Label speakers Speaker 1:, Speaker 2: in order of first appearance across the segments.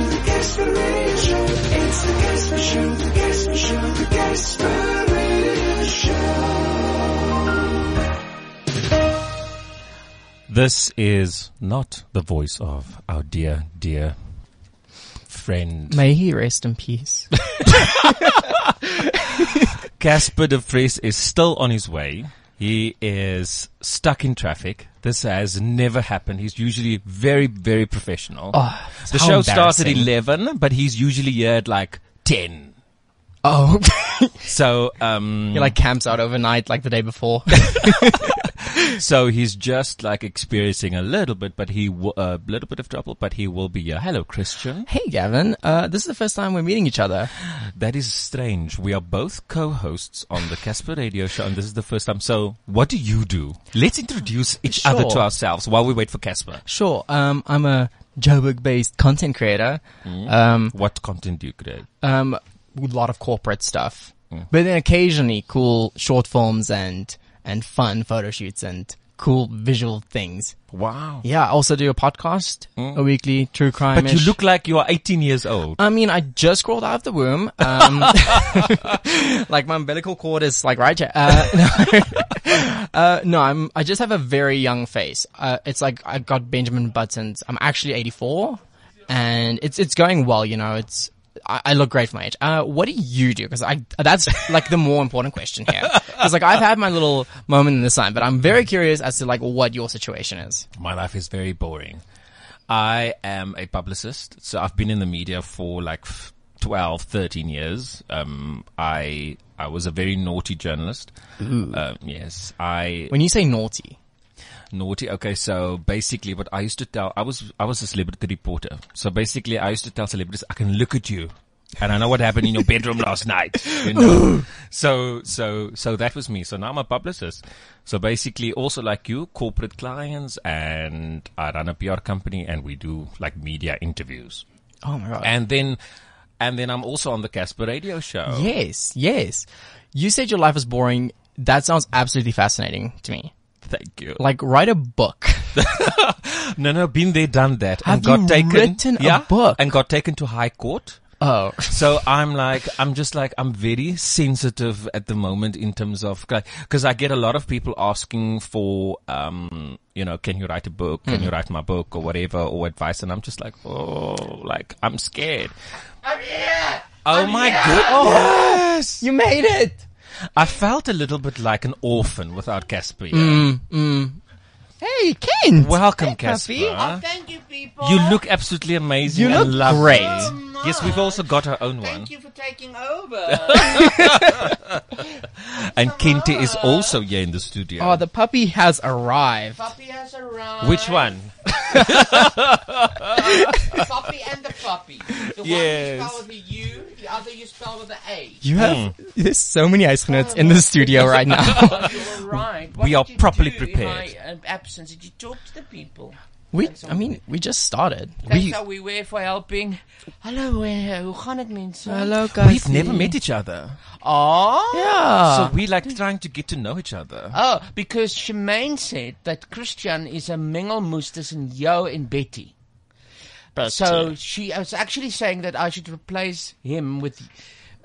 Speaker 1: the Casper Radio Show. It's the Casper Show, the Casper Show, the Casper Radio Show.
Speaker 2: This is not the voice of our dear, dear friend
Speaker 3: May he rest in peace.
Speaker 2: Casper de Vries is still on his way. He is stuck in traffic. This has never happened. He's usually very, very professional.
Speaker 3: Oh,
Speaker 2: the
Speaker 3: how
Speaker 2: show starts at
Speaker 3: embarrassing.
Speaker 2: 11, but he's usually here at like 10.
Speaker 3: Oh,
Speaker 2: So, um,
Speaker 3: he like camps out overnight, like the day before.
Speaker 2: so he's just like experiencing a little bit, but he, w- a little bit of trouble, but he will be here. Hello, Christian.
Speaker 3: hey, Gavin. Uh, this is the first time we're meeting each other.
Speaker 2: That is strange. We are both co-hosts on the Casper Radio Show, and this is the first time. So, what do you do? Let's introduce each
Speaker 3: Sure.
Speaker 2: other to ourselves while we wait for Casper.
Speaker 3: Sure. Um, I'm a Joburg-based content creator.
Speaker 2: Mm.
Speaker 3: Um,
Speaker 2: Hmm? What content do you create?
Speaker 3: um, a lot of corporate stuff,
Speaker 2: Mm.
Speaker 3: but then occasionally cool short films and and fun photo shoots and cool visual things.
Speaker 2: Wow! Mm.
Speaker 3: Yeah. I also do a podcast, a weekly true crime.
Speaker 2: But you look like you are 18 years old.
Speaker 3: I mean, I just crawled out of the womb. Um, like my umbilical cord is like right here. Uh, no, uh, no, I'm. I just have a very young face. Uh, it's like I got Benjamin Buttons. I'm actually 84, and it's it's going well. You know, it's I, I look great for my age. Uh, what do you do? Because I that's like the more important question here. Because like I've had my little moment in the sun, but I'm very curious as to like what your situation is.
Speaker 2: My life is very boring. I am a publicist, so I've been in the media for like f- 12, 13 years. Um, I I was a very naughty journalist. Um, yes, I
Speaker 3: When you say naughty,
Speaker 2: Naughty. Okay, so basically, what I used to tell, I was I was a celebrity reporter. So basically, I used to tell celebrities, I can look at you, and I know what happened in your bedroom last night. You know? so so so that was me. So now I'm a publicist. So basically, also like you, corporate clients, and I run a PR company, and we do like media interviews,
Speaker 3: oh my god,
Speaker 2: and then and then I'm also on the Casper Radio Show.
Speaker 3: Yes, yes. You said your life is boring. That sounds absolutely fascinating to me.
Speaker 2: Thank you.
Speaker 3: Like write a book.
Speaker 2: No, no, been there, done that, and
Speaker 3: Have
Speaker 2: got
Speaker 3: you
Speaker 2: taken
Speaker 3: written a
Speaker 2: yeah,
Speaker 3: book?
Speaker 2: and got taken to high court.
Speaker 3: Oh,
Speaker 2: So I'm like, I'm just like, I'm very sensitive at the moment in terms of, cause I get a lot of people asking for, um, you know, can you write a book?
Speaker 3: Hmm.
Speaker 2: Can you write my book or whatever or advice? And I'm just like, oh, like I'm scared. I'm here. Oh my god! yes.
Speaker 3: Oh, you made it.
Speaker 2: I felt a little bit like an orphan without Casper. here.
Speaker 3: Mm, Hey, Ken.
Speaker 2: Welcome, Casper.
Speaker 3: puppy.
Speaker 4: Oh, Thank you, people.
Speaker 2: You look absolutely amazing.
Speaker 3: You
Speaker 2: and
Speaker 3: look
Speaker 2: lovely.
Speaker 3: great.
Speaker 2: Yes, we've also got our own one.
Speaker 4: Thank you for taking over.
Speaker 2: And Kinte is also here in the studio.
Speaker 3: Oh, the puppy has arrived.
Speaker 4: Puppy has arrived.
Speaker 2: Which one?
Speaker 4: Puppy and the puppy. The
Speaker 2: Yes. Hmm.
Speaker 4: one you spell with a U, the other you spell with an A.
Speaker 3: You have there's so many ice nuts in the studio right now.
Speaker 4: Oh, you were right. What
Speaker 2: We are
Speaker 4: did you
Speaker 2: properly
Speaker 4: do
Speaker 2: prepared.
Speaker 4: In my um, absence, did you talk to the people?
Speaker 3: we, I mean, we just started.
Speaker 4: Thanks how we were for helping. Hallo, eh, hoe gaan het mensen?
Speaker 3: guys.
Speaker 2: We've never met each other.
Speaker 4: Oh.
Speaker 3: Yeah.
Speaker 2: so we like trying to get to know each other.
Speaker 4: Oh, because Shemaine said that Christian is a mengelmoes tussen jou and Betty. So she was actually saying that I should replace him with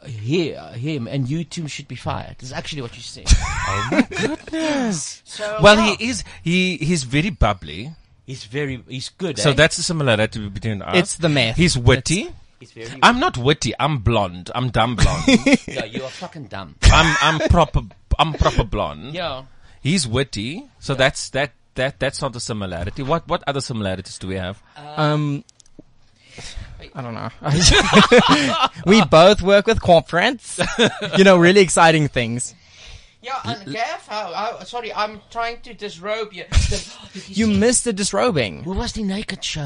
Speaker 4: here, him, and you two should be fired. That's actually what you said. So,
Speaker 2: Oh
Speaker 4: oh,
Speaker 2: well,
Speaker 4: yeah,
Speaker 2: he is. He he's very bubbly.
Speaker 4: he's very he's good.
Speaker 2: So
Speaker 4: eh?
Speaker 2: that's the similarity between us.
Speaker 3: It's the math.
Speaker 2: He's witty.
Speaker 4: he's very.
Speaker 2: I'm not witty. I'm blonde. I'm dumb blonde.
Speaker 4: no, you are fucking dumb.
Speaker 2: I'm I'm proper. I'm proper blonde.
Speaker 4: Yeah.
Speaker 2: He's witty. So that's that. That that's not a similarity. What what other similarities do we have?
Speaker 3: um, I don't know. we both work with corporates. you know, really exciting things.
Speaker 4: Yeah, and Gav, oh, oh, sorry, I'm trying to disrobe you.
Speaker 3: You missed the disrobing.
Speaker 4: Who was the naked show?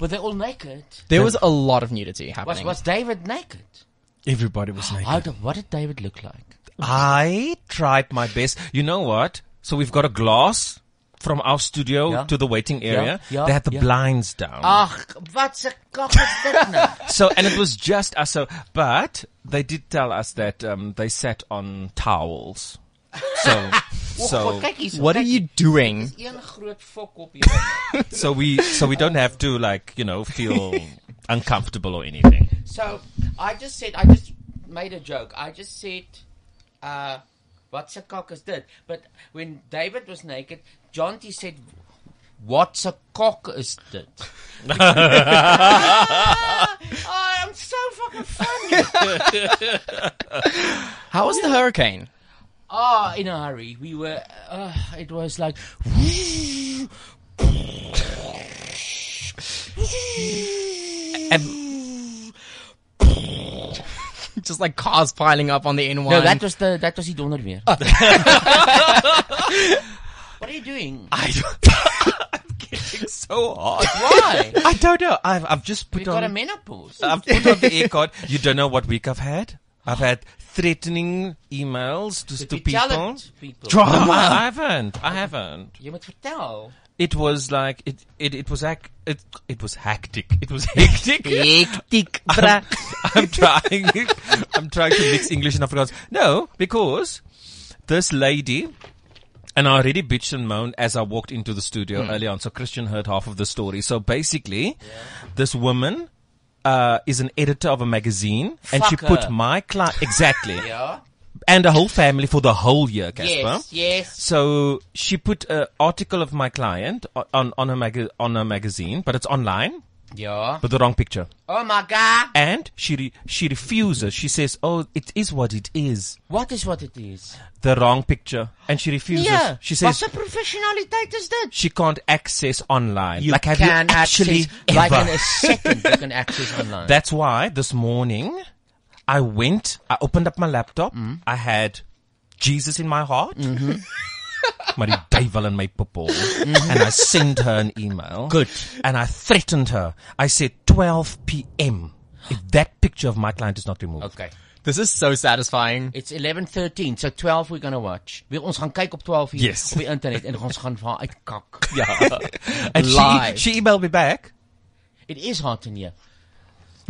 Speaker 4: Were they all naked?
Speaker 3: There was a lot of nudity
Speaker 4: Was
Speaker 3: happening.
Speaker 4: was David naked?
Speaker 2: Everybody was
Speaker 4: How
Speaker 2: naked.
Speaker 4: do, what did David look like?
Speaker 2: I tried my best. You know what? So we've got a glass from our studio
Speaker 4: Yeah.
Speaker 2: to the waiting area.
Speaker 4: yeah,
Speaker 2: they had the
Speaker 4: yeah. Ah.
Speaker 2: blinds down.
Speaker 4: Ach, what's a cock is dit nou?
Speaker 2: So, and it was just us. So, but they did tell us that um, they sat on towels. So,
Speaker 4: God,
Speaker 2: so,
Speaker 4: kyk hier's.
Speaker 3: what are
Speaker 4: kyk,
Speaker 3: you doing?
Speaker 4: Een groot fok op hier.
Speaker 2: so we, so we don't have to like, you know, feel uncomfortable or anything.
Speaker 4: So I just said I just made a joke. I just said, uh, "What's a cock is dit?" But when David was naked, Jonty said, "What's a cock is dit?" I am "Oh, so fucking funny.
Speaker 3: How was the hurricane?
Speaker 4: Ah, in a hurry. We were. Uh, it was like.
Speaker 3: Just like cars piling up on the N1.
Speaker 4: No, that was the that was the donder weer. what are you doing?
Speaker 2: So hard.
Speaker 4: Why?
Speaker 2: I don't know. I've, I've just put
Speaker 4: We
Speaker 2: on.
Speaker 4: got a menopause.
Speaker 2: I've put on the air card. You don't know what week I've had. I've had threatening emails to, to
Speaker 4: We tell
Speaker 2: people.
Speaker 4: it, people.
Speaker 2: No, I haven't. I haven't.
Speaker 4: Jy moet vertel.
Speaker 2: It was like it. It, it was hack. It, it was hectic. It was hectic.
Speaker 4: Hectic,
Speaker 2: I'm, I'm trying. I'm trying to mix English and Afrikaans. No, because this lady. And I already bitched and moaned as I walked into the
Speaker 4: Hmm.
Speaker 2: studio early on. So Christian heard half of the story. So basically, this woman uh, is an editor of a magazine, and she
Speaker 4: Fuck
Speaker 2: put
Speaker 4: her.
Speaker 2: my client exactly,
Speaker 4: Yeah.
Speaker 2: and the whole family for the whole year, Casper.
Speaker 4: Yes, yes.
Speaker 2: So she put an article of my client o- on on a maga- on a magazine, but it's online,
Speaker 4: Yeah.
Speaker 2: but the wrong picture.
Speaker 4: Oh my god.
Speaker 2: And she re- she refuses. She says, "Oh, it is what it is,
Speaker 4: What is what it is?
Speaker 2: the wrong picture," and she refuses.
Speaker 4: Yeah.
Speaker 2: She says
Speaker 4: Wat 'n professionaliteit is dit?
Speaker 2: she can't access online.
Speaker 4: You
Speaker 2: like have
Speaker 4: can
Speaker 2: you actually
Speaker 4: access, like
Speaker 2: ever?
Speaker 4: in a second you can access online.
Speaker 2: That's why this morning I went. I opened up my laptop.
Speaker 4: Mm.
Speaker 2: I had Jesus in my heart.
Speaker 4: Mm-hmm.
Speaker 2: Maar die duivel in my pippel. And I sent her an email.
Speaker 4: Good.
Speaker 2: And I threatened her. I said 12 p.m. If that picture of my client is not removed.
Speaker 4: okay.
Speaker 3: this is so satisfying.
Speaker 4: It's 11:13, so 12 we're going to watch. We ons gaan kyk op 12 uur
Speaker 2: Yes.
Speaker 4: op die internet en ons gaan vir haar uitkak.
Speaker 2: Yeah. and she,
Speaker 3: Live.
Speaker 2: she emailed me back.
Speaker 4: It is hard in here.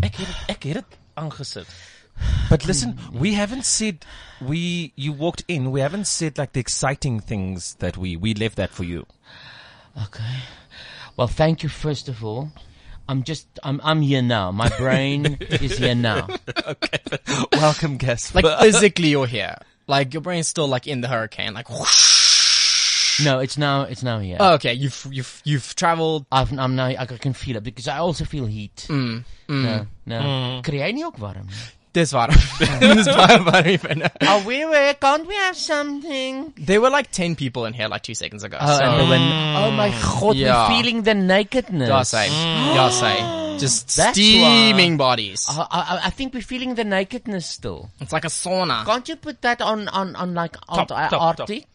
Speaker 2: Ek het dit- ek het dit aangesit. But listen, we haven't said we you walked in. We haven't said like the exciting things that we we left that for you.
Speaker 4: Okay. Well, thank you first of all. I'm just I'm I'm here now. My brain is here now.
Speaker 2: Welcome, guest.
Speaker 3: Like physically, you're here. Like your brain's still like in the hurricane. Like,
Speaker 4: No, it's now it's now here.
Speaker 3: Oh, okay, you've you've you've traveled.
Speaker 4: I've, I'm now, I can feel it because I also feel heat.
Speaker 3: Mm,
Speaker 4: No, no. Kry jy nie ook warm?
Speaker 3: This far. This far, but even-
Speaker 4: oh, we were, can't we have something?
Speaker 3: There were like ten people in here like two seconds ago.
Speaker 4: Oh,
Speaker 3: so.
Speaker 4: and the wind. Oh my god,
Speaker 3: Yeah.
Speaker 4: we're feeling the nakedness.
Speaker 3: Y'all say, y'all say, just
Speaker 4: That's Uh,
Speaker 3: steaming bodies.
Speaker 4: I, I, I think we're feeling the nakedness still.
Speaker 3: It's like a sauna.
Speaker 4: Can't you put that on, on, on like
Speaker 2: Top,
Speaker 4: Ant-
Speaker 2: top,
Speaker 4: Arctic?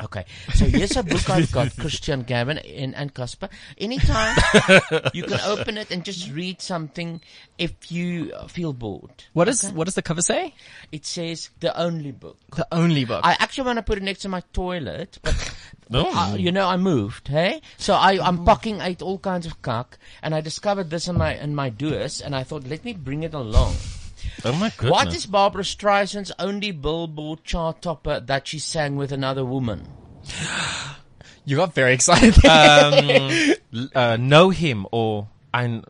Speaker 4: Okay, so here's a book I've got, Christian Gavin and, and Casper. Anytime you can open it and just read something if you feel bored.
Speaker 3: What is what does the cover say?
Speaker 4: It says the only book.
Speaker 3: The only book.
Speaker 4: I actually want to put it next to my toilet, but uh, you know I moved, hey? So I,
Speaker 3: Oh.
Speaker 4: I'm packing out all kinds of cuck, and I discovered this in my in my doers, and I thought, let me bring it along.
Speaker 2: oh my goodness.
Speaker 4: What is Barbara Streisand's only Billboard chart topper that she sang with another woman?
Speaker 3: you got very excited. there.
Speaker 2: uh, know him or I? kn-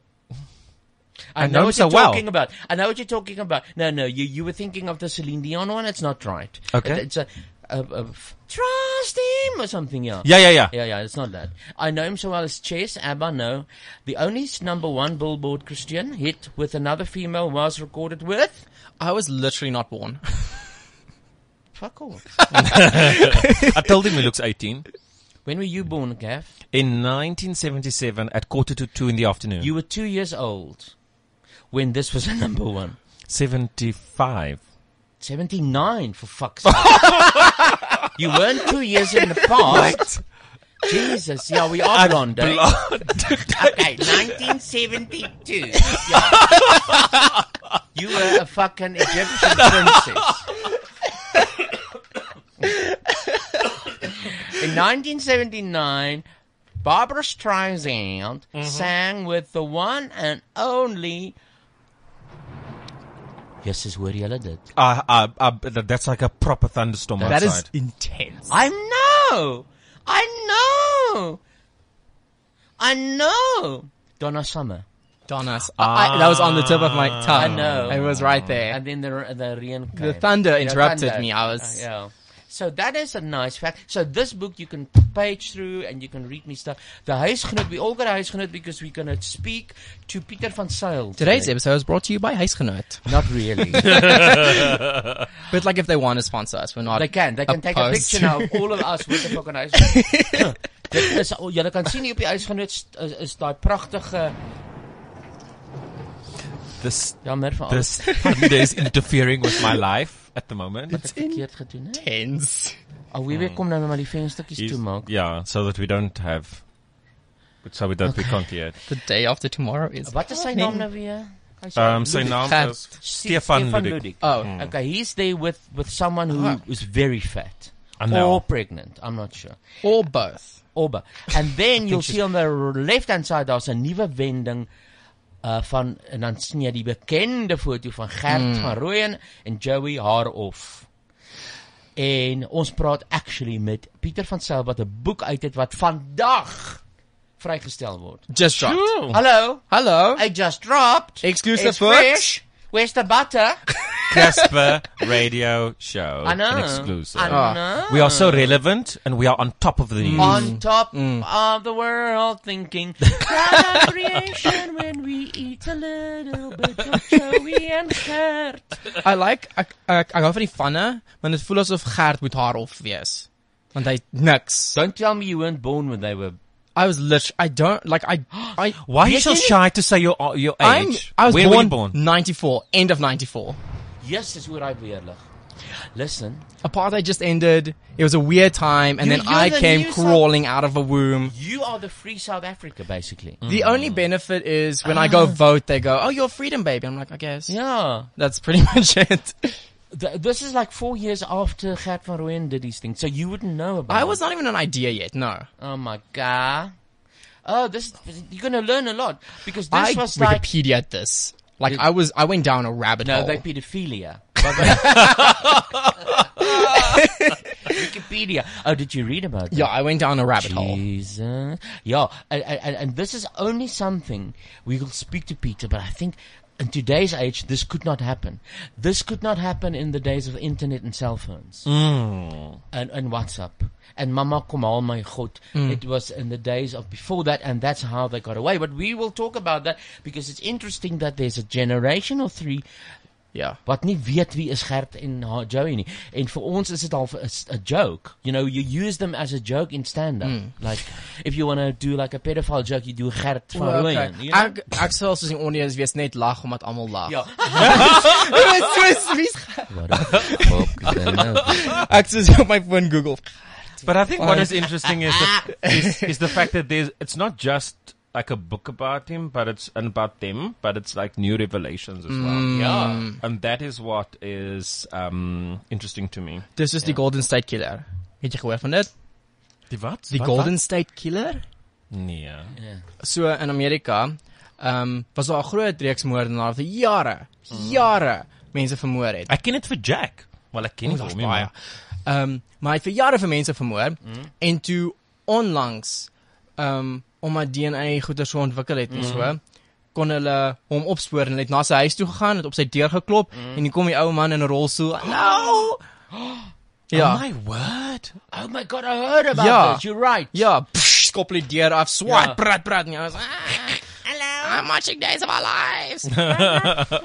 Speaker 4: I,
Speaker 2: know
Speaker 4: what
Speaker 2: so
Speaker 4: you're
Speaker 2: well.
Speaker 4: talking about. I know what you're talking about. No, no, you you were thinking of the Celine Dion one. It's not right.
Speaker 2: Okay.
Speaker 4: It- it's a, a, a f- trust him or something. Yeah.
Speaker 2: Yeah, yeah, yeah.
Speaker 4: Yeah, yeah, it's not that. I know him so well as Chess, ABBA, no. The only s- number one Billboard Christian hit with another female was recorded with...
Speaker 3: I was literally not born.
Speaker 4: Fuck off.
Speaker 2: I told him he looks 18.
Speaker 4: when were you born, Gav?
Speaker 2: In 1977 at quarter to two in the afternoon.
Speaker 4: You were two years old when this was a number one.
Speaker 2: 75.
Speaker 4: 79, for fuck's sake. you weren't two years in the past. Jesus, yeah, we are blonde. eh? Okay, 1972. Yeah. you were a fucking Egyptian princess. In 1979, Barbara Streisand sang with the one and only. Yes, is where Yella did.
Speaker 2: Uh, uh, uh, that's like a proper thunderstorm
Speaker 3: That is
Speaker 2: outside.
Speaker 3: intense.
Speaker 4: I know! I know! I know! Donna Summer.
Speaker 3: Donas. I, I- that was on the tip of my tongue.
Speaker 4: Ah. I know.
Speaker 3: It was right there.
Speaker 4: Oh. And then the the rain
Speaker 3: The
Speaker 4: came.
Speaker 3: thunder
Speaker 4: The
Speaker 3: interrupted
Speaker 4: thunder.
Speaker 3: me. I was.
Speaker 4: Uh, yeah. So that is a nice fact. So this book you can page through and you can read me stuff. The huisgenoot, we all got a huisgenoot because we're gonna speak to Peter van Sail.
Speaker 3: Today's
Speaker 4: today.
Speaker 3: episode is brought to you by Huisgenoot.
Speaker 4: not really.
Speaker 3: But like, if they want to sponsor us, we're not.
Speaker 4: they can. They can take a
Speaker 3: opposed
Speaker 4: picture
Speaker 3: to-
Speaker 4: now of all of us with the fucking huisgenoot. Dit is oh, julle kan sien hier op die huisgenoot st- is, is daai pragtige
Speaker 2: This,
Speaker 4: jammer vir alles
Speaker 2: this thunder is interfering with my life at the moment.
Speaker 4: wat ek verkeerd gedoen het.
Speaker 3: Pins.
Speaker 4: Al wie weer kom nou maar die venstertjies
Speaker 2: Yes.
Speaker 4: toemaak.
Speaker 2: Yeah, so that we don't have, so we don't we can't hear.
Speaker 3: The day after tomorrow is.
Speaker 4: Wat is sy
Speaker 3: coming.
Speaker 4: naam nou weer? Hy sê-
Speaker 2: Um, sy
Speaker 4: Ludwig.
Speaker 2: naam
Speaker 3: Gert.
Speaker 2: is
Speaker 4: Stefan
Speaker 2: Stefan Ludik.
Speaker 4: Ludik.
Speaker 3: Oh,
Speaker 4: Okay, he's there with with someone who
Speaker 3: Ah.
Speaker 4: is very fat
Speaker 2: I know.
Speaker 4: or pregnant. I'm not sure.
Speaker 3: or both.
Speaker 4: Orba. And then you'll see on the left-hand side daar's 'n nuwe wending uh van en dan sien jy die bekende foto van Gert
Speaker 3: Hmm.
Speaker 4: van Rooyen en Joey Haarhof. En ons praat actually met Pieter van Sail wat 'n boek uit het wat vandag vrygestel word.
Speaker 3: Just dropped.
Speaker 4: Hallo,
Speaker 3: Hello.
Speaker 4: I just dropped.
Speaker 3: Exclusive
Speaker 4: It's
Speaker 3: books.
Speaker 4: fresh. Where's the butter?
Speaker 2: Casper Radio Show.
Speaker 4: I know.
Speaker 2: An exclusive.
Speaker 4: I know. Hmm.
Speaker 2: We are so relevant and we are on top of the
Speaker 3: Mm.
Speaker 2: news.
Speaker 4: on top of the world thinking "Proud of creation when we eat a little bit of Joey and Gert.
Speaker 3: I like ek ek ek hou van die vanne, want dit voel asof Gert moet haar of wees. Want hy niks.
Speaker 4: Don't tell me you weren't born when they were.
Speaker 3: I was lit I don't like I I
Speaker 2: Why are you so
Speaker 3: Yes,
Speaker 2: shy to say your your
Speaker 3: I'm,
Speaker 2: age?
Speaker 3: I was
Speaker 2: When were you
Speaker 3: born,
Speaker 2: born?
Speaker 3: 94, end of 94.
Speaker 4: Yes, is where I weerlig. Listen,
Speaker 3: Apartheid just ended. It was a weird time and
Speaker 4: You-
Speaker 3: then
Speaker 4: you're
Speaker 3: I
Speaker 4: the
Speaker 3: came
Speaker 4: new South-
Speaker 3: crawling out of a womb.
Speaker 4: you are the free South Africa, basically.
Speaker 3: The only benefit is when
Speaker 4: Ah.
Speaker 3: I go vote they go, "Oh, you're a freedom baby." I'm like, "I guess."
Speaker 4: Yeah,
Speaker 3: That's pretty much it.
Speaker 4: Th- this is like four years after Gert van Rooyen did these things, so you wouldn't know about.
Speaker 3: I
Speaker 4: it.
Speaker 3: was not even an idea yet. No.
Speaker 4: Oh my god. Oh, this you're gonna learn a lot because this
Speaker 3: I
Speaker 4: was like
Speaker 3: Wikipedia at this. Like I was I went down a rabbit
Speaker 4: No,
Speaker 3: hole.
Speaker 4: they pedophilia. Wikipedia. Oh, did you read about that?
Speaker 3: yeah, I went down a rabbit hole.
Speaker 4: Jesus. Yeah, and, and, and- and this is only something we will speak to Peter, but I think in today's age, this could not happen. This could not happen in the days of internet and cell phones.
Speaker 3: Mm.
Speaker 4: And, and WhatsApp. And Mama Kom Haal My God.
Speaker 3: Mm.
Speaker 4: It was in the days of before that, and that's how they got away. But we will talk about that because it's interesting that there's a generation or three
Speaker 3: Yeah.
Speaker 4: wat nie weet wie is Gert en ha- Joey nie. En vir ons is dit al 'n s- 'n joke. You know, you use them as a joke in stand up.
Speaker 3: Hmm.
Speaker 4: Like if you want to do like a pedophile joke, you do Gert van
Speaker 3: Wel,
Speaker 4: well,
Speaker 3: Oh, okay.
Speaker 4: Rooyen. You know?
Speaker 3: Ek ek sal soos die audience wees net lag omdat almal lag.
Speaker 4: Ja.
Speaker 3: Dis dis wie's ek soos op my foon Google.
Speaker 2: But I think what is interesting is the, is, is the fact that there's it's not just like a book about him, but it's and about them, but it's like new revelations as well.
Speaker 4: Yeah.
Speaker 2: And that is what is um, interesting to me.
Speaker 3: Dis is die Golden State Killer. Het jy gehoor van dit?
Speaker 2: Die wat?
Speaker 3: Die Golden State Killer?
Speaker 2: Nee.
Speaker 3: So in Amerika, ehm um, was daar 'n groot reeks moordenaars wat vir jare, jare mense vermoor het.
Speaker 2: Mhm. Ek ken dit vir Jack. Wel ek ken nie
Speaker 3: Daar's
Speaker 2: hom nie. maar- Mhm.
Speaker 3: baie. Ehm maar hy het vir jare vir mense vermoor en toe onlangs ehm om my DNA goeie so ontwikkel het en so
Speaker 2: Mhm.
Speaker 3: kon hulle hom opspoor en hulle het na sy huis toe gegaan, het op sy deur geklop
Speaker 2: Mhm.
Speaker 3: en hier kom die ou man in 'n rolstoel. Nou. Ja.
Speaker 2: My Oh word.
Speaker 4: Oh my god, I heard about
Speaker 3: Ja.
Speaker 4: this. You're right.
Speaker 3: ja, psh, skop die deur af, swat,
Speaker 4: Ja.
Speaker 3: prat prat en jy was ah, Hello. I'm watching Days of Our Lives.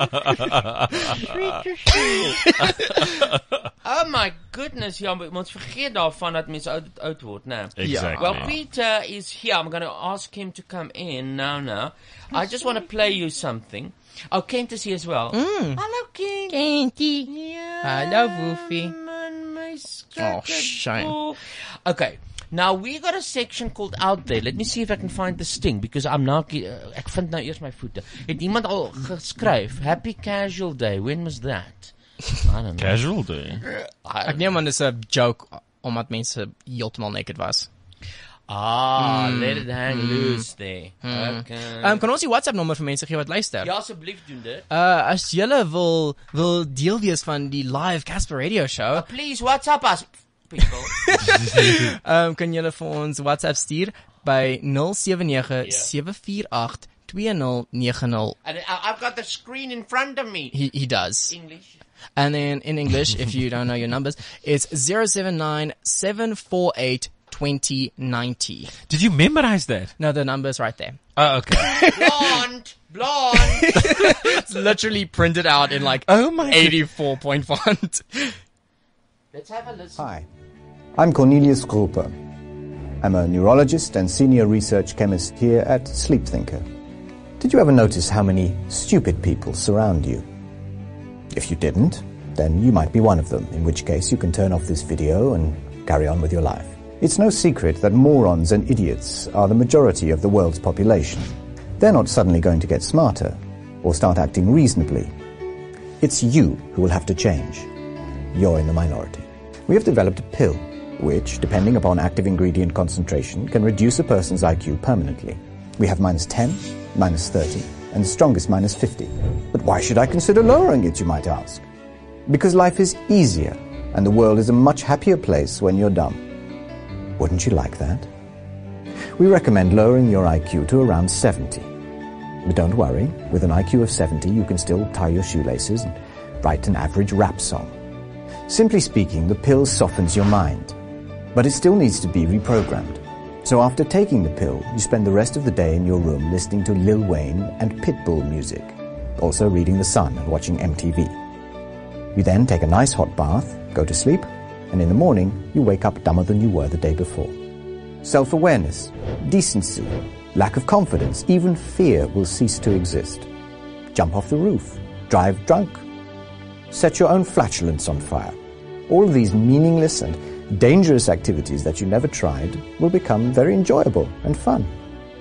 Speaker 4: Oh my goodness, ja, maar ons vergeet daarvan dat mense oud oud word, né? Nee.
Speaker 2: Exactly.
Speaker 4: Well, Peter is here. I'm going to ask him to come in now. Now, I just want to play you something. Oh, Kent is here as well.
Speaker 3: Mm.
Speaker 4: Hello, Kent.
Speaker 3: Kentie.
Speaker 4: Yeah.
Speaker 3: Hallo, Woefie.
Speaker 4: Man, my
Speaker 3: Oh, shame.
Speaker 4: skateboard. Okay, Now we got a section called out there. Let me see if I can find this thing because I'm now ki- uh, ek vind nou eers my voete. Het iemand al geskryf Happy Casual Day? When was that? I don't know.
Speaker 2: Casual day.
Speaker 3: Ek neem aan dis 'n joke omdat mense heeltemal naked was. Hmm.
Speaker 4: Ah, let it hang loose there. Okay.
Speaker 3: Ehm um, kan ons die WhatsApp nommer vir mense gee wat luister?
Speaker 4: ja asseblief doen dit.
Speaker 3: Uh as julle wil wil deel wees van die live Casper Radio show,
Speaker 4: Please WhatsApp us people.
Speaker 3: ehm um, kan julle vir ons WhatsApp stuur
Speaker 4: Ja.
Speaker 3: by 079 748 2090.
Speaker 4: and I, I've got the screen in front of me.
Speaker 3: He he does.
Speaker 4: English.
Speaker 3: And then in English, if you don't know your numbers, it's 079 748 2090.
Speaker 2: Did you memorize that?
Speaker 3: No, the number's right there.
Speaker 2: Oh, okay.
Speaker 4: Blonde, blonde.
Speaker 3: It's literally printed out in like
Speaker 2: oh my.
Speaker 3: 84 point font.
Speaker 4: Let's have a listen.
Speaker 5: Hi, I'm Cornelius Gruppe. I'm a neurologist and senior research chemist here at Sleepthinker. Did you ever notice how many stupid people surround you? If you didn't, then you might be one of them, in which case you can turn off this video and carry on with your life. It's no secret that morons and idiots are the majority of the world's population. They're not suddenly going to get smarter or start acting reasonably. It's you who will have to change you're in the minority. We have developed a pill, which, depending upon active ingredient concentration, can reduce a person's IQ permanently. We have minus 10, minus 30, and the strongest minus 50. But why should I consider lowering it, you might ask? Because life is easier, and the world is a much happier place when you're dumb. Wouldn't you like that? We recommend lowering your IQ to around 70. But don't worry, with an IQ of 70, you can still tie your shoelaces and write an average rap song. Simply speaking, the pill softens your mind, but it still needs to be reprogrammed. So after taking the pill, you spend the rest of the day in your room listening to Lil Wayne and Pitbull music, also reading The Sun and watching MTV. You then take a nice hot bath, go to sleep, and in the morning, you wake up dumber than you were the day before. Self awareness, decency, lack of confidence, even fear will cease to exist. Jump off the roof, drive drunk, set your own flatulence on fire. All of these meaningless and dangerous activities that you never tried will become very enjoyable and fun.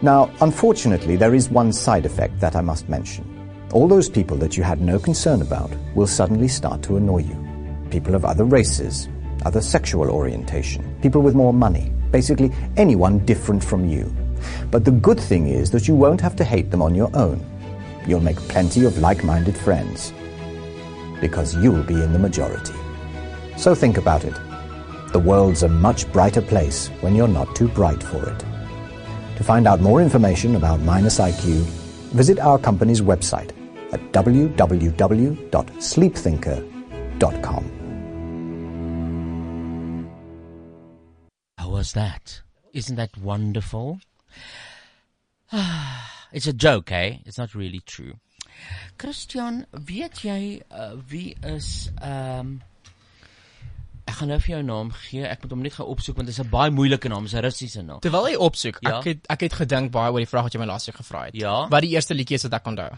Speaker 5: Now, unfortunately, there is one side effect that I must mention. All those people that you had no concern about will suddenly start to annoy you. People of other races, other sexual orientation, people with more money, basically anyone different from you. But the good thing is that you won't have to hate them on your own. You'll make plenty of like-minded friends because you'll be in the majority. So think about it. The world's a much brighter place when you're not too bright for it. To find out more information about Minus IQ, visit our company's website at www.sleepthinker.com.
Speaker 4: How was that? Isn't that wonderful? it's a joke, eh? It's not really true. Christian, weet jy uh, wie is ehm ek gaan nou vir jou 'n naam gee. Ek moet hom net gaan opsoek want dit is 'n baie moeilike naam, dis 'n Russiese naam.
Speaker 3: Terwyl hy opsoek,
Speaker 4: Ja.
Speaker 3: ek het ek het gedink baie oor die vraag wat jy my laas keer gevra het.
Speaker 4: Ja.
Speaker 3: Wat die eerste liedjie is wat ek onthou.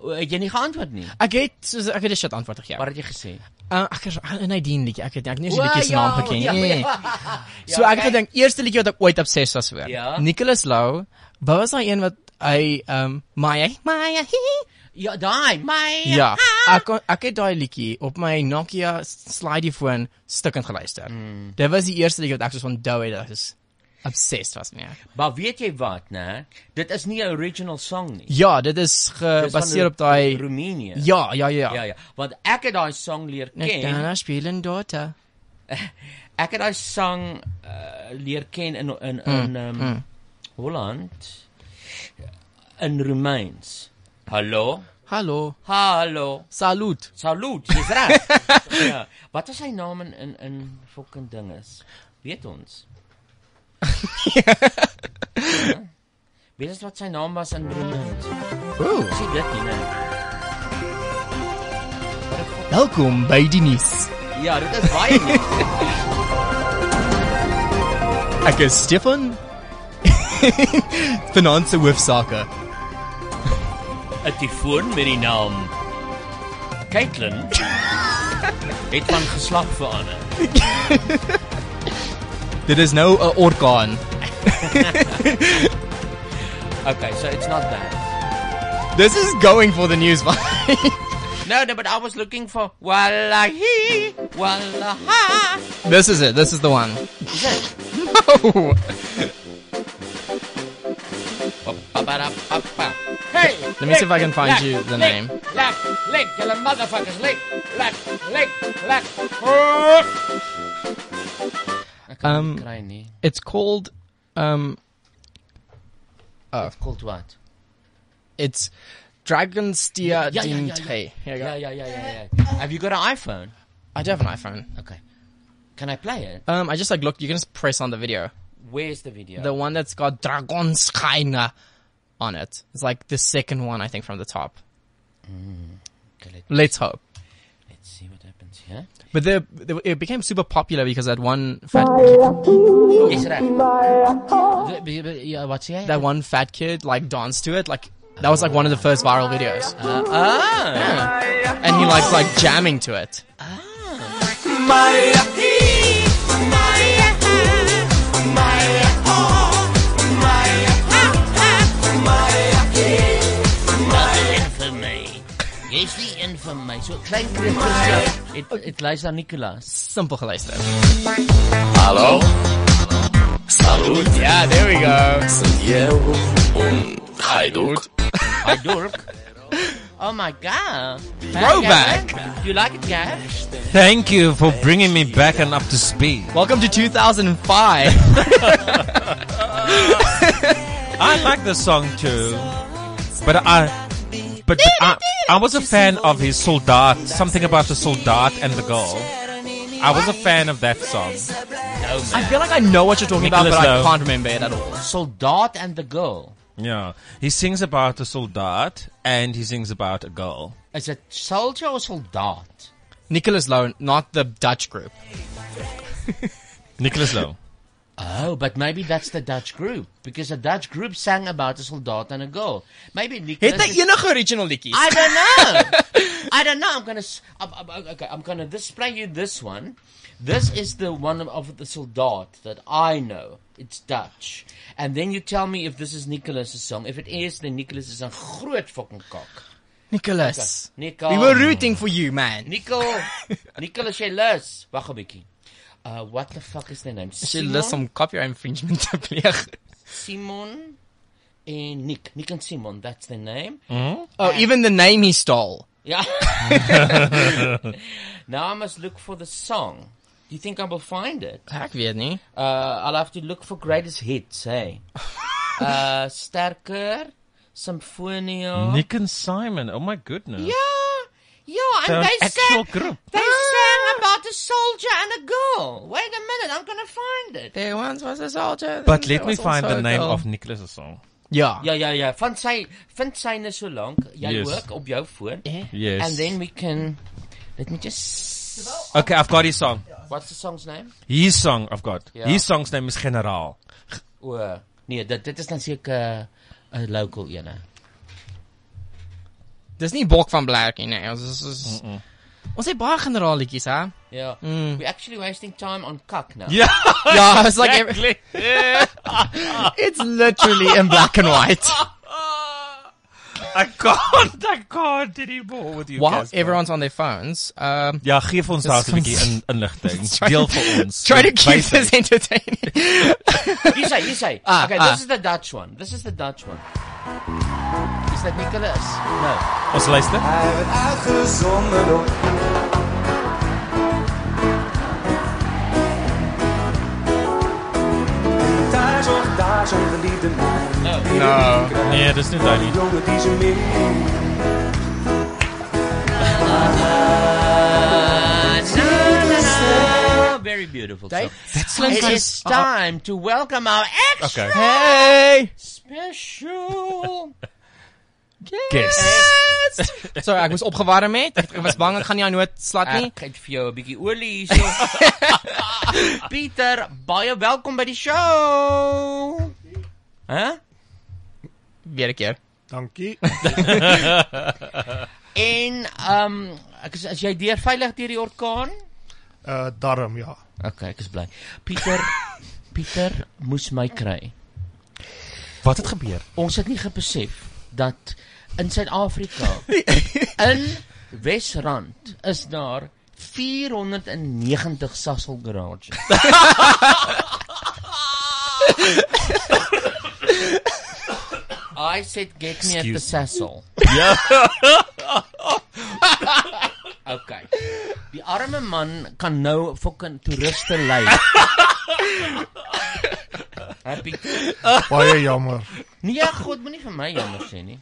Speaker 4: O, Het jy nie geantwoord nie?
Speaker 3: Ek het soos ek het 'n shit antwoord gegee.
Speaker 4: Wat het jy gesê?
Speaker 3: Uh, ek is in hy dien liedjie. Ek het ek het nie eens die
Speaker 4: O,
Speaker 3: liedjie se
Speaker 4: ja,
Speaker 3: naam geken
Speaker 4: ja,
Speaker 3: nie. So ek
Speaker 4: Ja,
Speaker 3: het
Speaker 4: kyk.
Speaker 3: gedink eerste liedjie wat ek ooit obsessed was oor.
Speaker 4: Ja.
Speaker 3: Nicholas Lou. Wat was daai een wat hy ehm um, Maya Maya.
Speaker 4: Ja, daai, my.
Speaker 3: Ja, ek kon- ek het daai liedjie op my Nokia slidey foon stukkend geluister.
Speaker 4: Hmm.
Speaker 3: Mm. Dit was die eerste liedjie wat ek soos onthou het dat ek soos obsessed was nee. mee.
Speaker 4: Maar weet jy wat, né? Dit is nie 'n original song nie.
Speaker 3: Ja, dit is
Speaker 4: Dis van
Speaker 3: gebaseer
Speaker 4: Ro-
Speaker 3: op daai
Speaker 4: Roemenië.
Speaker 3: Ja, ja, ja.
Speaker 4: Ja ja, want ek het daai song leer
Speaker 3: Ek dan
Speaker 4: ken.
Speaker 3: haar speel en daughter.
Speaker 4: Ek het daai song uh, leer ken in in
Speaker 3: Hmm,
Speaker 4: in um, Holland in Roemeens. Hallo.
Speaker 3: Hallo.
Speaker 4: Hallo.
Speaker 3: Salut.
Speaker 4: Salut. Dis reg. ja. Wat is sy naam in in in fucking dinges? Weet ons. ja. Weet ons wat sy naam was in Roemeens?
Speaker 3: Ooh.
Speaker 4: Sien dit nie nou.
Speaker 3: Welkom by die nuus.
Speaker 4: Ja, dit is baie nie.
Speaker 3: Ek is Stefan. Finansie hoofsaake.
Speaker 4: 'n tifoon met die naam Caitlin het van geslag verander.
Speaker 3: Dit is uh, nou 'n orkaan.
Speaker 4: Okay, so it's not that.
Speaker 3: This is going for the news.
Speaker 4: No, no, but I was looking for wallahi, wallaha.
Speaker 3: this is it. This is the one.
Speaker 4: Is it?
Speaker 3: No.
Speaker 4: Ba-ba-da-ba-ba. Hey! Let
Speaker 3: me see if I can find you the name.
Speaker 4: Lack, lick, you little motherfuckers, lick, lack, lick, lack. Oh.
Speaker 3: Um,
Speaker 4: Crying, eh?
Speaker 3: it's called. Um,
Speaker 4: It's called what?
Speaker 3: it's Dragonsteer
Speaker 4: Yeah, yeah, yeah,
Speaker 3: Ding
Speaker 4: yeah.
Speaker 3: Tay. Here you go.
Speaker 4: Yeah, yeah, yeah, yeah, yeah. Have you got an iPhone?
Speaker 3: I do have an iPhone.
Speaker 4: Okay. Can I play it?
Speaker 3: Um, I just like look. You can just press on the video.
Speaker 4: Where's the video?
Speaker 3: The one that's got Dragonskina on it. It's like the second one, I think, from the top.
Speaker 4: Okay, let,
Speaker 3: Let's hope.
Speaker 4: let's Hmm, see what happens here.
Speaker 3: But the, the it became super popular because that one fat
Speaker 4: Oh, Yes, it The- the- the- yeah, What's here?
Speaker 3: that one fat kid like danced to it. Like that was like one of the first viral videos,
Speaker 4: Ah!
Speaker 3: and he likes like jamming to it.
Speaker 4: Infamy. Here's the infamy. So klein Christus. It it lies aan Nicolas.
Speaker 3: Simple geluisterd.
Speaker 6: Hallo? Salut,
Speaker 3: Yeah, there we go.
Speaker 6: Diego und Hajduk.
Speaker 4: I dork. Oh my god.
Speaker 3: Throwback.
Speaker 4: Gav? You like it, Gav?
Speaker 2: Thank you for bringing me back and up to speed.
Speaker 3: Welcome to 2005.
Speaker 2: I like the song too, but I, but, but I, I was a fan of his Soldat. Something about the Soldat and the girl. I was a fan of that song.
Speaker 3: I feel like I know what you're talking about,
Speaker 2: Nicholas
Speaker 3: but
Speaker 2: Lowe.
Speaker 3: I can't remember it at all.
Speaker 4: Soldat and the girl.
Speaker 2: Yeah, he sings about a soldat and he sings about a girl.
Speaker 4: Is it soldier or soldat?
Speaker 3: Nicholas Lowe, not the Dutch group.
Speaker 2: Nicholas Lowe.
Speaker 4: Oh, but maybe that's the Dutch group because the Dutch group sang about a soldat and a girl. Maybe Nicolas.
Speaker 3: Het hy
Speaker 4: is-
Speaker 3: enige original liedjies?
Speaker 4: I don't know. I don't know. I'm gonna. s- I'm, I'm- okay, I'm gonna display you this one. This is the one of the soldat that I know. It's Dutch. And then you tell me if this is Nicholas' song. If it is, then Nicholas is a groot fucking cock.
Speaker 3: Nicholas.
Speaker 4: Nico.
Speaker 3: We were rooting for you, man.
Speaker 4: Nico. Nicholas, jy lus. Wag 'n bietjie. Uh, what the fuck is their name?
Speaker 3: Sy lus om copyright infringement te pleeg.
Speaker 4: Simon and Eh, Nick. Nick and Simon, that's their name.
Speaker 3: Oh, even the name he stole.
Speaker 4: Yeah. now I must look for the song. Do you think I will find it?
Speaker 3: Ek weet nie.
Speaker 4: Uh, I'll have to look for greatest hits, hey. uh, Sterker, Symphonia.
Speaker 2: Nick and Simon. Oh my goodness.
Speaker 4: Ja, Yeah, yeah,
Speaker 2: They're
Speaker 4: and
Speaker 2: an
Speaker 4: they
Speaker 2: actual
Speaker 4: sang,
Speaker 2: group.
Speaker 4: they
Speaker 3: Ah!
Speaker 4: sang about a soldier and a girl. Wait a minute, I'm gonna find it.
Speaker 3: There once was a soldier.
Speaker 2: But let me find the name of Nicholas' song.
Speaker 3: Yeah.
Speaker 4: Ja ja ja, van sy vind syne so lank. Jy
Speaker 2: Yes.
Speaker 4: work op jou foon.
Speaker 2: Yes.
Speaker 4: And then we can let me just
Speaker 2: Okay, I've got his song.
Speaker 4: What's the song's name?
Speaker 2: His song I've got.
Speaker 4: Yeah.
Speaker 2: His song's name is General.
Speaker 4: O, nee, dit dit is dan seker 'n local ene.
Speaker 3: Dis nie Bok van Black nie. nee. Ons is- is Ons het baie generaalletjies, hè? Mm.
Speaker 4: Ja. We're actually wasting time on kak nou. now.
Speaker 2: Yeah.
Speaker 3: Hmm. Ja, it's like every, it's literally in black and white.
Speaker 2: I can't. I can't anymore with you
Speaker 3: While
Speaker 2: guys.
Speaker 3: everyone's on their phones, um
Speaker 2: Ja, geef ons daar so 'n bietjie in inligting. Deel vir ons.
Speaker 3: try to keep
Speaker 2: Basic.
Speaker 3: this entertaining.
Speaker 4: You say, you say.
Speaker 3: Ah,
Speaker 4: okay,
Speaker 3: ah.
Speaker 4: this is the Dutch one. This is the Dutch one. Is that Nicholas? No.
Speaker 2: Ons luister.
Speaker 1: Hij werd uitgezonden op En Daar zocht, daar zo'n verliefde meid.
Speaker 4: Oh.
Speaker 3: no.
Speaker 2: Nee, dis nie daai nie.
Speaker 1: Een jongen die ze min.
Speaker 4: Ah, very beautiful. song. Ah, It is time to welcome our
Speaker 2: Okay.
Speaker 4: extra
Speaker 3: Hey.
Speaker 4: special.
Speaker 2: Guess.
Speaker 3: Sorry, ek was opgewarm met. Ek was bang ek gaan nie aan nood slat nie.
Speaker 2: Ah,
Speaker 4: Ek het vir jou 'n bietjie olie hierso. Pieter, baie welkom by die show. Hæ? Huh?
Speaker 3: Weer 'n keer.
Speaker 7: Dankie.
Speaker 4: En ehm um, ek is as jy deur veilig deur die orkaan?
Speaker 7: Uh Eh, darm ja.
Speaker 4: Okay, ek is bly. Pieter, Pieter moes my kry.
Speaker 2: Wat het gebeur?
Speaker 4: Ons het nie gebesef dat in Suid-Afrika in Wesrand is daar 490 Sasol garages. I said get me at the Sasol. Ja. okay. Die arme man kan nou fucking toeriste lei. Happy
Speaker 7: Baie jammer.
Speaker 4: Nee, God, moenie vir my jammer sê nie.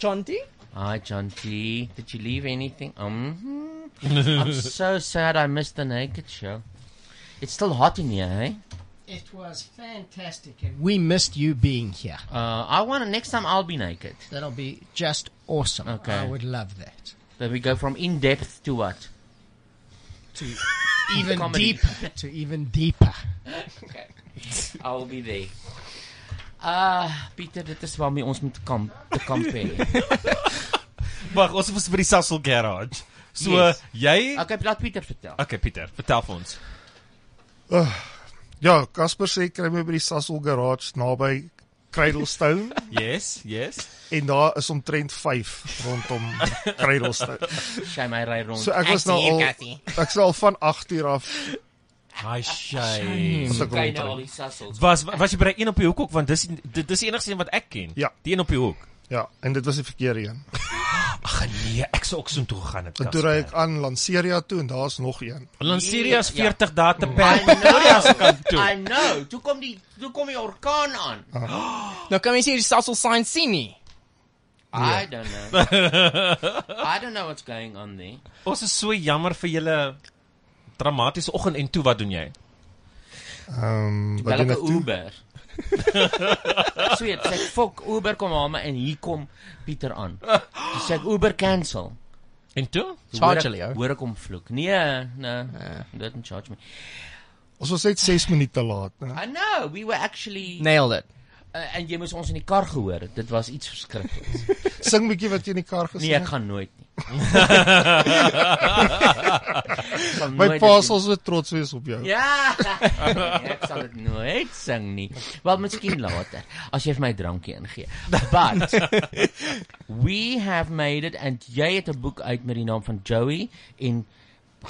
Speaker 3: Chanti?
Speaker 4: Hi, John T. Did you leave anything? Um, I'm so sad I missed the naked show. It's still hot in here, eh?
Speaker 8: It was fantastic, and we missed you being here.
Speaker 4: Uh, I want to, next time I'll be naked.
Speaker 8: That'll be just awesome.
Speaker 4: Okay.
Speaker 8: I would love that.
Speaker 4: Then we go from in depth to what?
Speaker 8: To even
Speaker 4: Comedy.
Speaker 8: deeper. To even deeper.
Speaker 4: I'll be there. Uh, Pieter, dit is waarmee ons moet kamp, te kamp hê.
Speaker 2: Wag, ons was by die Sasol garage. So
Speaker 4: Yes.
Speaker 2: jy
Speaker 4: Okay, laat Pieter vertel.
Speaker 2: Okay, Pieter, vertel vir ons.
Speaker 7: Ja, Casper sê kry my by die Sasol garage naby Cradlestone
Speaker 2: Yes, yes.
Speaker 7: en daar is omtrent 5 rondom Cradlestone.
Speaker 4: Shame I ry rond.
Speaker 7: So ek was nou al ek sal al van 8 uur af
Speaker 2: Hi shay.
Speaker 7: sukkel
Speaker 4: Kyk nou al
Speaker 7: rondry.
Speaker 4: die sassels.
Speaker 2: Was was jy by die een op die hoek ook want dis dit dis die enigste een wat ek ken.
Speaker 7: Ja.
Speaker 2: Die een op die hoek.
Speaker 7: Ja, en dit was die verkeerde een.
Speaker 2: Ag nee, ek sou ook so toe gaan het.
Speaker 7: En toe ry ek aan Lanceria toe en daar's nog een.
Speaker 2: Lanseria is
Speaker 4: Ja.
Speaker 2: 40 dae te
Speaker 4: I
Speaker 2: per Pretoria se
Speaker 4: know.
Speaker 2: kant toe.
Speaker 4: I know. Toe kom die toe kom die orkaan aan.
Speaker 3: Nou kan mens hier die Sasol sign sien nie.
Speaker 4: I don't know. I don't know what's going on there.
Speaker 2: Ons is so jammer vir julle dramatiese oggend en toe wat doen jy?
Speaker 7: Ehm um, wat doen
Speaker 4: Welke
Speaker 7: ek toe?
Speaker 4: Uber? Sweet, sê ek, fok Uber kom haal my en hier kom Pieter aan. Toe sê ek Uber cancel.
Speaker 2: En toe?
Speaker 4: Toe
Speaker 3: Charge
Speaker 4: hoor ek-
Speaker 3: hulle jou? Eh.
Speaker 4: Hoor ek hom vloek. Nee, nee. Dit didn't charge me.
Speaker 7: Ons was net 6 minute laat, né?
Speaker 4: I know, we were actually nee.
Speaker 3: Nailed it.
Speaker 4: uh, en jy moes ons in die kar gehoor het. Dit was iets verskrikliks.
Speaker 7: Sing bietjie wat jy in die kar
Speaker 4: Nee,
Speaker 7: gesing
Speaker 4: ek
Speaker 7: het.
Speaker 4: gaan nooit nie. Ek sal
Speaker 7: My
Speaker 4: nooit
Speaker 7: pa
Speaker 4: dit
Speaker 7: sal so trots wees op jou.
Speaker 4: Ja. Nee, ek sal dit nooit sing nie. Wel miskien later as jy vir my drankie ingee. But we have made it and jy het 'n boek uit met die naam van Joey en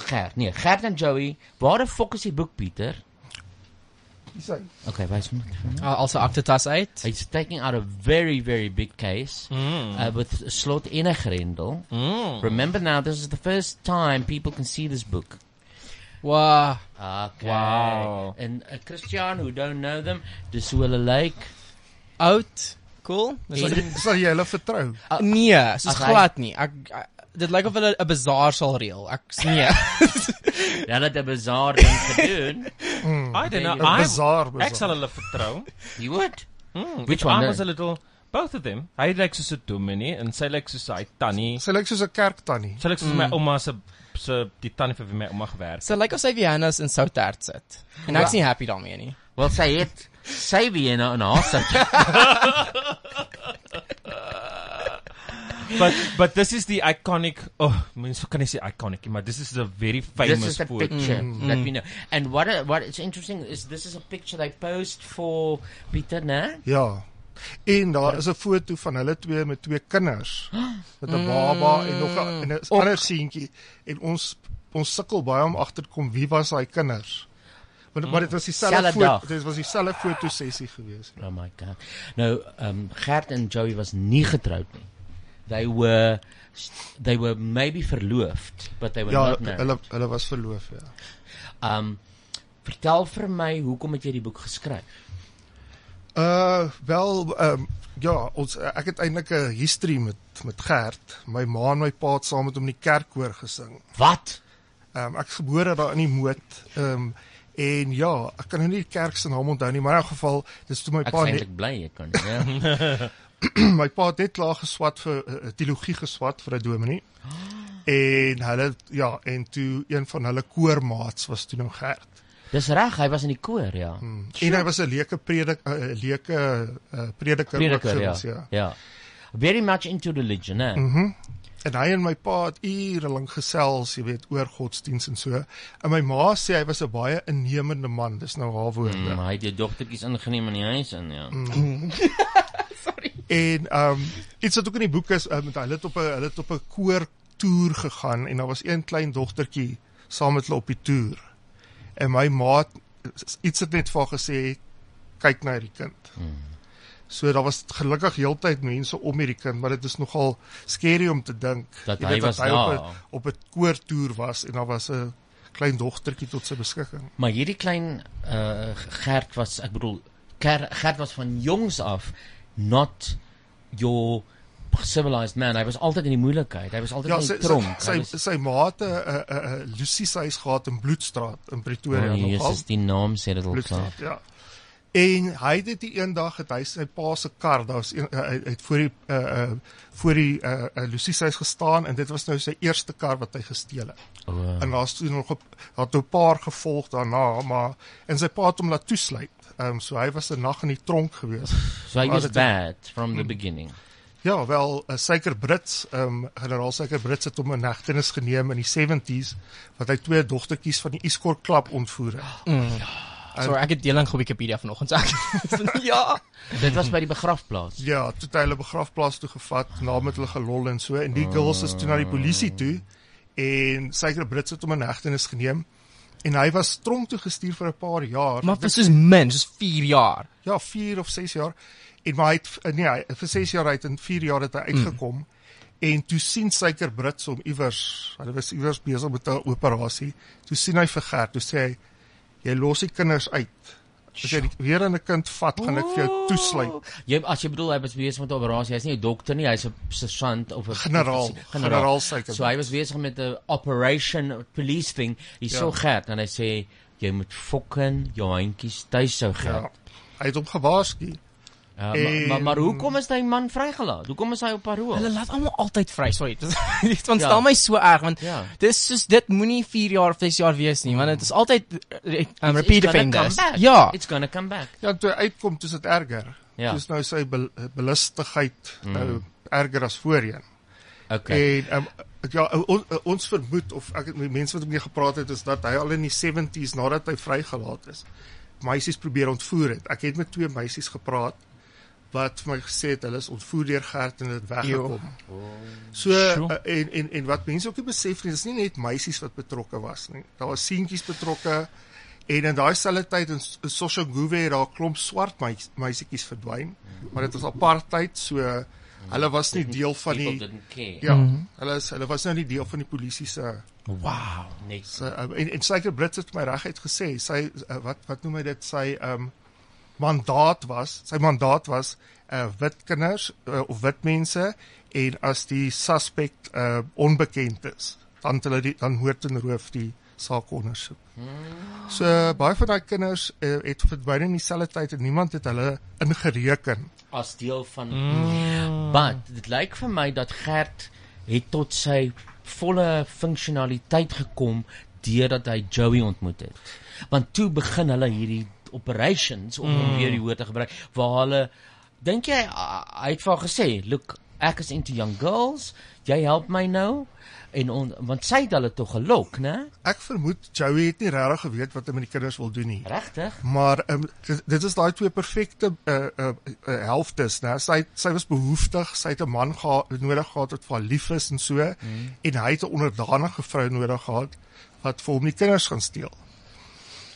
Speaker 4: Gert. Nee, Gert en Joey. Waar die fok is die boek Pieter?
Speaker 7: Dis hy.
Speaker 4: Okay, wys hom.
Speaker 3: Uh, also Actatas 8.
Speaker 4: He's taking out a very very big case
Speaker 2: Mm.
Speaker 4: uh, with a slot in a grendel. Remember now this is the first time people can see this book.
Speaker 3: Wow.
Speaker 4: Okay.
Speaker 3: Wow.
Speaker 4: And uh, Christian who don't know them, dis hoe hulle lyk. Like.
Speaker 3: Oud. Cool. Dis
Speaker 4: En-
Speaker 3: like,
Speaker 7: Sal jy hulle vertrou?
Speaker 3: nee, soos
Speaker 4: Ag, Ah, hy-
Speaker 3: glad nie. Ek ek- dit lyk of hulle 'n bazaar sal reël. Ek nee.
Speaker 4: Hulle het Ja, 'n bazaar ding gedoen.
Speaker 2: I don't know.
Speaker 7: A
Speaker 2: I
Speaker 7: bizarre, bizarre.
Speaker 2: Ek sal hulle vertrou.
Speaker 4: You would.
Speaker 2: Mm,
Speaker 4: Which
Speaker 2: Which
Speaker 4: one
Speaker 2: one? I
Speaker 4: then?
Speaker 2: was a little both of them. Hy lyk soos 'n dominee en sy lyk soos hy tannie.
Speaker 7: Sy lyk soos 'n kerktannie.
Speaker 2: Sy lyk soos
Speaker 3: Mm.
Speaker 2: my ouma se se die tannie vir wie my ouma gewerk.
Speaker 3: So lyk of sy Vienna's in Soutert sit. En ek's nie happy daarmee nie.
Speaker 4: Wel sy het sy Vienna in haar sit.
Speaker 2: But but this is the iconic. Oh, mens kan nie sê iconic, nie, maar this is a very
Speaker 4: this
Speaker 2: famous Mm.
Speaker 4: is the
Speaker 2: food.
Speaker 4: picture
Speaker 7: Mm.
Speaker 4: that we know. And what what is interesting is this is a picture they post for Pieter, né?
Speaker 7: Ja. En daar is 'n foto van hulle twee met twee kinders. Met 'n baba en nog 'n en 'n
Speaker 4: Oh.
Speaker 7: ander seentjie en ons ons sukkel baie om agter te kom wie was daai kinders. Want maar dit was dieselfde
Speaker 4: Selfde
Speaker 7: foto,
Speaker 4: dag.
Speaker 7: dit was dieselfde foto sessie gewees.
Speaker 4: Oh my god. Nou, um Gert en Joey was nie getroud nie. They were they were maybe verloofd, but they were
Speaker 7: Ja,
Speaker 4: not married.
Speaker 7: hulle hulle was verloof, ja.
Speaker 4: Um vertel vir my, hoekom het jy die boek geskryf?
Speaker 7: Uh wel ehm um, ja, ons ek het eintlik 'n history met met Gert. My ma en my pa het saam met hom in die kerkkoor gesing.
Speaker 4: Wat?
Speaker 7: Ehm um, ek is gebore daar in die Moot. Ehm um, en ja, ek kan nou nie die kerk se naam onthou nie, maar in elk geval dis toe my
Speaker 4: Ek
Speaker 7: pa
Speaker 4: is
Speaker 7: net,
Speaker 4: eintlik bly jy kan. Ja.
Speaker 7: my pa het net klaar geswat vir eh, eh, teologie geswat vir 'n dominee. En hulle ja, en toe een van hulle koormaats was toe nou Gert.
Speaker 4: Dis reg, hy was in die koor, ja.
Speaker 7: Hmm. En hy was 'n leuke predik 'n leuke eh, prediker ook
Speaker 4: Prediker, ja.
Speaker 7: gewees, ja.
Speaker 4: Ja. very much into religion, eh?
Speaker 7: Mhm. En hy en my pa het ure lank gesels, jy weet, oor godsdiens en so. En my ma sê hy was 'n baie innemende man. Dis nou haar woorde.
Speaker 4: Mm, Maar hy het die dogtertjies ingeneem in die huis in, ja.
Speaker 7: Mm. en ehm um, iets wat ook in die boek is, um, hulle het op 'n hulle het op 'n koor toer gegaan en daar was een klein dogtertjie saam met hulle op die toer. En my ma het- iets het net vir haar gesê kyk na hierdie kind.
Speaker 4: Hmm.
Speaker 1: Mm.
Speaker 7: So daar was gelukkig heeltyd mense om hierdie kind, maar dit is nogal scary om te dink
Speaker 4: Dat
Speaker 7: jy
Speaker 4: hy was
Speaker 7: hy op 'n-
Speaker 4: daar.
Speaker 7: op 'n koortoer was en daar was 'n klein dogtertjie tot sy beskikking.
Speaker 4: Maar hierdie klein uh Gert was ek bedoel Ger, Gert was van jongs af not your civilized man. Hy was altyd in die moeilikheid. Hy was altyd
Speaker 7: Ja,
Speaker 4: in
Speaker 7: sy
Speaker 4: die
Speaker 7: sy
Speaker 4: tronk. Hy
Speaker 7: sy,
Speaker 4: was-
Speaker 7: sy mate 'n uh, 'n uh, uh, Lucy se huis gehad in Bloedstraat in Pretoria
Speaker 4: Oh,
Speaker 7: nogal.
Speaker 4: Jesus, die naam sê dit al klaar.
Speaker 7: Bloedstraat, ja. En hy het dit die eendag het hy sy pa se kar, daar was een, uh, hy het voor die uh, uh, voor die uh, uh, Lucy se huis gestaan en dit was nou sy eerste kar wat hy gesteel het.
Speaker 4: O.
Speaker 7: En daar's toe nog op daar toe 'n paar gevolg daarna, maar en sy pa het hom laat toesluit. Ehm um, so hy was 'n nag in die tronk gewees.
Speaker 4: So hy
Speaker 7: Maar
Speaker 4: was
Speaker 7: dit-
Speaker 4: bad from the
Speaker 7: Mm.
Speaker 4: beginning.
Speaker 7: Ja, wel, uh, Suiker Brits, ehm um, generaal Suiker Brits het hom in hegtenis geneem in die 70s wat hy twee dogtertjies van die Escort Club ontvoer het.
Speaker 3: Mm. Sorry, ek het deel lank op Wikipedia vanoggend. Ek ja.
Speaker 4: Dit was by die begrafplaas.
Speaker 7: Ja, toe het hy hulle begrafplaas toe gevat, na met hulle gelol en so en die girls is toe na die polisie toe en Suiker Brits het hom in hegtenis geneem en hy was tronk toe gestuur vir 'n paar jaar.
Speaker 3: Maar vir soos min, soos 4 jaar.
Speaker 7: Ja, 4 of 6 jaar. En maar hy het nee, hy, vir 6 jaar hy het in 4 jaar het hy uitgekom. Mm. En toe sien Suiker Brits hom iewers, hulle was iewers besig met 'n operasie. Toe sien hy vir Gert, toe sê hy jy los die kinders uit. As jy die- weer 'n kind vat, gaan ek vir jou toesluit.
Speaker 4: Jy as jy bedoel hy was besig met 'n operasie, hy's nie 'n dokter nie, hy's 'n sergeant of 'n
Speaker 7: Generaal, generaal Suiker.
Speaker 4: So hy was besig met 'n operation police thing. Hy
Speaker 7: Ja.
Speaker 4: sou gerd en hy sê jy moet fokken jou handjies tuis sou gerd.
Speaker 7: Ja. Hy het hom gewaarsku.
Speaker 4: Ja,
Speaker 3: En-
Speaker 4: maar, maar maar hoekom is hy man vrygelaat? Hoekom is hy op parol?
Speaker 3: Ehm, Hulle laat almal altyd vry, sorry. Dit want
Speaker 4: Ja.
Speaker 3: staan my so erg want
Speaker 4: Ja.
Speaker 3: dis soos dit moenie 4 jaar of 6 jaar wees nie, want dit is altyd eh, eh, um, repeat
Speaker 4: gonna come
Speaker 3: offenders.
Speaker 4: back.
Speaker 3: Ja.
Speaker 4: It's gonna come back.
Speaker 7: Ja, toe hy uitkom, toe is dit erger.
Speaker 4: Ja.
Speaker 7: Dis nou sy bel belustigheid
Speaker 4: Mm.
Speaker 7: mm. nou erger as voorheen.
Speaker 4: Okay.
Speaker 7: En um, ja, on, ons vermoed of ek het met mense wat met my gepraat het is dat hy al in die 70s nadat hy vrygelaat is, meisies probeer ontvoer het. Ek het met twee meisies gepraat wat vir my gesê het hulle is ontvoer deur Gert en het weggekom.
Speaker 1: Jo.
Speaker 4: Oh.
Speaker 7: So uh, en en en wat mense ook nie besef nie, dis nie net meisies wat betrokke was nie. Daar was seentjies betrokke en in daai selfde tyd in S- in Soshanguve het daar 'n klomp swart meis, meisietjies verdwyn, maar dit was apartheid, so hulle was nie deel van
Speaker 4: People
Speaker 7: die
Speaker 4: didn't care.
Speaker 7: Ja,
Speaker 4: Mhm.
Speaker 7: hulle is, hulle was nou nie deel van die polisie se
Speaker 4: Wow, net.
Speaker 7: Sy, um, en en Suiker Brits het my reguit gesê, sy uh, wat wat noem hy dit, sy ehm um, mandaat was, sy mandaat was uh wit kinders uh, of wit mense en as die suspek uh onbekend is, dan het hulle die, dan hoort en roof die saak ondersoek. So baie van daai kinders uh, het verdwyn in dieselfde tyd en niemand het hulle ingereken.
Speaker 4: as deel van
Speaker 7: Mm.
Speaker 4: but dit lyk vir my dat Gert het tot sy volle funksionaliteit gekom deurdat hy Joey ontmoet het. Want toe begin hulle hierdie operations om hom
Speaker 3: Mm.
Speaker 4: weer die woord te gebruik waar hulle dink jy ah, hy het vir haar gesê, "Look, ek is into young girls. Jy help my nou." En on, want sy het hulle tog gelok, né?
Speaker 7: Ek vermoed Joey het nie regtig geweet wat hy met die kinders wil doen nie.
Speaker 4: Regtig?
Speaker 7: Maar um, dit, dit is daai twee perfekte uh uh, uh helftes, né? Sy sy was behoeftig, sy het 'n man gehad nodig gehad wat vir haar lief is en so
Speaker 1: Mm.
Speaker 7: en hy het 'n onderdanige vrou nodig gehad wat vir hom die kinders gaan steel.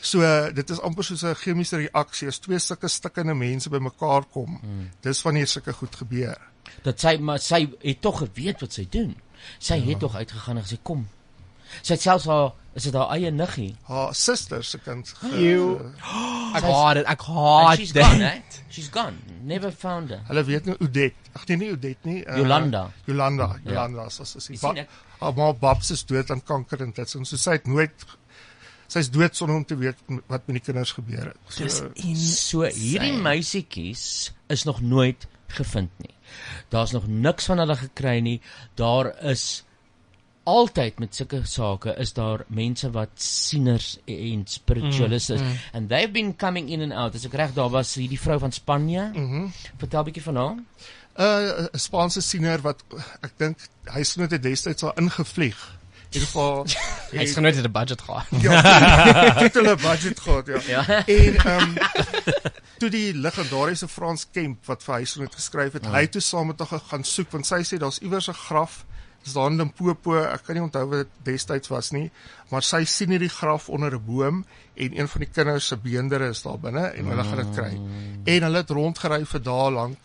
Speaker 7: So uh, dit is amper soos 'n chemiese reaksie as twee sulke stikkende mense bymekaar kom. Mm. Dis wanneer sulke goed gebeur.
Speaker 4: Dat sy maar sy het tog geweet wat sy doen. Sy
Speaker 7: Ja.
Speaker 4: het tog uitgegaan en gesê kom. Sy het selfs haar is dit haar eie niggie.
Speaker 7: Haar suster se kind. ge-
Speaker 4: Ew.
Speaker 7: ge-
Speaker 4: Ek haat dit, ek haat And she's dit. gone, eh? She's gone. Never found her.
Speaker 7: Hulle weet nou Odette. Ag nee, nie Odette nie. eh,
Speaker 4: Jolanda.
Speaker 7: Jolanda,
Speaker 4: Ja.
Speaker 7: Jolanda is as sy
Speaker 4: Jy
Speaker 7: ba
Speaker 4: sien ek-
Speaker 7: haar ma Babs is dood aan kanker en dit en so sy het nooit sy's dood sonder om te weet m- wat met die kinders gebeur het. So,
Speaker 4: so hierdie meisietjies is nog nooit gevind nie. Daar's nog niks van hulle gekry nie. Daar is altyd met sulke sake is daar mense wat sieners en spiritualists is
Speaker 3: Mm, mm.
Speaker 4: and they've been coming in and out. As ek reg daar was hierdie vrou van Spanje.
Speaker 7: Mm -hmm.
Speaker 4: Vertel 'n bietjie van haar.
Speaker 7: 'n uh, Spaanse siener wat ek dink huisgenoot het destyds al ingevlieg. In ieder geval
Speaker 3: Huisgenoot het 'n budget gehad.
Speaker 7: Ja, toe- toe het hulle 'n budget gehad, ja.
Speaker 3: Ja.
Speaker 7: En ehm toe die legendariese Frans Kemp wat vir huisgenoot geskryf het, hy het toe saam met haar gaan soek want sy sê daar's iewers 'n graf is daar in Limpopo, ek kan nie onthou wat dit destyds was nie, maar sy sien hierdie graf onder 'n boom en een van die kinders se beendere is daar binne en hulle gaan dit kry. En hulle het rondgery vir dae lank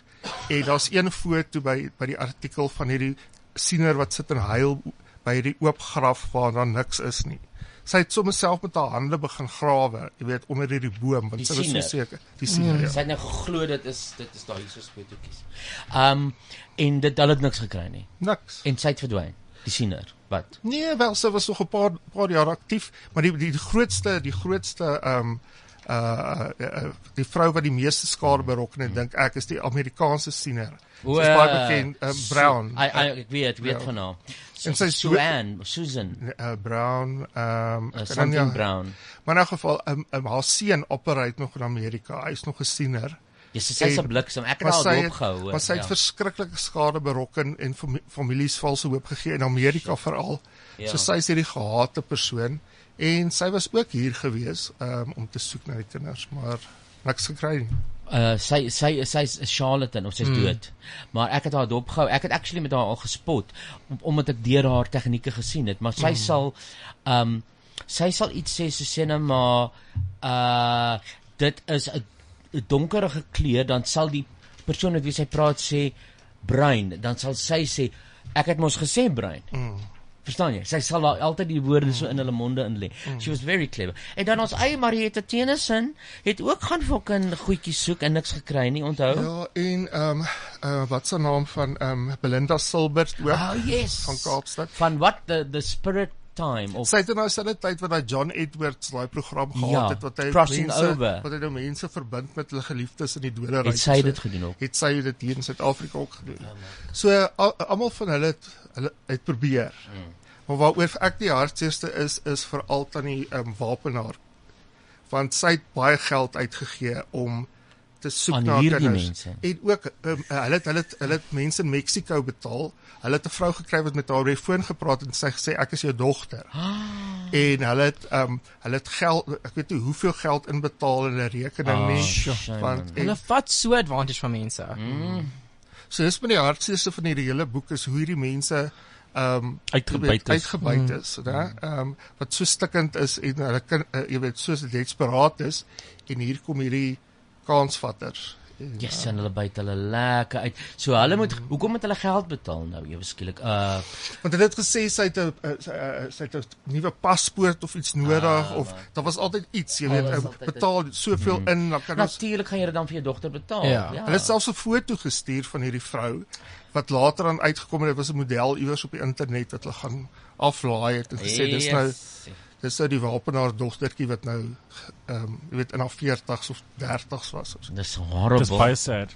Speaker 7: en daar's een foto by by die artikel van hierdie siener wat sit en huil by hierdie oop graf waar daar niks is nie. Sy het sommer self met haar hande begin grawe, jy weet, onder hierdie boom want
Speaker 4: Die
Speaker 7: sy was so
Speaker 4: siener.
Speaker 7: seker. Die siener.
Speaker 4: Sy
Speaker 7: Ja.
Speaker 4: het nou geglo dit is dit is daai Jesus fotootjies. Um en dit hulle het niks gekry nie.
Speaker 7: Niks.
Speaker 4: En sy het verdwyn. Die siener. Wat?
Speaker 7: Nee, wel sy was nog 'n paar paar jaar aktief, maar die die, die grootste die grootste ehm um, uh, uh, uh die vrou wat die meeste skade berokken
Speaker 4: Hmm.
Speaker 7: het, dink ek is die Amerikaanse siener. Sy's baie bekend, um, Brown. Ja.
Speaker 4: I, I, ek weet, ek weet van haar.
Speaker 7: En sy is-
Speaker 4: Susan, Susan. Eh,
Speaker 7: uh, Brown, ehm um,
Speaker 4: something Brown.
Speaker 7: Maar in elk geval um, um, haar seun operate nog in Amerika. Hy's nog 'n siener.
Speaker 4: Dis sy is 'n bliksem. Ek het haar doop gehou, hoor,
Speaker 7: Maar sy het
Speaker 4: ja.
Speaker 7: verskriklike skade berokken en fami- families valse hoop gegee in Amerika veral.
Speaker 4: Ja.
Speaker 7: So sy is hierdie gehate persoon en sy was ook hier gewees um, om te soek na die kinders, maar niks gekry nie.
Speaker 4: Uh sy sy sy's 'n charlatan of sy's
Speaker 7: Mm.
Speaker 4: mm. dood. Maar ek het haar dopgehou. Ek het actually met haar al gespot om, omdat ek deur haar tegnieke gesien het, maar sy
Speaker 3: Mm.
Speaker 4: mm. sal ehm um, sy sal iets sê so sê nou maar uh dit is 'n 'n donkerige kleur dan sal die persoon met wie sy praat sê bruin, dan sal sy sê ek het mos gesê bruin.
Speaker 7: Mm.
Speaker 4: Verstaan jy? Sy sal daar altyd die woorde so in hulle monde in lê.
Speaker 3: Mm.
Speaker 4: She was very clever. En dan ons eie Marietta Tennyson het ook gaan fucking goedjies soek en niks gekry nie, onthou?
Speaker 7: Ja, en ehm um, uh, wat se naam van ehm um, Belinda Silbert ook
Speaker 4: Oh, yes.
Speaker 7: van Kaapstad.
Speaker 4: Van wat the the Spirit Time of
Speaker 7: Sy het nou selfe tyd wat daai John Edwards daai program gehad
Speaker 4: Ja,
Speaker 7: het wat hy
Speaker 4: Crossing
Speaker 7: mense
Speaker 4: Over.
Speaker 7: wat hy nou mense verbind met hulle geliefdes in die dodery.
Speaker 4: Het sy dit gedoen ook? Ja,
Speaker 7: Het sy dit hier in Suid-Afrika ook gedoen. So al- almal van hulle het hulle het probeer.
Speaker 4: Hmm.
Speaker 1: Mm.
Speaker 7: Maar waaroor ek die hartseerste is is veral tannie um, Wapenaar want sy het baie geld uitgegee om te soek
Speaker 4: Aan
Speaker 7: na
Speaker 4: hierdie
Speaker 7: kinders.
Speaker 4: mense.
Speaker 7: En ook um, hulle het hulle het, hulle het mense in Mexiko betaal. Hulle het 'n vrou gekry wat met haar oor die foon gepraat het en sy gesê ek is jou dogter.
Speaker 4: Ah.
Speaker 7: En hulle het um, hulle het geld ek weet nie hoeveel geld inbetaal in 'n rekening
Speaker 3: Ah,
Speaker 7: nie.
Speaker 3: sure.
Speaker 7: Want en,
Speaker 3: Hulle vat so advantage van mense. Mm.
Speaker 7: so dis met die hartseerste van hierdie hele boek is hoe hierdie mense ehm um,
Speaker 2: Uitgebuit is.
Speaker 7: uitgebuit
Speaker 2: Mm.
Speaker 7: is, né? Ehm um, wat so stikkend is en hulle kan uh, jy weet so desperaat is en hier kom hierdie kansvatters.
Speaker 4: Yes, en hulle byt hulle lekker uit. So hulle moet hoekom moet hulle geld betaal nou ewe skielik? Uh
Speaker 7: Hmm. Want hulle het gesê sy het 'n uh, sy, uh, sy het 'n nuwe paspoort of iets nodig ah, of daar was altyd iets, jy weet,
Speaker 4: Alles Oh,
Speaker 7: um,
Speaker 4: altyd 'n-
Speaker 7: betaal soveel mm. in, dan kan ons
Speaker 4: natuurlik gaan jy dit dan vir jou dogter betaal.
Speaker 7: Ja. Hulle het selfs 'n foto gestuur van hierdie vrou wat later aan uitgekom het dit was 'n model iewers op die internet wat hulle gaan aflaai het en gesê dis nou dis nou die wapenaar dogtertjie wat nou ehm um, jy weet in haar 40s of 30s was of so.
Speaker 4: Dis horrible.
Speaker 2: Dis baie sad.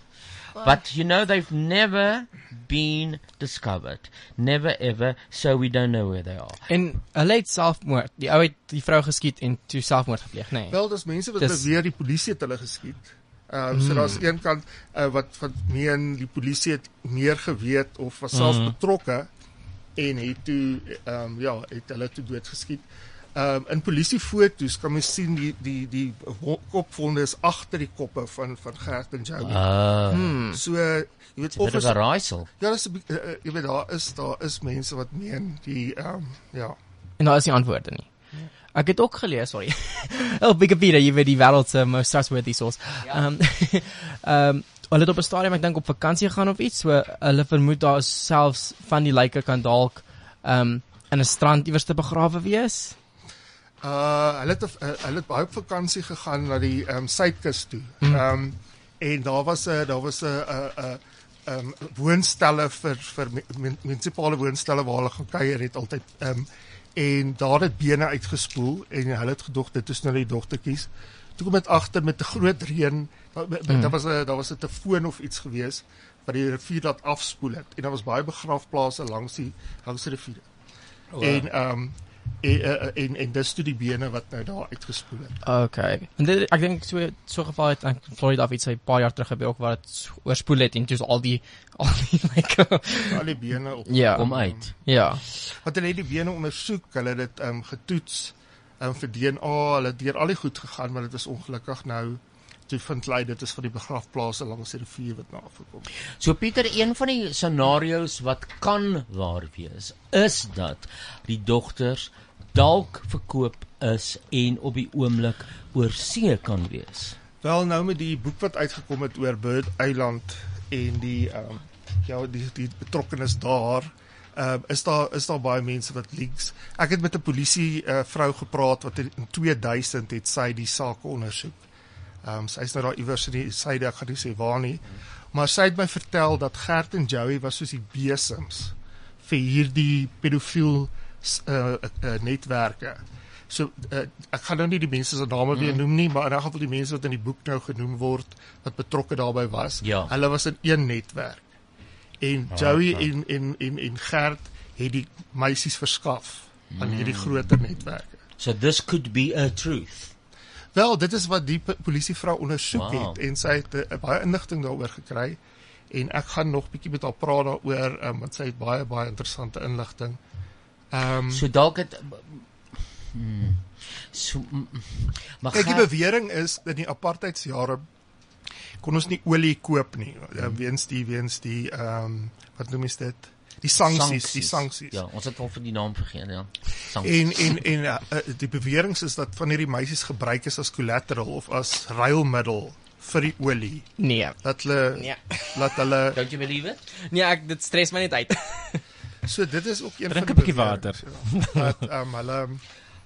Speaker 4: But you know they've never been discovered. Never ever, so we don't know where they are.
Speaker 3: En hulle het selfmoord. Die ou het die vrou geskiet en toe selfmoord gepleeg, nê. Nee.
Speaker 7: Wel, dis mense wat
Speaker 3: Dis-
Speaker 7: beweer die polisie het hulle geskiet. Ehm um, so
Speaker 3: Mm.
Speaker 7: daar's een kant uh, wat wat meen die polisie het meer geweet of was self
Speaker 3: Mm.
Speaker 7: betrokke en het toe ehm um, ja, het hulle toe doodgeskiet. Ehm um, in polisiefoto's kan mens sien die die die wo- kopwonde is agter die koppe van van Gert en Jamie.
Speaker 4: Ah. Hmm.
Speaker 7: So jy
Speaker 4: Dis
Speaker 7: weet
Speaker 4: 'n bit of 'n raaisel.
Speaker 7: Ja, dis 'n bi- eh, eh, jy weet daar is daar is mense wat meen die ehm um, ja.
Speaker 3: En daar is nie antwoorde nie. Ek het ook gelees, sorry. Op Wikipedia, jy weet die wêreld se most trustworthy source. Ehm ehm hulle het op 'n stadium ek dink op vakansie gaan of iets, so hulle vermoed daar is selfs van die lyke kan dalk ehm in 'n strand iewers te begrawe wees.
Speaker 7: Uh hulle het uh, hulle het baie op vakansie gegaan na die ehm um, suidkus toe. Ehm
Speaker 3: Mm.
Speaker 7: um, en daar was 'n daar was 'n 'n 'n ehm woonstelle vir vir me- men- munisipale woonstelle waar hulle gaan kuier het altyd ehm um, en daar het bene uitgespoel en hulle het gedog dit is nou die dogtertjies. Toe kom dit agter met 'n groot reën. Daar
Speaker 3: Mm.
Speaker 7: mm. was 'n daar was 'n tifoon of iets gewees wat die rivier laat afspoel het en daar was baie begrafplase langs die langs die rivier.
Speaker 1: O,
Speaker 7: En
Speaker 1: wow.
Speaker 7: ehm um, en eh, en, en dis toe die bene wat nou daar uitgespoel het.
Speaker 3: Okay. En dit ek dink so so geval het in Florida of iets 'n paar jaar terug gebeur ook waar dit so- oorspoel het en toe is al die al die like
Speaker 7: Al die bene op
Speaker 3: Ja.
Speaker 7: kom
Speaker 4: uit.
Speaker 3: Ja.
Speaker 7: Want hulle het die bene ondersoek, hulle het dit ehm um, getoets um, vir DNA, hulle het deur al die goed gegaan, maar dit is ongelukkig nou toe vind hulle uit dit is van die begrafplase langs die rivier wat nagekom.
Speaker 4: So Pieter, een van die scenario's wat kan waar wees, is dat die dogters dalk verkoop is en op die oomblik oor see kan wees.
Speaker 7: Wel nou met die boek wat uitgekom het oor Bird Island en die ehm um, ja die die betrokkenes daar ehm um, is daar is daar baie mense wat leaks. Ek het met 'n polisie uh, vrou gepraat wat in in 2000 het sy die saak ondersoek. Ehm um, sy's nou daar iewers in die syde, ek gaan nie sê waar nie. Maar sy het my vertel dat Gert en Joey was soos die besems vir hierdie pedofiel s- uh, uh, netwerke. So uh, ek gaan nou nie die mense se name weer
Speaker 4: Mm.
Speaker 7: noem nie, maar in elk geval die mense wat in die boek nou genoem word wat betrokke daarbey was,
Speaker 4: Ja.
Speaker 7: hulle was in een netwerk. En
Speaker 4: Ah,
Speaker 7: Joey
Speaker 4: ah.
Speaker 7: en en en en Gert het die meisies verskaf aan
Speaker 4: Mm.
Speaker 7: hierdie groter netwerke.
Speaker 4: So this could be a truth.
Speaker 7: Wel, dit is wat die p- polisievrou ondersoek
Speaker 4: Wow.
Speaker 7: het en sy het uh, baie inligting daaroor gekry en ek gaan nog bietjie met haar praat daaroor um, want sy het baie baie interessante inligting. Ehm um,
Speaker 4: So dalk het Hmm. So mm, mm. maar
Speaker 7: Kyk, die
Speaker 4: Gert-
Speaker 7: bewering is dat in die apartheidsjare kon ons nie olie koop nie uh,
Speaker 4: Hmm.
Speaker 7: weens die weens die ehm um, wat noem jy dit? Die sanksies, die sanksies.
Speaker 4: Ja, ons het al vir die naam vergeet, ja.
Speaker 7: En en en uh, uh, die bewering is dat van hierdie meisies gebruik is as collateral of as ruilmiddel vir die olie.
Speaker 3: Nee.
Speaker 7: Dat hulle
Speaker 3: Nee.
Speaker 7: laat hulle
Speaker 4: Don't you believe it?
Speaker 3: Nee, ek dit stres my net uit.
Speaker 7: So dit is ook een
Speaker 3: Drink
Speaker 7: van
Speaker 3: 'n bietjie
Speaker 7: beweringe,
Speaker 3: water.
Speaker 7: ja, Dat um, hulle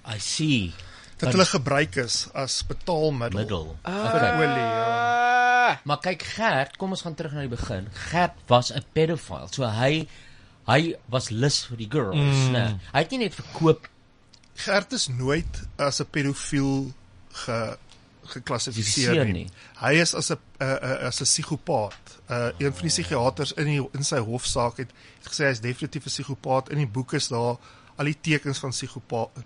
Speaker 4: I see
Speaker 7: dat hulle gebruik is as betaalmiddel
Speaker 4: Middel.
Speaker 7: vir
Speaker 4: Okay.
Speaker 7: olie. Ja.
Speaker 4: Maar kyk Gert, kom ons gaan terug na die begin. Gert was 'n pedophile. So hy hy was lus vir die girls,
Speaker 7: Mm.
Speaker 4: mm. né? Hy het nie net verkoop
Speaker 7: Gert is nooit as 'n pedofiel ge geklassifiseer
Speaker 4: Geklassifiseer
Speaker 7: nie.
Speaker 4: nie.
Speaker 7: Hy is as 'n uh, uh, as 'n psigopaat. Uh, een van die psigiaters in die, in sy hofsaak het, het gesê hy's definitief 'n psigopaat. In die boek is daar al die tekens van psigopatie.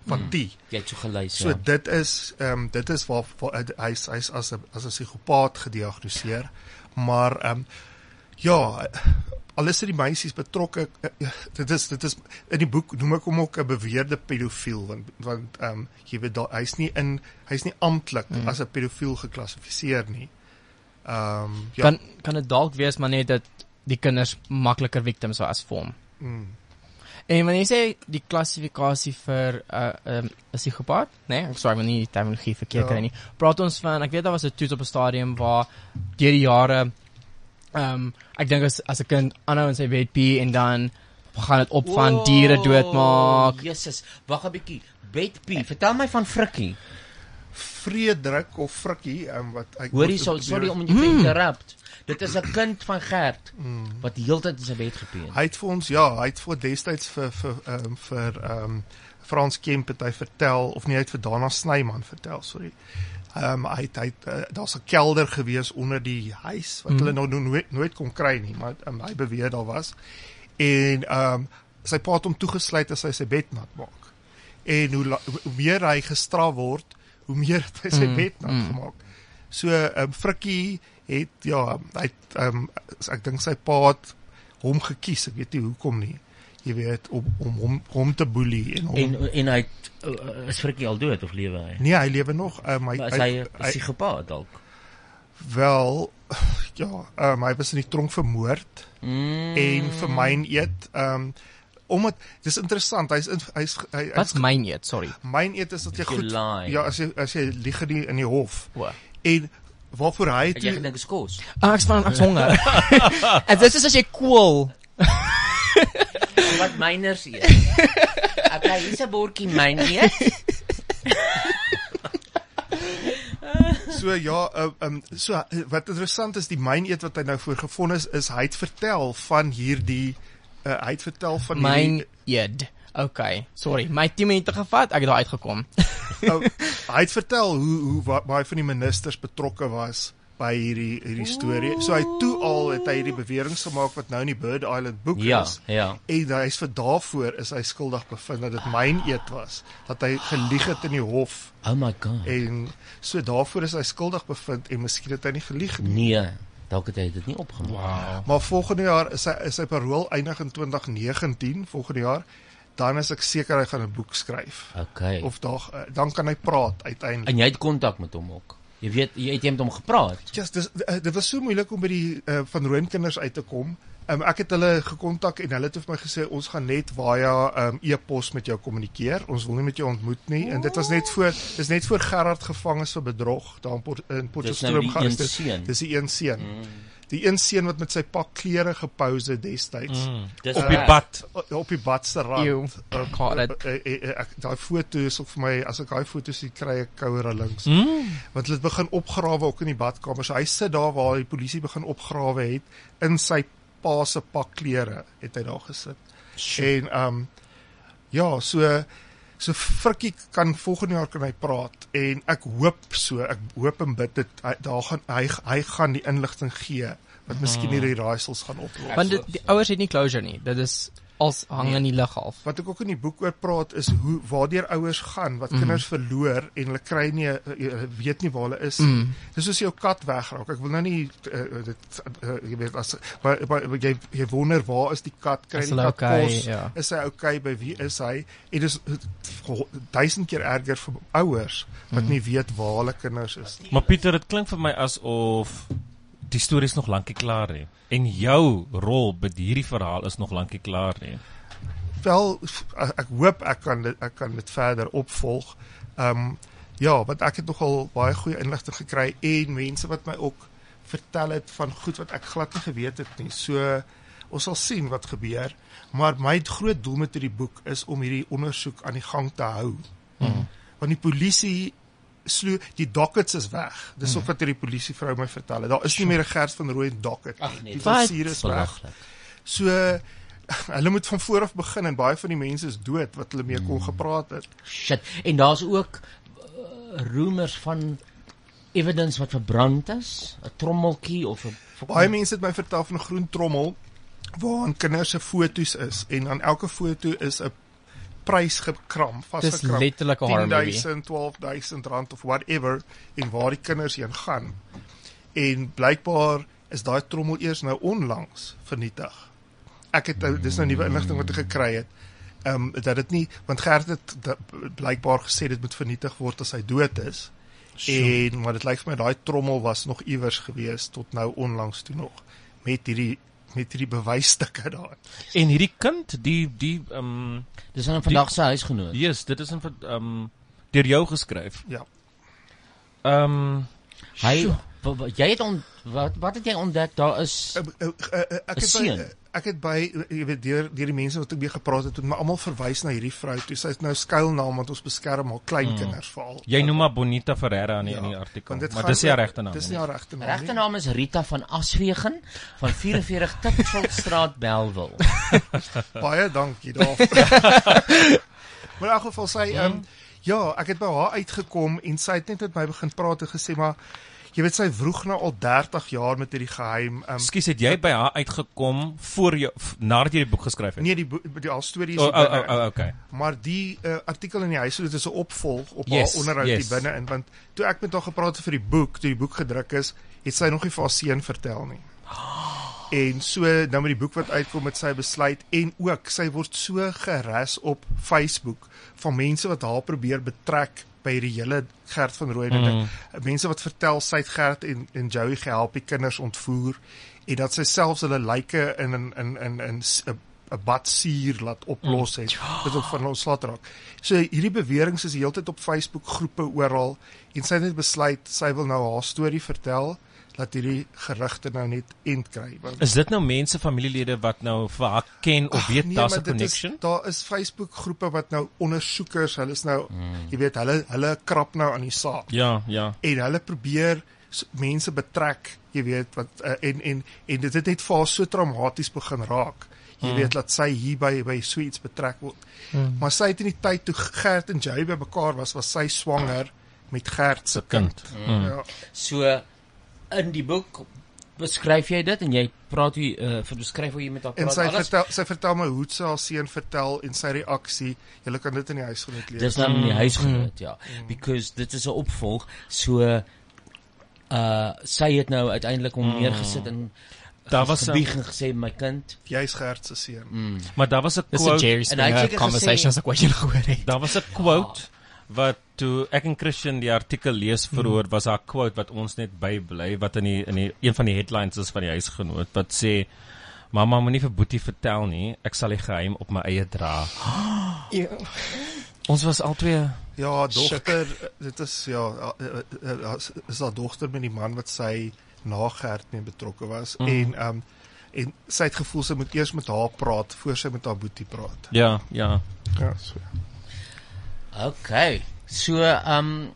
Speaker 4: Mm, jy het so gelys,
Speaker 7: So
Speaker 4: ja.
Speaker 7: dit is ehm um, dit is waar, waar hy's hy's as 'n as 'n psigopaat gediagnoseer. Maar ehm um, ja, alles het die meisies betrokke. eh, Dit is dit is in die boek noem ek hom ook 'n beweerde pedofiel want want ehm um, jy weet daar hy's nie in hy's nie amptelik mm.
Speaker 3: Mm.
Speaker 7: as 'n pedofiel geklassifiseer nie. Ehm um, ja.
Speaker 3: Kan kan dit dalk wees maar net dat die kinders makliker victims was vir hom.
Speaker 7: Mm.
Speaker 3: En wanneer jy sê die klassifikasie vir 'n uh, um, psigopaat, nee, ek sorry, ek wil nie die terminologie verkeerd
Speaker 8: Ja.
Speaker 3: kry nie. Praat ons van, ek weet daar was 'n toets op 'n stadium waar deur die jare ehm um, ek dink as as 'n kind aanhou in sy bed pee en dan gaan dit op van
Speaker 4: Wow,
Speaker 3: diere doodmaak.
Speaker 4: Jesus, wag 'n bietjie. Bedpie, vertel my van Frikkie.
Speaker 7: Frederik of Frikkie ehm um, wat ek
Speaker 4: Hoor hierso, sorry om jou te interrupt. Dit is 'n kind van Gert
Speaker 7: Mm.
Speaker 4: wat die hele tyd in sy bed gepeen.
Speaker 7: Hy het vir ons ja, hy het voor destyds vir vir um, vir ehm um, Frans Kemp het hy vertel of nee, hy het vir Dana Snyman vertel, sorry. Ehm um, hy het, hy het, uh, daar's 'n kelder gewees onder die huis wat
Speaker 9: Mm.
Speaker 7: hulle nou no- nooit nooit kon kry nie, maar um, hy beweer daar was. En ehm um, sy pa het hom toegesluit as hy sy bed nat maak. En hoe, la- hoe hoe meer hy gestraf word, hoe meer het hy sy
Speaker 9: Mm,
Speaker 7: mm. bed nat
Speaker 9: mm.
Speaker 7: mm. gemaak. So ehm um, Frikkie het ja, hy het, ehm um, ek dink sy pa het hom gekies. Ek weet nie hoekom nie. Jy weet om om hom hom te boelie en hom
Speaker 4: En en hy het, uh, is Frikkie al dood of lewe hy?
Speaker 7: Nee, hy lewe nog. Um, hy
Speaker 4: Maar is hy 'n psigopaat dalk?
Speaker 7: Wel ja, um, hy was in die tronk vermoord
Speaker 4: mm.
Speaker 7: en vir myn eet ehm um, omdat dis interessant, hy's in- hy's hy
Speaker 3: Wat's myn eet? Sorry.
Speaker 7: Myn eet is dat jy
Speaker 3: If you
Speaker 7: goed
Speaker 3: lie.
Speaker 7: ja, as jy as jy lieg in die, in die hof.
Speaker 3: Wow.
Speaker 7: En waarvoor hy
Speaker 4: Het jy gedink is kos?
Speaker 3: Ah, ek's van ek's honger. en dit is as jy koel.
Speaker 4: Wat myners eet. Okay, hier's 'n bordjie myn eet.
Speaker 7: so ja, ehm um, so eh, wat interessant is die myneet wat hy nou voor gevind is is hy het vertel van hierdie uh, hy het vertel van
Speaker 3: Myn
Speaker 7: hierdie,
Speaker 3: eet. Okay, sorry. My 10 minute gevat, ek het daar uitgekom.
Speaker 7: Oh, ou, hy het vertel hoe hoe wa- baie van die ministers betrokke was by by hierdie hierdie storie. So hy toe al het hy hierdie bewering gemaak wat nou in die Bird Island boek
Speaker 2: Ja,
Speaker 7: is.
Speaker 2: ja.
Speaker 7: En hy is vir daarvoor is hy skuldig bevind dat dit myn eet was, dat hy gelieg het in die hof.
Speaker 4: Oh my god.
Speaker 7: En so daarvoor is hy skuldig bevind en miskien het hy nie gelieg nie.
Speaker 4: Nee, dalk het hy dit nie opgemaak. Wow.
Speaker 7: Maar volgende jaar is sy is sy parol eindig in 2019 volgende jaar. Dan is ek seker hy gaan 'n boek skryf.
Speaker 4: Okay.
Speaker 7: Of daar eh, dan kan hy praat uiteindelik.
Speaker 4: En jy het kontak met hom ook. Jy weet jy het jy met hom gepraat.
Speaker 7: Ja, dis eh, dit was so moeilik om by die uh, van roomkinders uit te kom. Um, ek het hulle gekontak en hulle het vir my gesê ons gaan net via um, e-pos met jou kommunikeer. Ons wil nie met jou ontmoet nie. En dit was net voor dis net voor Gerard gevang is vir bedrog daar in, Port, in
Speaker 4: nou die
Speaker 7: Potchefstroom
Speaker 4: een seun. Mm.
Speaker 7: Dis die een seun. Die een seun wat met sy pak klere gepose het destyds.
Speaker 2: Mm, dis
Speaker 7: op
Speaker 2: reg.
Speaker 7: die bad op die badse
Speaker 3: Ew,
Speaker 7: rand. Uh,
Speaker 3: God, dit-
Speaker 7: eh, eh, eh, ek- Daai foto is ook vir my as ek daai foto's sien kry ek koue rillings want hulle het begin opgrawe ook in die badkamer. So hy sit daar waar die polisie begin opgrawe het in sy pa se pak klere het hy daar gesit. En ehm um, ja, so so Frikkie kan volgende jaar kan hy praat en ek hoop so, ek hoop en bid dit hy- daar gaan hy hy gaan die inligting gee wat Ja, miskien hierdie raaisels gaan oplos.
Speaker 3: Ah. Want dit, die ouers het nie closure nie. Dit is als hang in die lug half.
Speaker 7: Nee. Wat ek ook in die boek oor praat is hoe waardeur ouers gaan wat
Speaker 3: Mm.
Speaker 7: kinders verloor en hulle kry nie eh, hulle weet nie waar hulle is. Mm. Dis soos jou kat wegraak. Ek wil nou nie uh, dit uh, jy weet as maar, maar, maar jy jy wonder waar is die kat? Kry
Speaker 3: Is
Speaker 7: die
Speaker 3: hulle
Speaker 7: kat
Speaker 3: okay?
Speaker 7: kos?
Speaker 3: Ja.
Speaker 7: Is hy okay by wie is hy? En dis duisend keer erger vir ouers
Speaker 3: Mm.
Speaker 7: wat nie weet waar hulle kinders is nie.
Speaker 2: Maar Pieter, dit klink vir my asof die storie is nog lankie klaar nie en jou rol by hierdie verhaal is nog lankie klaar nie.
Speaker 7: wel f- ek hoop ek kan dit ek kan dit verder opvolg. Ehm um, ja, want ek het nogal baie goeie inligting gekry en mense wat my ook vertel het van goed wat ek glad nie geweet het nie. So ons sal sien wat gebeur, maar my groot doel met hierdie boek is om hierdie ondersoek aan die gang te hou. Hmm. Want die polisie slu die dockets is weg. Dis ook wat hierdie polisievrou my vertel het. Daar is nie meer 'n Gert van Rooi docket
Speaker 4: Ag nee,
Speaker 7: die
Speaker 4: wat?
Speaker 7: versier is weg.
Speaker 4: Belaglik.
Speaker 7: So hulle moet van voor af begin en baie van die mense is dood wat hulle mee
Speaker 4: Hmm.
Speaker 7: kon gepraat het.
Speaker 4: Shit. En daar's ook uh, rumors van evidence wat verbrand is, 'n trommeltjie of 'n
Speaker 7: Baie mense het my vertel van 'n groen trommel waarin kinders se fotos is en aan elke foto is 'n prys gekram,
Speaker 3: Dis
Speaker 7: vasgekram.
Speaker 3: letterlik 'n horror movie.
Speaker 7: 10000, 12000 rand of whatever en waar die kinders heen gaan. En blykbaar is daai trommel eers nou onlangs vernietig. Ek het nou- dis nou nuwe inligting wat ek gekry het. Ehm um, dat dit nie want Gert het dat, blykbaar gesê dit moet vernietig word as hy dood is. En maar dit lyk vir my daai trommel was nog iewers gewees tot nou onlangs toe nog met hierdie met hierdie bewysstukke daar.
Speaker 2: En hierdie kind, die die ehm um,
Speaker 4: Dis aan vandag se huisgenoot.
Speaker 2: yes, dit is in ehm um, deur jou geskryf.
Speaker 7: Ja.
Speaker 2: Ehm um,
Speaker 4: Hy wa- wa- jy het on, wat wat het jy ontdek? Daar is
Speaker 7: Ek eh, ek het by, eh,
Speaker 4: Seun.
Speaker 7: ek het by jy weet deur deur die mense wat ek mee gepraat het, het my almal verwys na hierdie vrou toe. Sy het nou skuilnaam want ons beskerm haar kleinkinders
Speaker 4: Mm.
Speaker 7: veral.
Speaker 2: Hmm.
Speaker 7: Ja,
Speaker 2: jy noem maar Bonita Ferreira in, die in die artikel,
Speaker 7: want dit
Speaker 2: maar
Speaker 7: gaan
Speaker 2: dis nie haar
Speaker 7: oor-
Speaker 2: regte naam
Speaker 7: Dis nie haar regte naam. nie.
Speaker 4: regte naam is Rita van Aswegen van 44 Tipfelstraat Belwel.
Speaker 7: Baie dankie daarvoor. maar in elk geval sy ehm ja, ek het by haar uitgekom en sy het net met my begin praat en gesê maar jy weet sy vroeg nou al 30 jaar met hierdie geheim ehm
Speaker 2: Ekskuus, het jy by haar uitgekom voor jy f- nadat jy die boek geskryf het?
Speaker 7: nee die boek- die al storie is
Speaker 2: o,
Speaker 7: hier
Speaker 2: o, o,
Speaker 7: binne.
Speaker 2: o, oh, okay.
Speaker 7: maar die uh, artikel in die huishoud is 'n opvolg op
Speaker 2: Yes,
Speaker 7: haar onderhoud
Speaker 2: yes.
Speaker 7: hier binne in want toe ek met haar gepraat het vir die boek, toe die boek gedruk is, het sy nog nie vir haar seun vertel nie. En so nou met die boek wat uitkom met sy besluit en ook sy word so geras op Facebook van mense wat haar probeer betrek by hierdie hele Gert van Rooyen mm. ding. Mense wat vertel sy het Gert en en Joey gehelp die kinders ontvoer en dat sy selfs hulle lyke in in in in in s- 'n 'n badsuur laat oplos het.
Speaker 2: Mm.
Speaker 7: Dit op van hulle ontslaat raak. So hierdie beweringe is heeltyd op Facebook groepe oral en sy het net besluit sy wil nou haar storie vertel dat hierdie gerugte nou net end kry. Want
Speaker 2: Is dit nou mense, familielede wat nou vir haar ken of weet
Speaker 7: Nee,
Speaker 2: daar's
Speaker 7: maar
Speaker 2: 'n
Speaker 7: dit is-
Speaker 2: connection?
Speaker 7: Daar is Facebook groepe wat nou ondersoekers, hulle is nou mm. jy weet, hulle hulle krap nou aan die saak
Speaker 2: Hmm. Ja, ja.
Speaker 7: en hulle probeer s- mense betrek, jy weet, wat uh, en en en dit het net vir haar so traumaties begin raak. Jy mm. weet dat sy hier by by Sweets betrek word. Mm. Maar sy het in die tyd toe Gert en Jay by mekaar was, was sy swanger met Gert se Ja.
Speaker 4: Ja.
Speaker 2: Kind.
Speaker 7: kind. Mm. Ja.
Speaker 4: Hmm. So in die boek beskryf jy dit en jy praat hoe uh, vir- beskryf hoe jy met haar
Speaker 7: En
Speaker 4: praat.
Speaker 7: sy
Speaker 4: alles.
Speaker 7: vertel sy vertel my hoe sy haar seun vertel en sy reaksie. Julle kan dit in die huis genoot lees.
Speaker 4: Dis nou in die huis
Speaker 7: Hmm.
Speaker 4: genoot, ja. Because dit is 'n opvolg. So uh sy het nou uiteindelik hom
Speaker 2: Mm.
Speaker 4: neergesit en
Speaker 2: Daar was 'n-
Speaker 4: gebieg en gesê my kind,
Speaker 7: jy's gerd se seun.
Speaker 4: Mm.
Speaker 2: Maar daar was 'n
Speaker 4: Dis 'n
Speaker 2: quote
Speaker 4: Jerry Springer En hy het seker conversation gesê- as ek ooit een gehoor het.
Speaker 2: Daar was 'n quote wat toe ek en Christian die artikel lees verhoor was haar quote wat ons net bybly wat in die in die een van die headlines is van die huisgenoot wat sê Mamma moenie vir Boetie vertel nie, ek sal die geheim op my eie dra. Ons was al twee
Speaker 7: Ja, dogter, dit is ja, eh, eh, eh, is- is haar dogter met die man wat sy na Gert mee betrokke was
Speaker 2: Mm.
Speaker 7: en ehm um, en sy het gevoel sy moet eers met haar praat voor sy met haar boetie praat.
Speaker 2: Ja, ja.
Speaker 7: Ja, so.
Speaker 4: okay. So um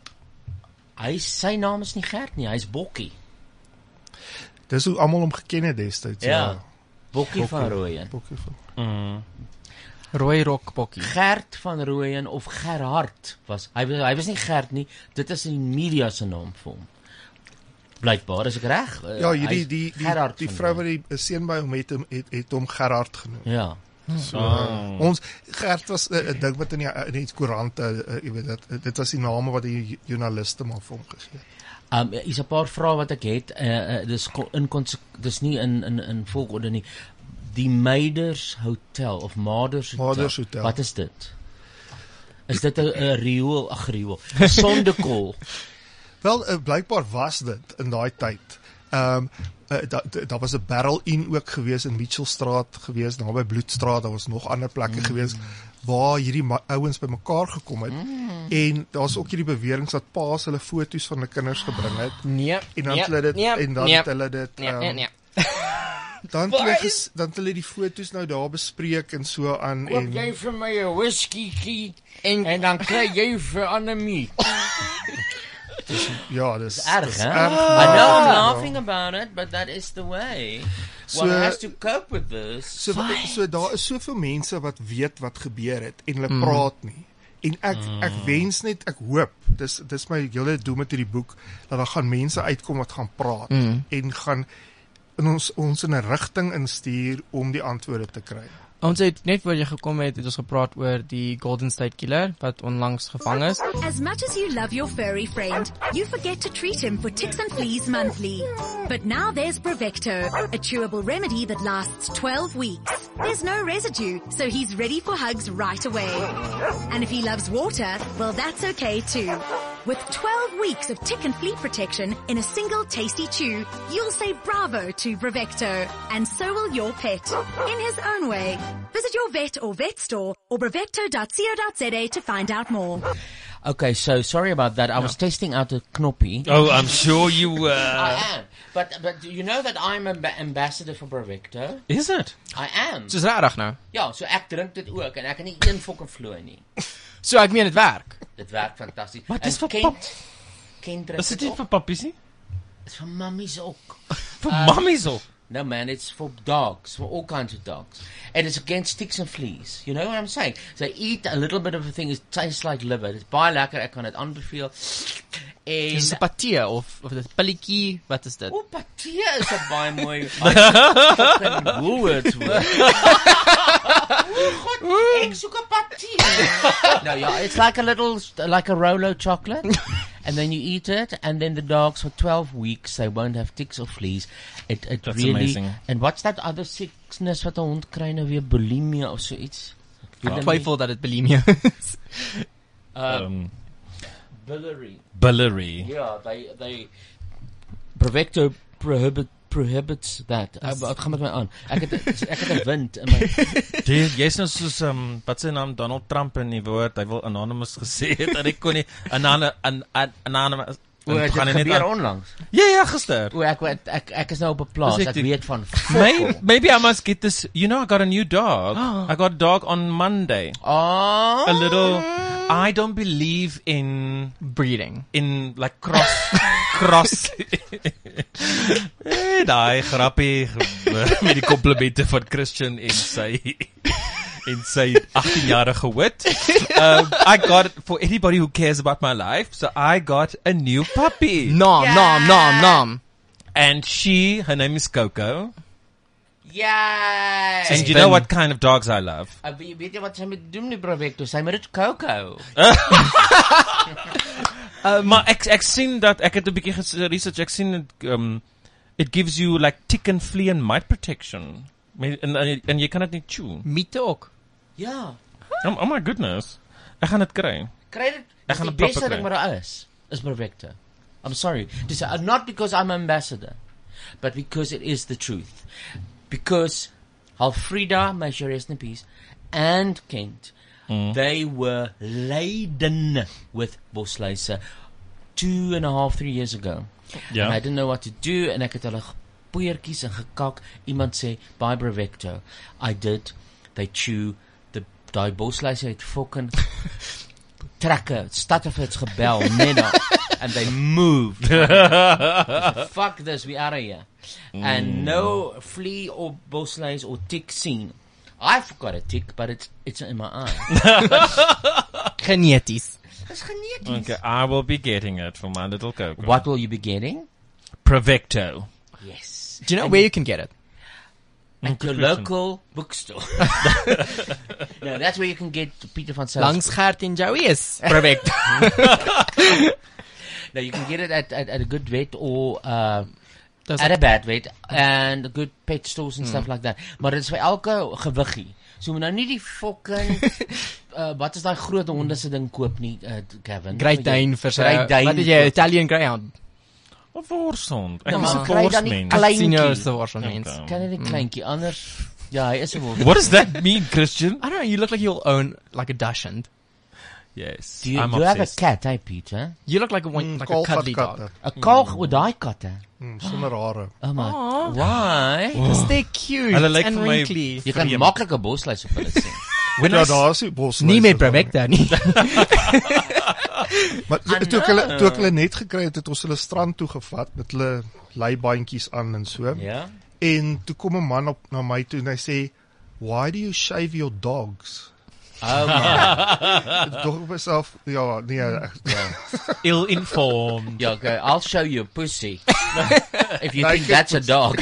Speaker 4: hy sy naam is nie Gert nie, hy's Bokkie.
Speaker 7: Dis hoe almal hom geken het destyds.
Speaker 4: Ja. Bokkie van Rooyen.
Speaker 7: Bokkie van.
Speaker 2: Mm.
Speaker 3: Rooi rok bokkie.
Speaker 4: Gert van Rooyen of Gerhard was. Hy was, hy was nie Gert nie. Dit is in die media se naam vir hom. Blykbaar is ek reg. Uh,
Speaker 7: Ja,
Speaker 4: hy
Speaker 7: hierdie
Speaker 4: is
Speaker 7: die die die,
Speaker 4: Gerhard
Speaker 7: die
Speaker 4: van
Speaker 7: vrou wat die seun by hom het, hom- het het hom Gerard genoem.
Speaker 4: Ja.
Speaker 7: So,
Speaker 4: Ah.
Speaker 7: ons Gert was 'n uh, ding wat in die in die koerante, eh, jy weet dit dit was die name wat die jo- joernaliste maar vir hom gegee het.
Speaker 4: Um is 'n paar vrae wat ek het. Uh, uh dis ko- in konse- dis nie in in in volgorde nie. Die Meiders Hotel of Maders Hotel.
Speaker 7: Maders Hotel.
Speaker 4: Wat is dit? Is dit 'n 'n riool, ag riool, sondekol?
Speaker 7: Wel, uh, blykbaar was dit in daai tyd. Ehm um, uh, daar da, daar was 'n barrel in ook gewees in Mitchellstraat gewees, naby Bloedstraat, daar was nog ander plekke mm. gewees waar hierdie ma- ouens bymekaar gekom het. Mm. En daar's ook hierdie bewering dat paas hulle foto's van hulle kinders gebring het.
Speaker 3: Nee.
Speaker 7: En dan
Speaker 3: nee,
Speaker 7: het hulle dit
Speaker 3: nee,
Speaker 7: en dan
Speaker 3: nee,
Speaker 7: het hulle dit
Speaker 3: Nee,
Speaker 7: ehm,
Speaker 3: nee, nee.
Speaker 7: Dan het hulle ges, dan het hulle die foto's nou daar bespreek en so aan
Speaker 9: Koop
Speaker 7: Um, en
Speaker 9: jy vir my 'n whiskiekie en, en dan kry jy vir Annemie.
Speaker 7: ja, dis
Speaker 4: Erg,
Speaker 7: dis
Speaker 4: hè?
Speaker 7: erg,
Speaker 4: I
Speaker 7: maar-
Speaker 4: know I'm
Speaker 7: Ja.
Speaker 4: laughing about it, but that is the way. One
Speaker 7: So-
Speaker 4: has to cope with this.
Speaker 7: So so daar is soveel mense wat weet wat gebeur het en hulle
Speaker 4: Mm.
Speaker 7: mm. praat nie. En ek mm. ek
Speaker 4: Mm.
Speaker 7: wens net ek hoop dis dis my hele doel met hierdie boek dat daar gaan mense uitkom wat gaan praat
Speaker 3: Mm.
Speaker 7: en gaan in ons ons in 'n rigting instuur om die antwoorde te kry.
Speaker 3: Ons het net voor jy gekom het, het ons gepraat oor die Golden State Killer wat onlangs gevang is.
Speaker 10: As much as you love your furry friend, you forget to treat him for ticks and fleas monthly. But now there's Brevecto, a chewable remedy that lasts 12 weeks. There's no residue, so he's ready for hugs right away. And if he loves water, well that's okay too. With 12 weeks of tick and flea protection in a single tasty chew, you'll say bravo to Brevecto, and so will your pet, in his own way. Visit your vet or vet store or brevecto.co.za to find out more.
Speaker 4: Okay, so sorry about that. I was testing out a knoppy.
Speaker 2: Oh, I'm sure you were.
Speaker 4: I am, but but you know that I'm an ambassador for Brevecto.
Speaker 2: Is it?
Speaker 4: I am.
Speaker 3: Soos regtig nou.
Speaker 4: Ja, so ek drink dit ook en ek kan nie een fucking flo nie.
Speaker 3: So ek meen dit werk.
Speaker 4: Dit werk fantasties.
Speaker 3: Wat
Speaker 4: En
Speaker 3: is vir
Speaker 4: Kent-
Speaker 3: pap-
Speaker 4: Kent drink
Speaker 2: Is dit nie
Speaker 4: ook.
Speaker 2: vir pappies nie?
Speaker 4: It's for mummies ook.
Speaker 2: Vir mummies ook?
Speaker 4: No Ehm, man, it's for dogs, for all kinds of dogs. And it's against ticks and fleas. You know what I'm saying? So eat a little bit of a thing, it tastes like liver. It's baie lekker, ek kan dit aanbeveel. En
Speaker 3: Dis 'n patee of of dit pilletjie, wat is dit? O,
Speaker 4: patee is 'n baie mooi fucking Woolworths woord. Oeh, ek soek 'n patie. no, yeah, it's like a little, like a Rolo chocolate, and then you eat it, and then the dogs for twelve weeks they won't have ticks or fleas. It it
Speaker 2: That's
Speaker 4: really.
Speaker 2: amazing.
Speaker 4: And what's that other sickness wat 'n hond kry nou weer bulimia of so iets?
Speaker 3: Ek twyfel dat dit bulimia is.
Speaker 4: Um, Billery.
Speaker 2: Ehm. Billery.
Speaker 4: Yeah, they they Brevecto prohibit prohibits that. Uh, Wat gaan met my aan? Ek het ek het 'n wind in my
Speaker 2: Dude, jy's nou soos um wat sy naam Donald Trump in die woord, hy wil anonymous gesê het en ek kon nie anonymous an, an, anonymous
Speaker 4: O, het dit gebeur onlangs?
Speaker 2: Ja ja, gister.
Speaker 4: O, ek weet ek ek is nou op 'n plaas.
Speaker 2: Dis
Speaker 4: Ek
Speaker 2: die-
Speaker 4: weet van
Speaker 2: May, maybe I must get this. You know, I got a new dog. I got a dog on Monday.
Speaker 4: Oh.
Speaker 2: A little. I don't believe in
Speaker 3: breeding.
Speaker 2: In like cross. cross. eh, daai grappie met die komplimente van Christian en sy en sy 18-jarige wit. Um, I got it for anybody who cares about my life. So I got a new puppy.
Speaker 3: Nom nom nom nom.
Speaker 2: And she, her name is Coco.
Speaker 4: Yay!
Speaker 2: And you know what kind of dogs I love?
Speaker 4: Uh, we- weet jy wat sy moet doen nie, bro Victor? Sy moet dit Coco.
Speaker 2: Uh, maar ek ek sien dat ek het 'n bietjie ges- research ek sien het, um it gives you like tick and flea and mite protection. Men- En en, en jy kan dit nie chew.
Speaker 3: Miete ook.
Speaker 4: Ja.
Speaker 2: Oh, oh my goodness. Ek gaan dit kry.
Speaker 4: Kry dit.
Speaker 2: Ek
Speaker 4: Dis
Speaker 2: gaan
Speaker 4: die
Speaker 2: dit proper
Speaker 4: beste
Speaker 2: kry.
Speaker 4: ding wat daar is. Is bro Victor. I'm sorry. Dis uh, not because I'm ambassador, but because it is the truth. Because Alfreda, may she rest in peace, and Kent, they were laden with Bosluise two and a half, three years ago.
Speaker 2: Ja.
Speaker 4: And I didn't know what to do en ek het hulle gepoeiertjies en gekak. Iemand sê, "Bye Brevecto." I did. They chew the daai bosluise het fucking trekke stad of it's gebel net daar and they moved. Fuck this, we out of here. And
Speaker 9: Mm.
Speaker 4: no flea or bosluise or tick seen. I've got a tick, but it's it's in my eye.
Speaker 3: Geneties.
Speaker 4: Dis geneties.
Speaker 2: Okay, I will be getting it for my little Coco.
Speaker 4: What will you be getting?
Speaker 2: Provecto.
Speaker 4: Yes.
Speaker 3: Do you know where you can get it?
Speaker 4: At your local bookstore. no, that's where you can get Peter van Sales.
Speaker 3: Langs Gert en Joey is perfect.
Speaker 4: no, you can get it at, at, at a good vet or uh,
Speaker 3: Dis-
Speaker 4: at a bad vet and good pet stores and
Speaker 3: Hmm.
Speaker 4: stuff like that. Maar dit is vir elke gewiggie. So moet nou nie die fucking uh, wat is daai groot honde se ding koop nie, uh, Gavin.
Speaker 3: Great
Speaker 4: Want jy-
Speaker 3: Dane vir sy
Speaker 4: Great Dane. Ja,
Speaker 3: Wat het jy Italian Greyhound?
Speaker 2: Of Worsond.
Speaker 4: Ek is 'n worsmens.
Speaker 3: Senior is 'n worsmens.
Speaker 4: Kan jy die kleintjie anders? Ja, hy is 'n worsmens.
Speaker 3: What does
Speaker 2: that mean, Christian?
Speaker 3: I don't know. You look like you'll own like a Dachshund.
Speaker 2: Yes.
Speaker 4: Do you, you have a cat, hey Peter?
Speaker 3: You look like a one, like a cuddly dog.
Speaker 4: A kalk with daai katte.
Speaker 7: Mm, sonder hare.
Speaker 4: Oh my.
Speaker 3: Aw.
Speaker 4: Why?
Speaker 3: Dis te cute Hulle lyk en vir my wrinkly.
Speaker 4: Jy kan
Speaker 3: vreemd.
Speaker 4: maklik 'n bosluis op hulle sien.
Speaker 7: When Ja, I s- daar is die bosluise
Speaker 3: Nie met Brevecta nie.
Speaker 7: Maar
Speaker 4: I
Speaker 7: toe ek hulle
Speaker 4: know.
Speaker 7: toe ek hulle net gekry het, het ons hulle strand toe gevat met hulle leibandjies aan en so.
Speaker 4: Ja.
Speaker 7: En toe kom 'n man op na my toe en hy sê, "Why do you shave your dogs?"
Speaker 4: Oh my.
Speaker 7: Dog op myself. Ja, nee. ek-
Speaker 2: Ill informed.
Speaker 4: Yeah, okay, I'll show you a pussy. if you think
Speaker 7: Naked
Speaker 4: that's a
Speaker 7: pussy.
Speaker 4: dog.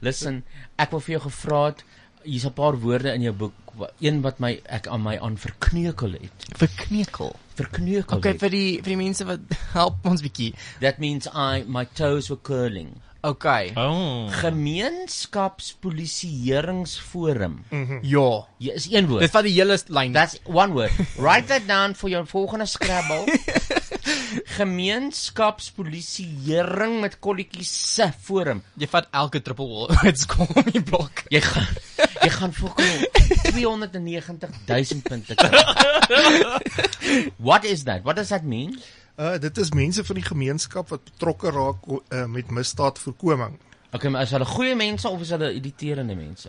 Speaker 4: Listen, ek wil vir jou gevra het, hier's 'n paar woorde in jou boek, wa- een wat my ek aan my aan verkneukel het.
Speaker 3: Verkneukel.
Speaker 4: Verkneukel.
Speaker 3: Okay,
Speaker 4: het.
Speaker 3: vir die vir die mense wat help ons bietjie.
Speaker 4: That means I my toes were curling.
Speaker 3: Okay.
Speaker 2: Oh.
Speaker 4: Gemeenskapspolisieeringsforum.
Speaker 3: Mhm. Ja.
Speaker 4: Ja, is een woord.
Speaker 3: Dit vat die hele lyn.
Speaker 4: That's one word. Write that down for your volgende Scrabble. Gemeenskapspolisieering met kolletjies se forum.
Speaker 3: Jy vat elke triple words kom in die blok.
Speaker 4: Jy gaan jy gaan fucking 290000 punte kry. What is that? What does that mean?
Speaker 7: Uh dit is mense van die gemeenskap wat betrokke raak uh, met misdaadvoorkoming.
Speaker 4: Okay, maar is hulle goeie mense of is hulle irriterende mense?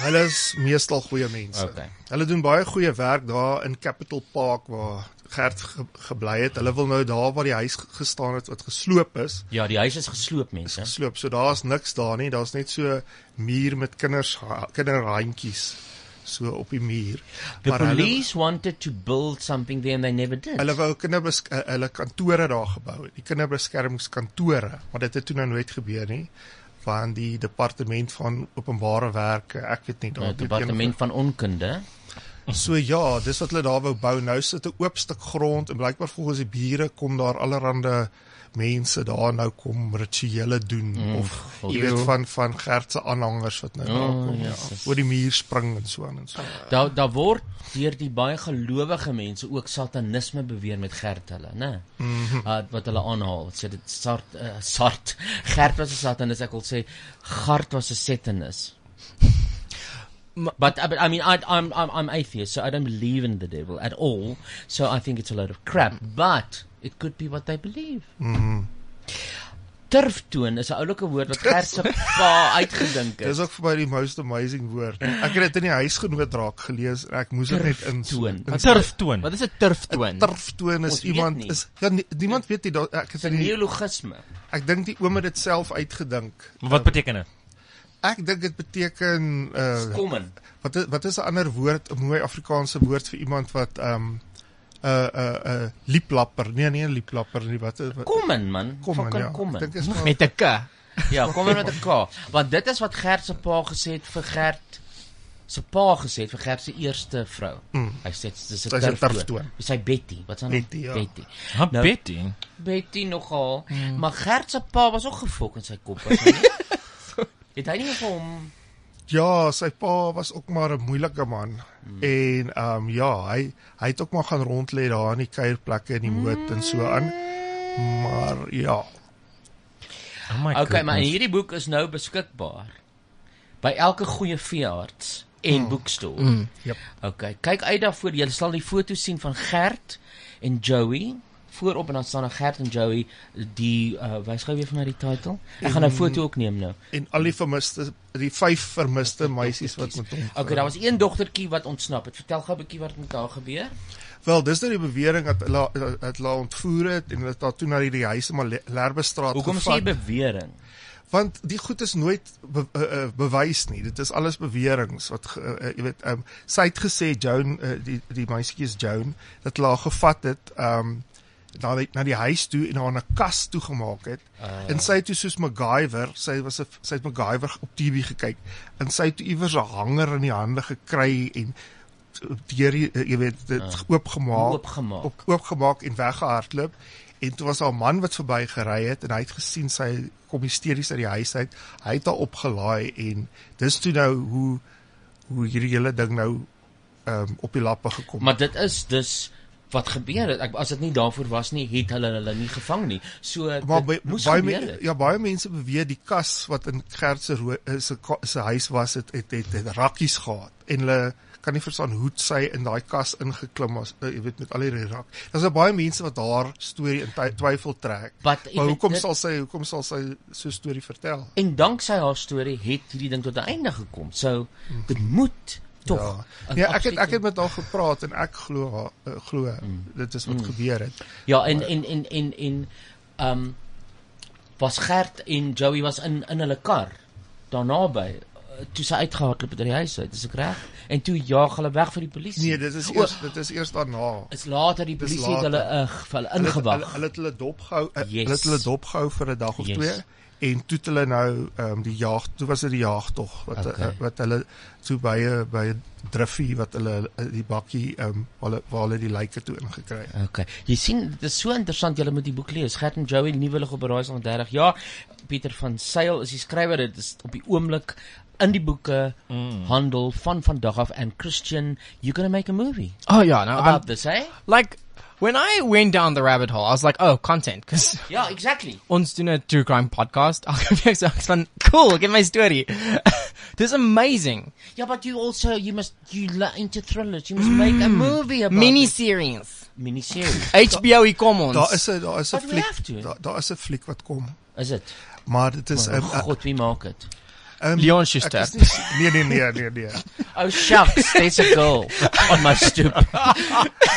Speaker 7: Hulle is meestal goeie mense.
Speaker 4: Okay.
Speaker 7: Hulle doen baie goeie werk daar in Capital Park waar Gert ge gebly het. Hulle wil nou daar waar die huis ge- gestaan het wat gesloop is.
Speaker 4: Ja, die huis is gesloop mense.
Speaker 7: Gesloop. So daar's niks daar nie. Daar's net so muur met kinders ha- kinderhandjies so op die muur.
Speaker 4: The police wanted to build something there and they never did.
Speaker 7: Hulle wou kinderbes uh, hulle kantore daar gebou het, die kinderbeskermingskantore, maar dit het toe nou nooit gebeur nie van die departement van openbare werke. Ek weet nie daar
Speaker 4: Die Nee, departement van onkunde.
Speaker 7: So ja, dis wat hulle daar wou bou. Nou sit 'n oop stuk grond en blykbaar volgens die bure kom daar allerlei mense daar nou kom rituele doen
Speaker 4: Mm,
Speaker 7: mm, of
Speaker 4: God.
Speaker 7: jy weet van van Gert se aanhangers wat nou
Speaker 4: Oh,
Speaker 7: oh, daar kom ja,
Speaker 4: Jesus.
Speaker 7: oor die muur spring en so aan en so. aan.
Speaker 4: Daar daar word deur die baie gelowige mense ook satanisme beweer met Gert hulle, né?
Speaker 9: Mhm.
Speaker 4: Uh, wat hulle aanhaal. Sê dit sart uh, sart. Gert was 'n satanis, ek wil sê Gert was 'n satanis. But, uh, but I mean I I'm I'm I'm atheist, so I don't believe in the devil at all. So I think it's a load of crap, but it could be what they believe.
Speaker 7: Mhm.
Speaker 4: Turftoon is 'n oulike woord wat Gert se pa uitgedink het.
Speaker 7: Dis ook vir my die most amazing woord. Ek het dit in die huisgenoot raak gelees en ek moes dit net in
Speaker 4: Turftoon.
Speaker 7: in-
Speaker 4: Wat- turftoon? wat is 'n turftoon?
Speaker 7: 'n Turftoon
Speaker 4: Ons
Speaker 7: is
Speaker 4: weet
Speaker 7: iemand
Speaker 4: nie.
Speaker 7: is ja, nie, niemand weet nie daar ek het
Speaker 4: Dis 'n neologisme.
Speaker 7: Ek dink die oom het dit self uitgedink.
Speaker 2: Maar wat
Speaker 7: Eh,
Speaker 2: beteken dit?
Speaker 7: Ek dink dit beteken uh
Speaker 4: Stommen.
Speaker 7: Wat is, wat is 'n ander woord, 'n mooi Afrikaanse woord vir iemand wat ehm um, uh uh uh lieplapper. Nee, nee, 'n lieplapper nie. Wat is
Speaker 4: Kommen man.
Speaker 7: Kommen,
Speaker 4: Fucking
Speaker 7: ja.
Speaker 4: Kommen.
Speaker 7: Ek dink is maar-
Speaker 3: Met 'n K.
Speaker 4: Ja, kom maar met 'n K, want dit is wat Gert se pa gesê het vir Gert se pa gesê het vir Gert se eerste vrou.
Speaker 2: Mm.
Speaker 4: Hy sê dis
Speaker 2: Sy
Speaker 4: 'n
Speaker 2: is 'n
Speaker 4: turftoon.
Speaker 2: turftoon.
Speaker 4: Dis sy Betty. Wat is haar naam?
Speaker 2: Betty, ja.
Speaker 4: Betty. Nou,
Speaker 2: Ha,
Speaker 3: Nou-
Speaker 2: Betty?
Speaker 4: Betty nogal,
Speaker 3: Mm.
Speaker 4: maar Gert se pa was ook gefok in sy kop was hy nie? het hy nie vir hom
Speaker 7: Ja, sy pa was ook maar 'n moeilike man.
Speaker 4: Hmm.
Speaker 7: En ehm um, ja, hy hy het ook maar gaan rond lê daar in die kuierplekke in die moot en so aan. Maar ja.
Speaker 2: Oh
Speaker 4: Okay, maar en hierdie boek is nou beskikbaar by elke goeie veearts en
Speaker 9: Mm.
Speaker 4: mm. boekstore.
Speaker 9: Mm.
Speaker 7: Yep.
Speaker 4: Okay, kyk uit daarvoor. Jy sal die foto's sien van Gert en Joey voorop en dan staan daar Gert en Joey die uh, wys gou weer vir my die titel. Ek gaan nou
Speaker 7: En-
Speaker 4: foto ook neem nou.
Speaker 7: en al die vermiste die vyf vermiste meisies wat met hom.
Speaker 4: Okay, daar was een dogtertjie wat ontsnap het. Vertel gou 'n bietjie wat met haar gebeur.
Speaker 7: Wel, dis nou die bewering dat hulle dat hulle haar ontvoer het en dat haar toe na hierdie huis in Mal- Lerbestraat
Speaker 4: Hoekom sê jy bewering?
Speaker 7: Want die goed is nooit be, uh, uh, bewys nie. Dit is alles beweringe wat ge- uh, uh, jy weet, um, sy het gesê Joan uh, die die meisietjie is Joan dat hulle haar gevat het um na die, na die huis toe en haar in 'n kas toegemaak het.
Speaker 11: Ah.
Speaker 7: En sy het toe soos MacGyver, sy was 'n sy het MacGyver op TV gekyk en sy het toe iewers 'n hanger in die hande gekry en deur die, eh, jy weet dit
Speaker 4: Ah.
Speaker 7: oopgemaak
Speaker 4: Oopgemaak.
Speaker 7: op, oopgemaak en weggehardloop en toe was daar 'n man wat verby gery het en hy het gesien sy kom hysteries uit die huis uit hy het haar opgelaai en dis toe nou hoe hoe hierdie hele ding nou um, op die lappe gekom
Speaker 4: Maar dit is dus wat gebeur het. Ek as dit nie daarvoor was nie, het hulle hulle nie gevang nie. So
Speaker 7: maar
Speaker 4: dit
Speaker 7: by,
Speaker 4: moes
Speaker 7: baie
Speaker 4: gebeur
Speaker 7: mense
Speaker 4: het.
Speaker 7: ja baie mense beweer die kas wat in Gert se ro- eh, se ka- se huis was het het, het, het rakkies gehad en hulle kan nie verstaan hoe sy in daai kas ingeklim was eh, jy weet met al hierdie rak. Daar's nou baie mense wat haar storie in twy- twyfel trek.
Speaker 4: But if
Speaker 7: maar
Speaker 4: it
Speaker 7: hoekom
Speaker 4: did-
Speaker 7: sal sy hoekom sal sy so storie vertel?
Speaker 4: En danksy haar storie het hierdie ding tot 'n einde gekom. So dit moet tog.
Speaker 7: Ja, nee, ek het ek het met haar gepraat en ek glo haar, eh, glo dit is wat
Speaker 4: Mm.
Speaker 7: gebeur het.
Speaker 4: Ja, en en en en en ehm um, was Gert en Joey was in in hulle kar daarna by eh, toe sy uitgehardloop het uit die huis uit, is ek reg? En toe jaag hulle weg vir die polisie.
Speaker 7: Nee, dit is eers dit is eers daarna.
Speaker 4: Is later die
Speaker 7: Dis
Speaker 4: polisie het hulle,
Speaker 7: later.
Speaker 4: eh, vir hulle
Speaker 7: het-
Speaker 4: ingewag.
Speaker 7: Hulle hulle het hulle dopgehou, eh,
Speaker 4: Yes.
Speaker 7: hulle het hulle dopgehou vir 'n dag of
Speaker 4: Yes.
Speaker 7: twee en toe het hulle nou ehm um, die jaag, toe was dit die jaagtog wat
Speaker 4: Okay.
Speaker 7: okay. wat hulle toe by 'n by 'n driffie wat hulle eh, die bakkie ehm um, waar hulle waar hulle die lyke toe ingekry het.
Speaker 4: Okay. Jy sien, dit is so interessant jy moet die boek lees. Gert en Joey nuwe lig op Raais van 30 jaar. Pieter van Sail is die skrywer. Dit is op die oomblik in die boeke mm. handel van vandag af and Christian, you're going to make a movie.
Speaker 3: Oh yeah, no.
Speaker 4: About
Speaker 3: I'm-
Speaker 4: this, eh?
Speaker 3: Like when I went down the rabbit hole, I was like, oh, content because
Speaker 4: Ja, exactly.
Speaker 3: ons doen 'n true crime podcast. Ek was van cool, get my story. this is amazing.
Speaker 4: Yeah, Ja, but you also you must you like into thrillers. You must make a movie about
Speaker 3: mini
Speaker 4: it.
Speaker 3: series.
Speaker 4: Mini series.
Speaker 3: HBO e Commons.
Speaker 7: Daar is 'n daar is 'n
Speaker 4: But we have to.
Speaker 7: fliek daar, daar is 'n fliek wat kom.
Speaker 4: Is dit?
Speaker 7: Maar dit is
Speaker 4: Maar
Speaker 7: ehm, eh,
Speaker 4: God wie maak dit?
Speaker 7: ehm,
Speaker 4: Leon
Speaker 7: ek
Speaker 4: Schuster.
Speaker 7: is nie- Nee nee nee nee nee.
Speaker 4: Oh shucks, there's a girl on my stoop.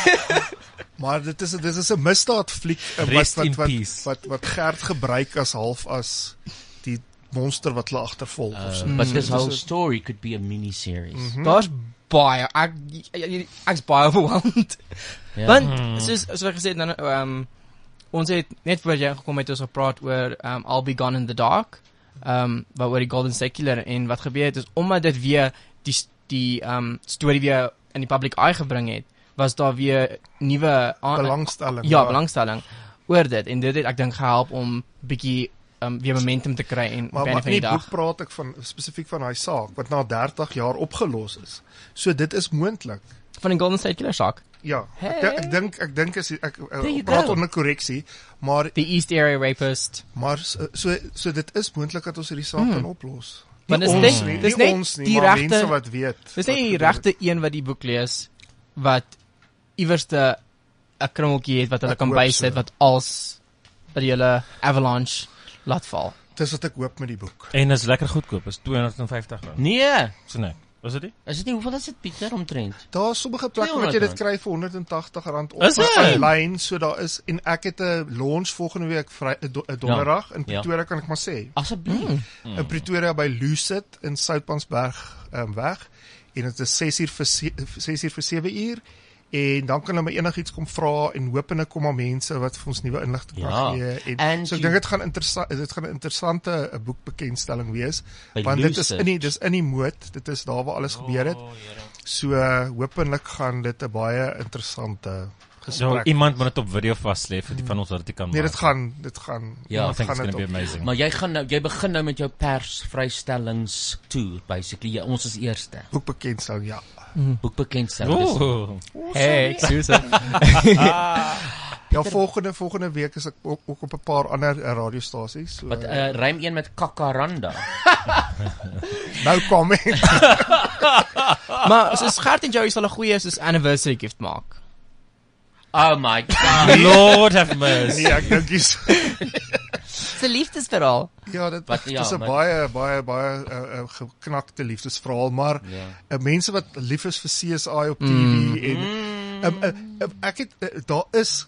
Speaker 7: Maar dit is dit is 'n misdaadfliek eh, wat
Speaker 2: Rest
Speaker 7: wat
Speaker 2: in
Speaker 7: wat, wat wat Gert gebruik as half as die monster wat hulle agtervolg of so.
Speaker 4: Uh, but this
Speaker 7: Dit is
Speaker 4: whole
Speaker 7: een-
Speaker 4: story could be a mini series.
Speaker 7: Mhm.
Speaker 3: Daar's baie ek jy- ek's baie overwhelmed.
Speaker 4: Ja.
Speaker 3: Want
Speaker 4: Mm.
Speaker 3: soos soos ek gesê het dan ehm ons het net voor jy gekom het ons gepraat oor ehm I'll Be Gone in the Dark. Ehm wat oor die Golden Secular en wat gebeur het is omdat dit weer die s- die ehm storie weer in die public eye gebring het, was daar weer nuwe aan-
Speaker 7: Belangstelling,
Speaker 3: Ja,
Speaker 7: ja.
Speaker 3: belangstelling oor dit en dit het ek dink gehelp om bietjie ehm um, weer momentum te kry en op
Speaker 7: Maar
Speaker 3: die einde
Speaker 7: maar
Speaker 3: van die
Speaker 7: nie
Speaker 3: dag.
Speaker 7: boek praat ek van spesifiek van daai saak wat na 30 jaar opgelos is. So dit is moontlik.
Speaker 3: Van die Golden State Killer saak.
Speaker 7: Ja,
Speaker 3: Hey.
Speaker 7: ek dink- ek dink ek dink is ek eh,
Speaker 3: There you
Speaker 7: praat
Speaker 3: go.
Speaker 7: onder korreksie, maar
Speaker 3: die East Area Rapist.
Speaker 7: Maar so so, so dit is moontlik dat ons hierdie saak
Speaker 3: Hmm.
Speaker 7: kan oplos.
Speaker 3: Maar
Speaker 7: Nie
Speaker 3: dis
Speaker 7: ons
Speaker 3: net
Speaker 7: nie,
Speaker 3: dis
Speaker 7: nie
Speaker 3: net
Speaker 7: ons nie,
Speaker 3: die
Speaker 7: maar
Speaker 3: regte
Speaker 7: mense wat weet.
Speaker 3: Dis net die regte een wat die boek lees wat iewerste 'n krummeltjie het wat hulle
Speaker 7: Ek
Speaker 3: kan
Speaker 7: hoop
Speaker 3: bysit
Speaker 7: so.
Speaker 3: wat als wat die hele avalanche laat val.
Speaker 7: Dis wat ek hoop met die boek.
Speaker 2: En is lekker goedkoop, is 250 rand.
Speaker 4: Nee.
Speaker 2: So nee. Was dit nie?
Speaker 4: Is dit nie hoeveel is dit Pieter omtrent?
Speaker 7: Daar's sommige plekke wat jy dit kry vir R180 op
Speaker 4: Is dit?
Speaker 7: online, so daar is en ek het 'n launch volgende week vry eh, do, eh, donderdag in
Speaker 4: Ja.
Speaker 7: Pretoria kan ek maar sê.
Speaker 4: Asseblief. Hmm.
Speaker 7: Mm. In Pretoria by Lucid in ehm, Soutpansberg um, weg en dit is 6 uur vir se- 6 uur vir 7 uur en dan kan hulle my enigiets kom vra en hopelik kom daar mense wat vir ons nuwe inligting kan
Speaker 4: Ja.
Speaker 7: gee en
Speaker 4: And
Speaker 7: so ek
Speaker 4: you-
Speaker 7: dink dit gaan interessant dit gaan 'n interessante eh, boekbekendstelling wees
Speaker 4: By
Speaker 7: want dit is
Speaker 4: Lucid.
Speaker 7: in die dis in die moed dit is daar waar alles gebeur het so eh, hopelik gaan dit 'n baie
Speaker 4: Nou,
Speaker 7: interessante gesprek
Speaker 2: So, Nou, iemand moet dit op video vas lê vir die van ons wat dit kan
Speaker 7: Nee,
Speaker 2: maak.
Speaker 7: dit gaan dit gaan
Speaker 2: Ja, I
Speaker 7: iemand
Speaker 2: think it's going
Speaker 7: gaan
Speaker 2: to
Speaker 7: dit
Speaker 2: be
Speaker 7: op-
Speaker 2: amazing.
Speaker 4: Maar jy gaan nou jy begin nou met jou persvrystellings toer basically. Ja, ons is eerste.
Speaker 7: Boek bekendstel, ja.
Speaker 4: Mm. Boek bekendstel.
Speaker 2: Mhm. Ooh.
Speaker 4: Hey, excuse. Ah.
Speaker 7: ja, volgende volgende week is ek ook, ook op 'n paar ander eh, radiostasies. So
Speaker 4: Wat uh, rym een met kakaranda.
Speaker 7: nou kom
Speaker 3: maar soos Gert en Joey sal 'n goeie soos anniversary gift maak.
Speaker 4: Oh my god.
Speaker 2: Lord have mercy.
Speaker 7: Nee, ek dink dis
Speaker 3: Se liefdesverhaal.
Speaker 7: Ja, dit
Speaker 3: Wat-
Speaker 7: wat,
Speaker 3: ja,
Speaker 7: ja, is 'n
Speaker 3: maar-
Speaker 7: baie baie baie 'n uh, uh, geknakte liefdesverhaal, maar
Speaker 3: Ja.
Speaker 7: ja. uh, mense wat lief is vir CSI op TV
Speaker 3: Mm.
Speaker 7: en um, uh, uh, ek het uh, daar is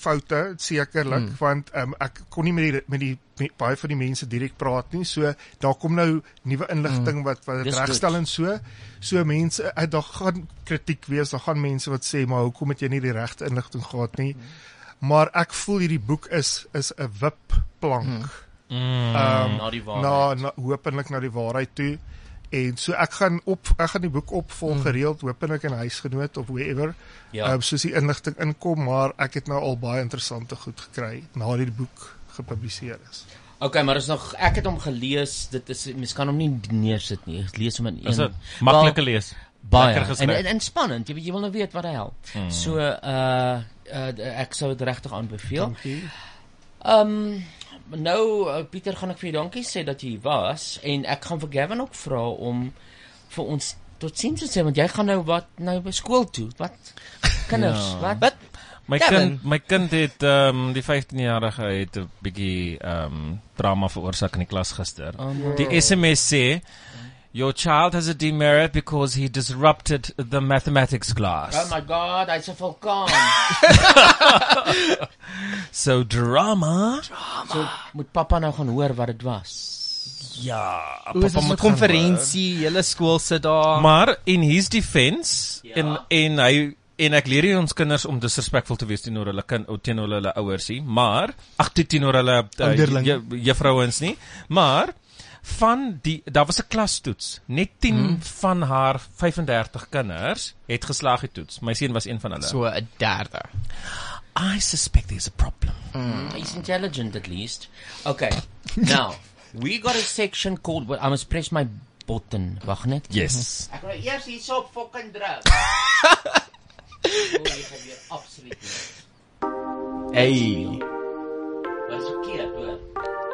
Speaker 7: foute sekerlik
Speaker 3: Mm.
Speaker 7: mm. want um, ek kon nie met die met die met baie van die mense direk praat nie. So daar kom nou nuwe inligting
Speaker 3: Mm.
Speaker 7: mm. wat wat dit
Speaker 3: Dis
Speaker 7: regstel
Speaker 3: goed.
Speaker 7: en so. So mense uh, daar gaan kritiek wees, daar gaan mense wat sê maar hoekom het jy nie die regte inligting gehad nie. Maar ek voel hierdie boek is is 'n wipplank. Mm.
Speaker 2: Mm,
Speaker 7: Ehm,
Speaker 2: na die
Speaker 7: Na,
Speaker 2: waarheid.
Speaker 7: na hopelik na die waarheid toe. En so ek gaan op ek gaan die boek opvolg
Speaker 2: Mm.
Speaker 7: gereeld hopelik in huisgenoot of wherever.
Speaker 2: Ja.
Speaker 7: Ehm, soos die inligting inkom, maar ek het nou al baie interessante goed gekry nadat die boek gepubliseer is.
Speaker 4: Okay, maar is nog ek het hom gelees. Dit is mens kan hom nie neersit nie. Ek lees hom in een.
Speaker 2: Is dit maklike
Speaker 4: Wel,
Speaker 2: lees?
Speaker 4: Baie
Speaker 2: Lekker geskryf.
Speaker 4: en, en, en spannend. Jy weet jy wil nou weet wat hy help.
Speaker 2: Mm.
Speaker 4: Mm. So uh, uh ek sou dit regtig aanbeveel.
Speaker 7: Dankie.
Speaker 4: Ehm um, nou uh, Pieter gaan ek vir jou dankie sê dat jy hier was en ek gaan vir Gavin ook vra om vir ons totsiens te sê want jy gaan nou wat nou by skool toe. Wat kinders,
Speaker 2: Ja.
Speaker 4: ja. wat?
Speaker 2: My
Speaker 4: Gavin,
Speaker 2: kind, my kind het ehm um, die 15-jarige het 'n bietjie ehm um, drama veroorsaak in die klas gister.
Speaker 4: Oh no.
Speaker 2: Die SMS sê Your child has a demerit because he disrupted the mathematics class.
Speaker 4: Oh my god, hy's 'n vulkaan.
Speaker 2: So drama.
Speaker 4: So moet pappa nou gaan hoor wat dit was.
Speaker 2: Ja,
Speaker 3: Oos, is 'n konferensie,
Speaker 2: hele skool sit daar. Maar in his defense ja. en en hy en ek leer hier ons kinders om disrespekvol te wees teenoor hulle kind teenoor hulle, hulle ouers nie, maar ag toe teenoor hulle uh,
Speaker 7: Ouderling.
Speaker 2: ju- juffrouens nie, maar van die daar was 'n klastoets. Net 10 hmm. van haar 35 kinders het geslaag die toets. My seun was een van hulle.
Speaker 3: So 'n derde.
Speaker 2: I suspect there's a problem.
Speaker 4: Mm. He's intelligent at least. Okay. now, we got a section called well, I must press my button. Wag net.
Speaker 2: Yes.
Speaker 4: Ek wil eers hierso op fucking druk. Oh, Oor jy gebeur absoluut nie.
Speaker 3: Hey.
Speaker 4: Wat is verkeerd hoor.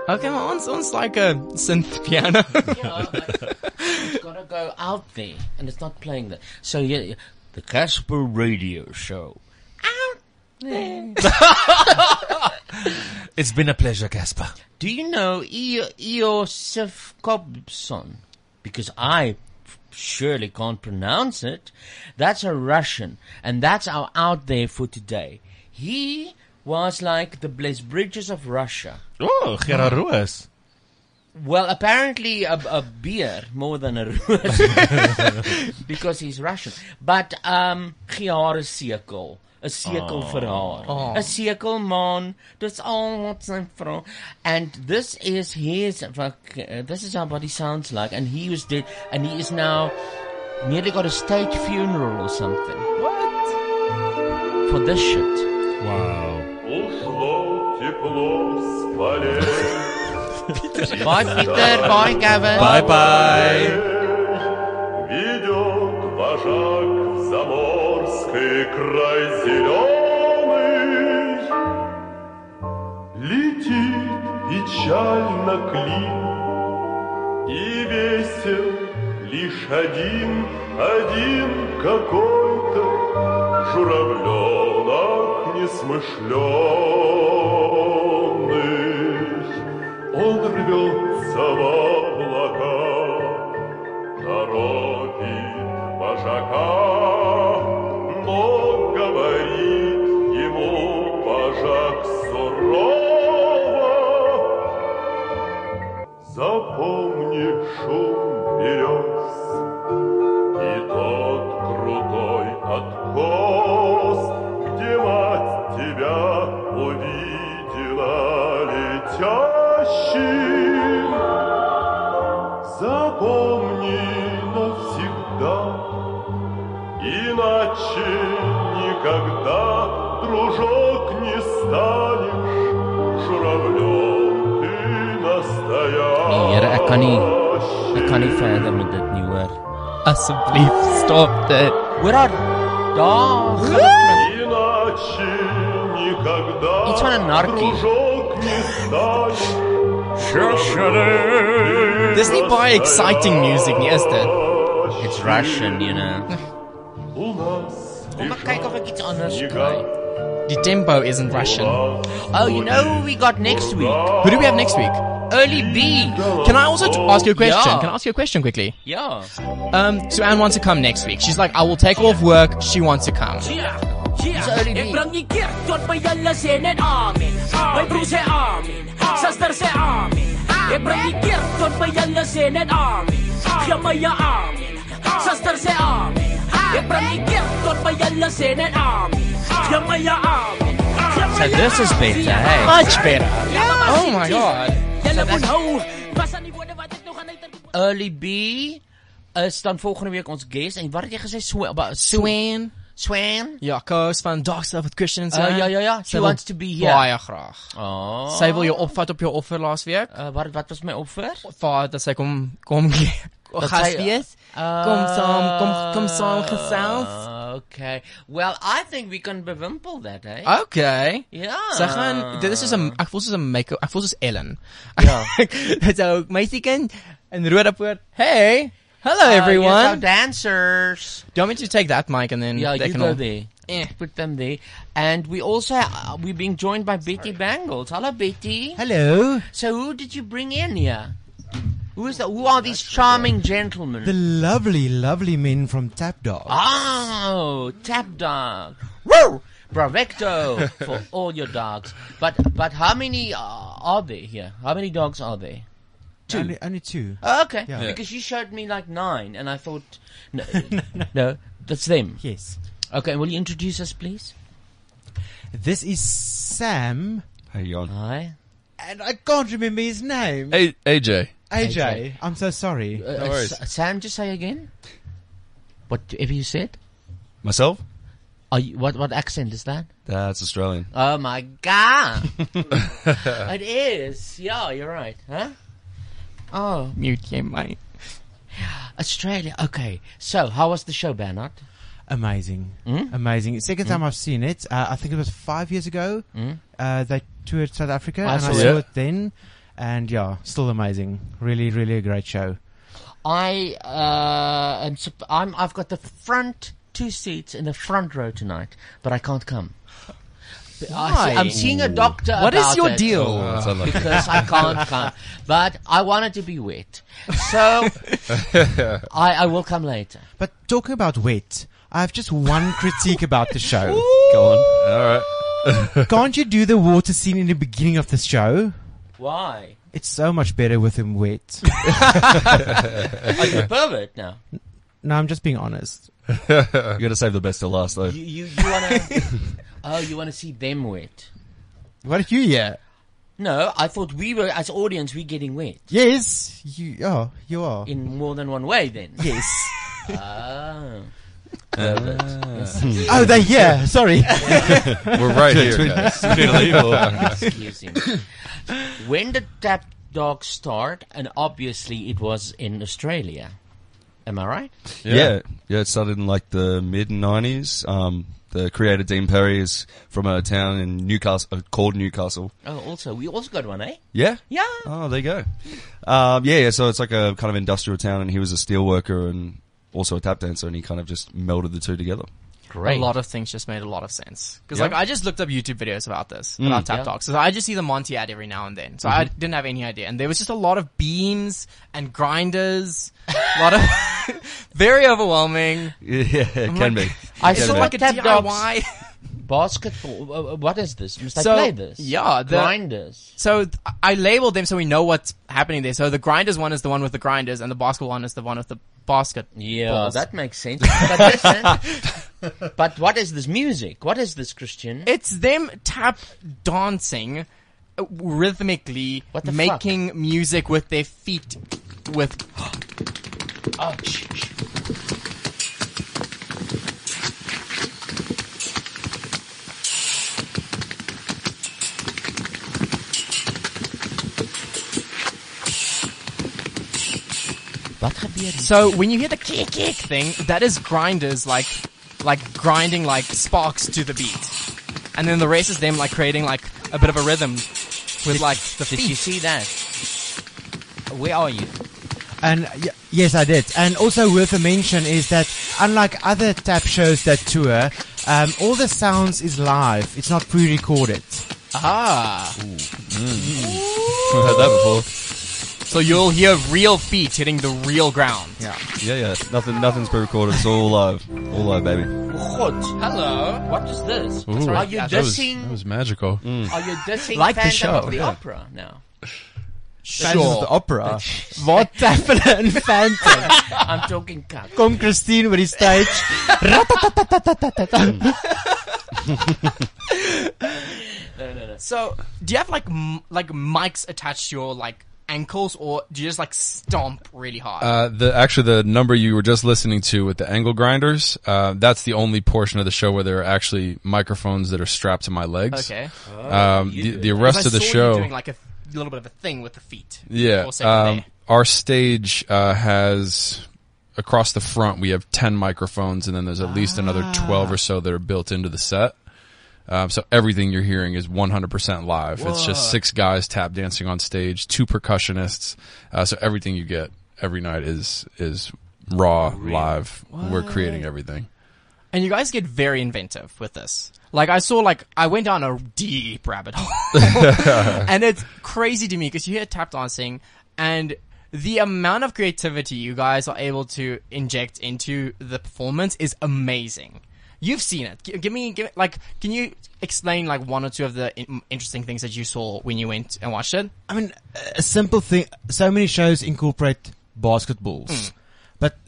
Speaker 3: Okay, maar ons ons like 'n synth piano.
Speaker 4: It's got to go out there and it's not playing that. So yeah, the Casper Radio Show.
Speaker 2: It's been a pleasure, Casper.
Speaker 4: Do you know Eo- Eosif Kobson? Because I surely can't pronounce it. That's a Russian, and that's our out there for today. He was like the Blaze Bridges of Russia.
Speaker 2: Oh, Gerard Roos.
Speaker 4: Well, apparently a, a beer more than a roos because he's Russian. But um Giare sekel, 'n sekel
Speaker 9: Oh.
Speaker 4: vir haar. 'n
Speaker 9: Oh.
Speaker 4: sekel man. That's all what sy vra. And this is his fuck, uh, this is how what he sounds like and he was dead and he is now nearly got a state funeral or something. What? For this shit.
Speaker 2: Wow.
Speaker 12: Ушло тепло с полей.
Speaker 4: Bye, Peter. Bye, Gavin.
Speaker 2: Bye-bye.
Speaker 12: Ведет вожак в заморский край зеленый. Летит печально клин и весел лишь один, один какой-то журавленок несмышленый. Он рвется в облака, торопит вожака, но говорит ему вожак сурово. Запомни шум берез и тот крутой откос. Иначе никогда, дружок, не станешь журавлем. Ты настоящий.
Speaker 13: Here, ek kan nie ek kan nie verder met dit nie hoor.
Speaker 3: Asseblief, stop dit.
Speaker 4: Hoor haar. Daar gaan dit
Speaker 12: klink. Иначе никогда,
Speaker 4: Iets van 'n narkie.
Speaker 12: дружок, не станешь журавлем.
Speaker 3: Dis nie baie exciting music nie, is dit?
Speaker 13: It's Russian, you know.
Speaker 4: Kom maar kyk of ek iets anders kry.
Speaker 12: Никогда.
Speaker 3: The tempo isn't Russian.
Speaker 4: Oh, you know who we got next week?
Speaker 3: Who do we have next week?
Speaker 4: Early B.
Speaker 3: Can I also t- ask you a question?
Speaker 4: Yeah.
Speaker 3: Can I ask you a question quickly?
Speaker 13: Yeah.
Speaker 3: Um, Suanne wants to come next week. She's like, I will take off work. She wants to come.
Speaker 4: Ek
Speaker 14: bring die kerk tot by julle sê net amen. My broer sê amen. Suster sê amen. Ek bring die kerk tot by julle sê net amen. Gee my ja amen. Suster sê amen. Ek bring die kerk tot by julle sê net amen. Gee my ja amen. Gee my
Speaker 13: So
Speaker 14: ja
Speaker 13: this is
Speaker 14: amen.
Speaker 13: better, hey?
Speaker 3: Much better.
Speaker 14: Ja, maar
Speaker 3: Oh
Speaker 14: sien
Speaker 3: my
Speaker 14: jy,
Speaker 3: God.
Speaker 14: Julle moet hou vas aan die woorde wat ek nog aan uit
Speaker 4: Early B is dan volgende week ons guest en wat het jy gesê Swan? ba-
Speaker 3: Swan.
Speaker 4: Swan.
Speaker 3: Ja, Koos van Dark Stuff with Christian and
Speaker 4: Uh,
Speaker 3: Suanne.
Speaker 4: ja, ja, ja. She
Speaker 3: Sy wil
Speaker 4: wants to be here.
Speaker 3: Baie graag.
Speaker 4: Oh.
Speaker 3: Sy wil jou opvat op jou offer laas week.
Speaker 4: Uh, wat wat was my Oh, opfer?
Speaker 3: Vir dat sy kom kom
Speaker 4: Dat
Speaker 3: gas
Speaker 4: sy-
Speaker 3: wees. Kom saam, kom kom
Speaker 4: Ah,
Speaker 3: saam gesels.
Speaker 4: Okay. Ah. Well, I think we can bewimple that, eh?
Speaker 3: Okay.
Speaker 4: Ja.
Speaker 3: Sy gaan dit is soos 'n ek voel soos 'n make ek voel soos Ellen. Ja. Dit's ook meisiekind en Rodapoort. Hey. Hello
Speaker 4: Uh, yes,
Speaker 3: everyone.
Speaker 4: our dancers.
Speaker 3: Do you want me to take that mic and then
Speaker 4: Yeah,
Speaker 3: they
Speaker 4: you
Speaker 3: can
Speaker 4: go
Speaker 3: all...
Speaker 4: there.
Speaker 3: Eh.
Speaker 4: Put them there. And we also uh, we're being joined by Betty Bangles. Hello, Betty.
Speaker 3: Hello.
Speaker 4: So who did you bring in here? Who is that? Who are these charming gentlemen?
Speaker 15: The lovely, lovely men from Tap Dog.
Speaker 4: Oh, tap dog. Woo! Bravecto for all your dogs. But but how many uh, are there here? How many dogs are there? Two.
Speaker 15: Only, only two.
Speaker 4: Oh, okay.
Speaker 15: Yeah.
Speaker 4: Because you showed me like nine, and I thought, no, no, that's them.
Speaker 15: Yes.
Speaker 4: Okay. Will you introduce us, please?
Speaker 15: This is Sam.
Speaker 4: Hi.
Speaker 15: And I can't remember his name.
Speaker 16: A- AJ.
Speaker 15: AJ. I'm so sorry.
Speaker 4: Uh, uh, S- Sam, just say again. Whatever you said.
Speaker 16: Myself?
Speaker 4: Are you, what what accent is that?
Speaker 16: That's Australian.
Speaker 4: Oh my god! it is. Yeah, you're right. Huh? Oh,
Speaker 3: mute your mic.
Speaker 4: Australia. Okay. So, how was the show, Bernard? Hmm?
Speaker 15: Amazing. Amazing. Second time I've seen it. Uh, I think it was five years ago.
Speaker 4: Mm.
Speaker 15: Uh, they toured South Africa
Speaker 4: I
Speaker 15: and
Speaker 4: saw
Speaker 15: I saw
Speaker 4: it.
Speaker 15: it then. And yeah, still amazing. Really, really a great show.
Speaker 4: I uh, am. sup- I'm. I've got the front two seats in the front row tonight, but I can't come. I
Speaker 3: Why?
Speaker 4: am seeing a doctor.
Speaker 3: What is
Speaker 4: about
Speaker 3: your
Speaker 4: it
Speaker 3: deal? Oh, that's unlucky.
Speaker 4: because I can't come, but I wanted to be wet, so I, I will come later.
Speaker 15: But talking about wet, I have just one critique about the show.
Speaker 16: Go on. All right.
Speaker 15: Can't you do the water scene in the beginning of the show?
Speaker 4: Why?
Speaker 15: It's so much better with him wet.
Speaker 4: Are you a pervert now?
Speaker 15: No, I'm just being honest.
Speaker 16: you gotta save the best till last, though.
Speaker 4: You you, you wanna? oh, you wanna see them wet?
Speaker 15: What are you yeah?
Speaker 4: No, I thought we were as audience we getting wet
Speaker 15: Yes, you oh, you are.
Speaker 4: in more than one way. Then
Speaker 15: yes.
Speaker 16: Ah.
Speaker 4: Oh.
Speaker 15: Oh, they yeah. Sorry.
Speaker 16: We're right here, guys. We need to leave or-
Speaker 4: Excuse me. When did Tap Dog start? And obviously, it was in Australia. Am I right?
Speaker 16: Yeah. yeah, It started in like the mid '90s. Um, the creator Dean Perry is from a town in Newcastle uh, called Newcastle.
Speaker 4: Oh, also, we also got one, eh?
Speaker 16: Yeah.
Speaker 4: Yeah.
Speaker 16: Oh, there you go. Um, yeah, yeah. So it's like a kind of industrial town, and he was a steel worker and also a tap dancer, and he kind of just melded the two together.
Speaker 3: A lot of things just made a lot of sense. Because
Speaker 16: Yeah.
Speaker 3: like I just looked up YouTube videos about this,
Speaker 16: Mm.
Speaker 3: about tap
Speaker 16: Yeah.
Speaker 3: talks. So I just see the Monty ad every now and then. So I
Speaker 16: Mhm.
Speaker 3: didn't have any idea. And there was just a lot of beams and grinders. a lot of very overwhelming.
Speaker 16: Yeah, it
Speaker 3: I'm like-
Speaker 16: can be.
Speaker 3: I
Speaker 16: It can
Speaker 3: saw
Speaker 16: be.
Speaker 3: like a
Speaker 4: Tap
Speaker 3: DIY.
Speaker 4: Dogs basketball. uh, uh, What is this? Must I
Speaker 3: so
Speaker 4: play this?
Speaker 3: yeah, the,
Speaker 4: grinders.
Speaker 3: So th- I labeled them so we know what's happening there. So the grinders one is the one with the grinders, and the basketball one is the one with the basket.
Speaker 4: Yeah,
Speaker 3: balls.
Speaker 4: that makes sense. But, listen, but what is this music? What is this, Christian?
Speaker 3: It's them tap dancing uh, rhythmically,
Speaker 4: the
Speaker 3: making music with their feet. With
Speaker 4: Oh, sh- sh- Wat gebeur hier?
Speaker 3: So when you hear the kick kick thing, that is grinders like like grinding like sparks to the beat. And then the rest is them like creating like a bit of a rhythm with like the feet. Did you
Speaker 4: see that? Where are you?
Speaker 15: And y- yes, I did. And also worth a mention is that unlike other tap shows that tour, um, all the sounds is live. It's not pre-recorded.
Speaker 3: Ah.
Speaker 15: I've Mm. heard that
Speaker 3: before. So you'll hear real feet hitting the real ground.
Speaker 15: Yeah.
Speaker 16: Yeah, yeah. Nothing, nothing's pre-recorded. It's all live, all live, baby.
Speaker 4: God. Hello. What is this?
Speaker 17: Ooh,
Speaker 4: Are you
Speaker 17: that was,
Speaker 4: dissing?
Speaker 17: that was magical.
Speaker 4: Mm. Are you dissing
Speaker 3: Like the
Speaker 4: Phantom
Speaker 3: show,
Speaker 4: of the
Speaker 3: yeah.
Speaker 4: Opera now?
Speaker 15: Phantom of the Opera.
Speaker 3: Wat Tappelen and Phantom.
Speaker 4: I'm talking cut.
Speaker 15: Kom Christine with his stage.
Speaker 4: Mm. No, no, no.
Speaker 3: So, do you have like m- like mics attached to your like ankles, or do you just like stomp really hard?
Speaker 17: Uh, the actually the number you were just listening to with the angle grinders, uh, that's the only portion of the show where there are actually microphones that are strapped to my legs.
Speaker 3: Okay.
Speaker 2: Oh,
Speaker 17: um, the, the rest
Speaker 3: Because
Speaker 17: of
Speaker 3: I
Speaker 17: the
Speaker 3: saw you
Speaker 17: show,
Speaker 3: doing like a th- little bit of a thing with the feet.
Speaker 17: yeah.
Speaker 3: For a second
Speaker 17: Um,
Speaker 3: there.
Speaker 17: our stage uh, has across the front we have ten microphones, and then there's at least
Speaker 3: Ah.
Speaker 17: another twelve or so that are built into the set. Um, so everything you're hearing is 100% live. It's just
Speaker 3: Whoa.
Speaker 17: six guys tap dancing on stage, two percussionists. Uh, so everything you get every night is is raw, live. We're creating everything.
Speaker 3: And you guys get very inventive with this. Like I saw, like I went down a deep rabbit hole, and it's crazy to me because you hear tap dancing and the amount of creativity you guys are able to inject into the performance is amazing. You've seen it. G- give me, give like, can you explain like one or two of the in- interesting things that you saw when you went and watched it?
Speaker 15: I mean, a simple thing. So many shows incorporate basketballs,
Speaker 3: Mm.
Speaker 15: but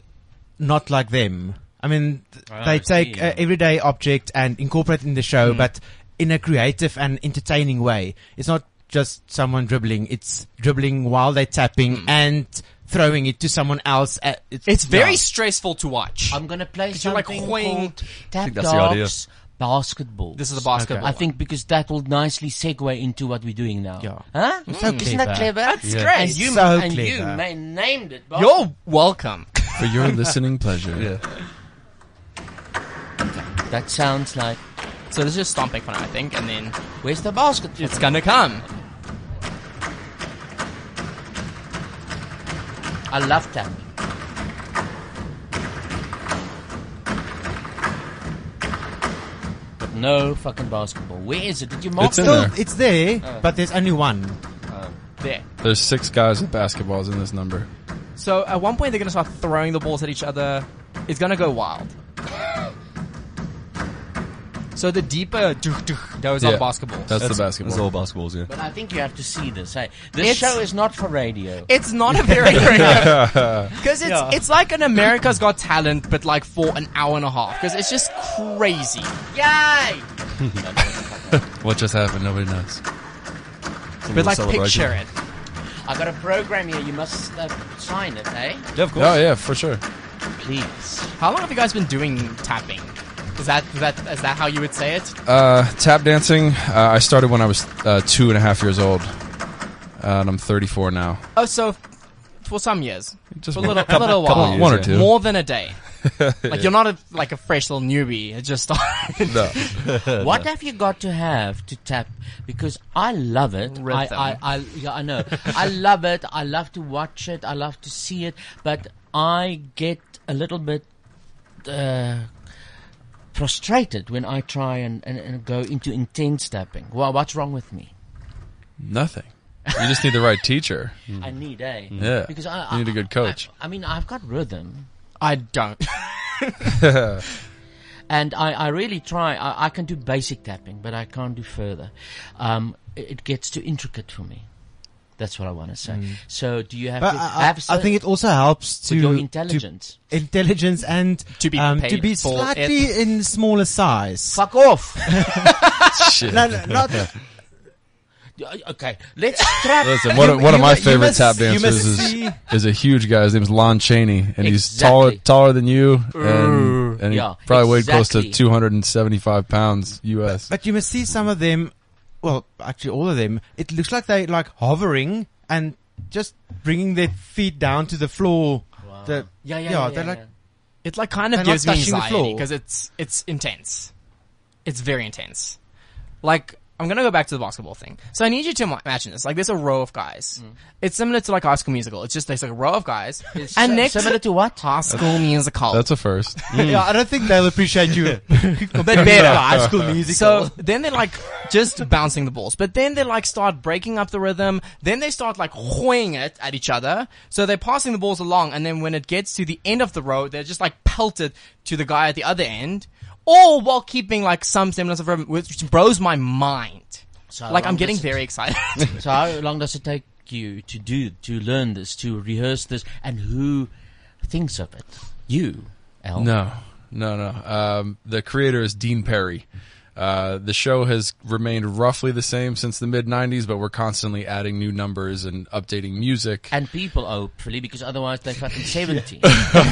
Speaker 15: not like them. I mean, th-
Speaker 3: Ah, I
Speaker 15: they take
Speaker 3: see. Hmm.
Speaker 15: a everyday object and incorporate it in the show, but in a creative and entertaining way. It's not just someone dribbling. It's dribbling while they're tapping
Speaker 3: Hmm.
Speaker 15: and throwing it to someone else. At,
Speaker 3: It's very
Speaker 15: yeah.
Speaker 3: stressful to watch. I'm
Speaker 4: gonna play
Speaker 3: you're like
Speaker 4: something
Speaker 3: hoing.
Speaker 4: called Tap
Speaker 15: that's the idea.
Speaker 4: Dogs Basketball.
Speaker 3: This is the basketball
Speaker 4: I
Speaker 3: one.
Speaker 4: think because that will nicely segue into what we're doing now. Yeah. Huh?
Speaker 3: It's so
Speaker 4: Isn't that
Speaker 3: Mm. clever.
Speaker 4: clever?
Speaker 3: That's Yeah. great.
Speaker 4: And you,
Speaker 3: So
Speaker 4: and you
Speaker 3: clever.
Speaker 4: may named it. Bas-
Speaker 3: You're welcome.
Speaker 17: For your listening pleasure.
Speaker 4: That sounds like.
Speaker 3: So this is just stomping for now, I think, and then
Speaker 4: where's the basketball?
Speaker 3: It's gonna come.
Speaker 4: I love that. But no fucking basketball. Where is it? Did you mark
Speaker 17: It's in
Speaker 4: it?
Speaker 17: there.
Speaker 15: Still, it's there,
Speaker 3: Uh.
Speaker 4: Oh.
Speaker 15: but there's only one.
Speaker 4: Oh, there.
Speaker 17: There's six guys with basketballs in this number.
Speaker 3: So at one point they're gonna start throwing the balls at each other. It's gonna go wild. So the deeper duk, duk, that was on
Speaker 17: Yeah,
Speaker 3: the basketball.
Speaker 17: That's, the basketball.
Speaker 16: It's all basketballs, yeah.
Speaker 4: But I think you have to see this. Hey, this
Speaker 3: It's-
Speaker 4: show is not for radio.
Speaker 3: It's not a very because it's
Speaker 4: Yeah.
Speaker 3: it's like an America's Got Talent, but like for an hour and a half because it's just crazy.
Speaker 4: Yay!
Speaker 17: what just happened? Nobody knows.
Speaker 3: But like picture it.
Speaker 4: I got a program here. You must uh, sign it, eh?
Speaker 17: Yeah, of course. Oh, yeah, for sure.
Speaker 4: Please.
Speaker 3: How long have you guys been doing tapping? Is that is that is that how you would say it?
Speaker 17: Uh, tap dancing. Uh, I started when I was uh, two and a half years old, and I'm 34 now.
Speaker 3: Oh, so for some years,
Speaker 17: Just
Speaker 3: for a
Speaker 17: one-
Speaker 3: little, a
Speaker 17: couple-
Speaker 3: little
Speaker 17: couple
Speaker 3: while,
Speaker 17: years, One or yeah. two.
Speaker 3: more than a day.
Speaker 17: Yeah.
Speaker 3: like you're not a, like a fresh little newbie. It just started.
Speaker 4: What have you got to have to tap? Because I love it. I,
Speaker 3: Rhythm.
Speaker 4: I, I, yeah, I know. I love it. I love to watch it. I love to see it. But I get a little bit uh, frustrated when I try and, and, and go into intense tapping. Well, what's wrong with me?
Speaker 17: Nothing. You just need the right teacher.
Speaker 4: I need a
Speaker 17: Mm. Yeah.
Speaker 4: because I,
Speaker 17: you need a
Speaker 4: I-
Speaker 17: good coach.
Speaker 4: I, I mean, I've got rhythm.
Speaker 3: I don't.
Speaker 4: and I, I really try. I, I can do basic tapping, but I can't do further. Um, it, it gets too intricate for me. That's what I want to say.
Speaker 15: Mm.
Speaker 4: So, do you have
Speaker 15: But
Speaker 4: to
Speaker 15: I, I-
Speaker 4: have?
Speaker 15: I think it also helps to
Speaker 4: with your
Speaker 15: to-
Speaker 4: intelligence.
Speaker 15: intelligence, and
Speaker 4: To be
Speaker 15: um,
Speaker 4: paid
Speaker 15: to be
Speaker 4: for
Speaker 15: slightly
Speaker 4: it.
Speaker 15: in smaller size.
Speaker 4: Fuck off!
Speaker 15: no, no, not.
Speaker 4: Uh, Okay, let's trap.
Speaker 17: Listen, one, of- one of my favorite
Speaker 4: must-
Speaker 17: tap
Speaker 4: you
Speaker 17: dancers
Speaker 4: must
Speaker 17: is,
Speaker 4: see-
Speaker 17: is a huge guy. His name's Lon Chaney, and he's taller
Speaker 4: Exactly.
Speaker 17: taller than you, and,
Speaker 15: Ooh.
Speaker 17: and he
Speaker 15: Yeah,
Speaker 17: probably weighed close to
Speaker 15: exactly.
Speaker 17: 275 pounds U.S.
Speaker 15: But you must see some of them. Well, actually, all of them. It looks like they like hovering and just bringing their feet down to the floor The,
Speaker 3: Yeah, yeah,
Speaker 15: yeah,
Speaker 3: yeah,
Speaker 15: they're
Speaker 3: yeah,
Speaker 15: like
Speaker 3: yeah. It like kind of
Speaker 15: They're not
Speaker 3: gives me
Speaker 15: touching the
Speaker 3: anxiety
Speaker 15: floor.
Speaker 3: because it's it's intense. It's very intense. Like I'm gonna go back to the basketball thing. So I need you to im- imagine this. Like there's a row of guys.
Speaker 4: Mm.
Speaker 3: It's similar to like High School Musical. It's just there's like a row of guys.
Speaker 4: It's
Speaker 3: and
Speaker 4: si-
Speaker 3: next
Speaker 4: similar to what?
Speaker 3: High School Musical.
Speaker 17: That's a first.
Speaker 15: yeah, I don't think they'll appreciate you.
Speaker 3: but
Speaker 15: compared to
Speaker 3: better.
Speaker 15: a High School Musical.
Speaker 3: So then they're like just bouncing the balls, but then they like start breaking up the rhythm. Then they start like hoing it at each other. So they're passing the balls along, and then when it gets to the end of the row, they're just like pelted to the guy at the other end, all while keeping like some semblance of rhythm, which blows my mind.
Speaker 4: So
Speaker 3: like
Speaker 4: how
Speaker 3: I'm
Speaker 4: long
Speaker 3: getting
Speaker 4: does it-
Speaker 3: very excited.
Speaker 4: so how long does it take you to do to learn this, to rehearse this, and who thinks of it? You, Al.
Speaker 17: No, no, no. Um, the creator is Dean Perry. Uh, the show has remained roughly the same since the mid '90s, but we're constantly adding new numbers and updating music
Speaker 4: and people, hopefully, because otherwise they're fucking seventy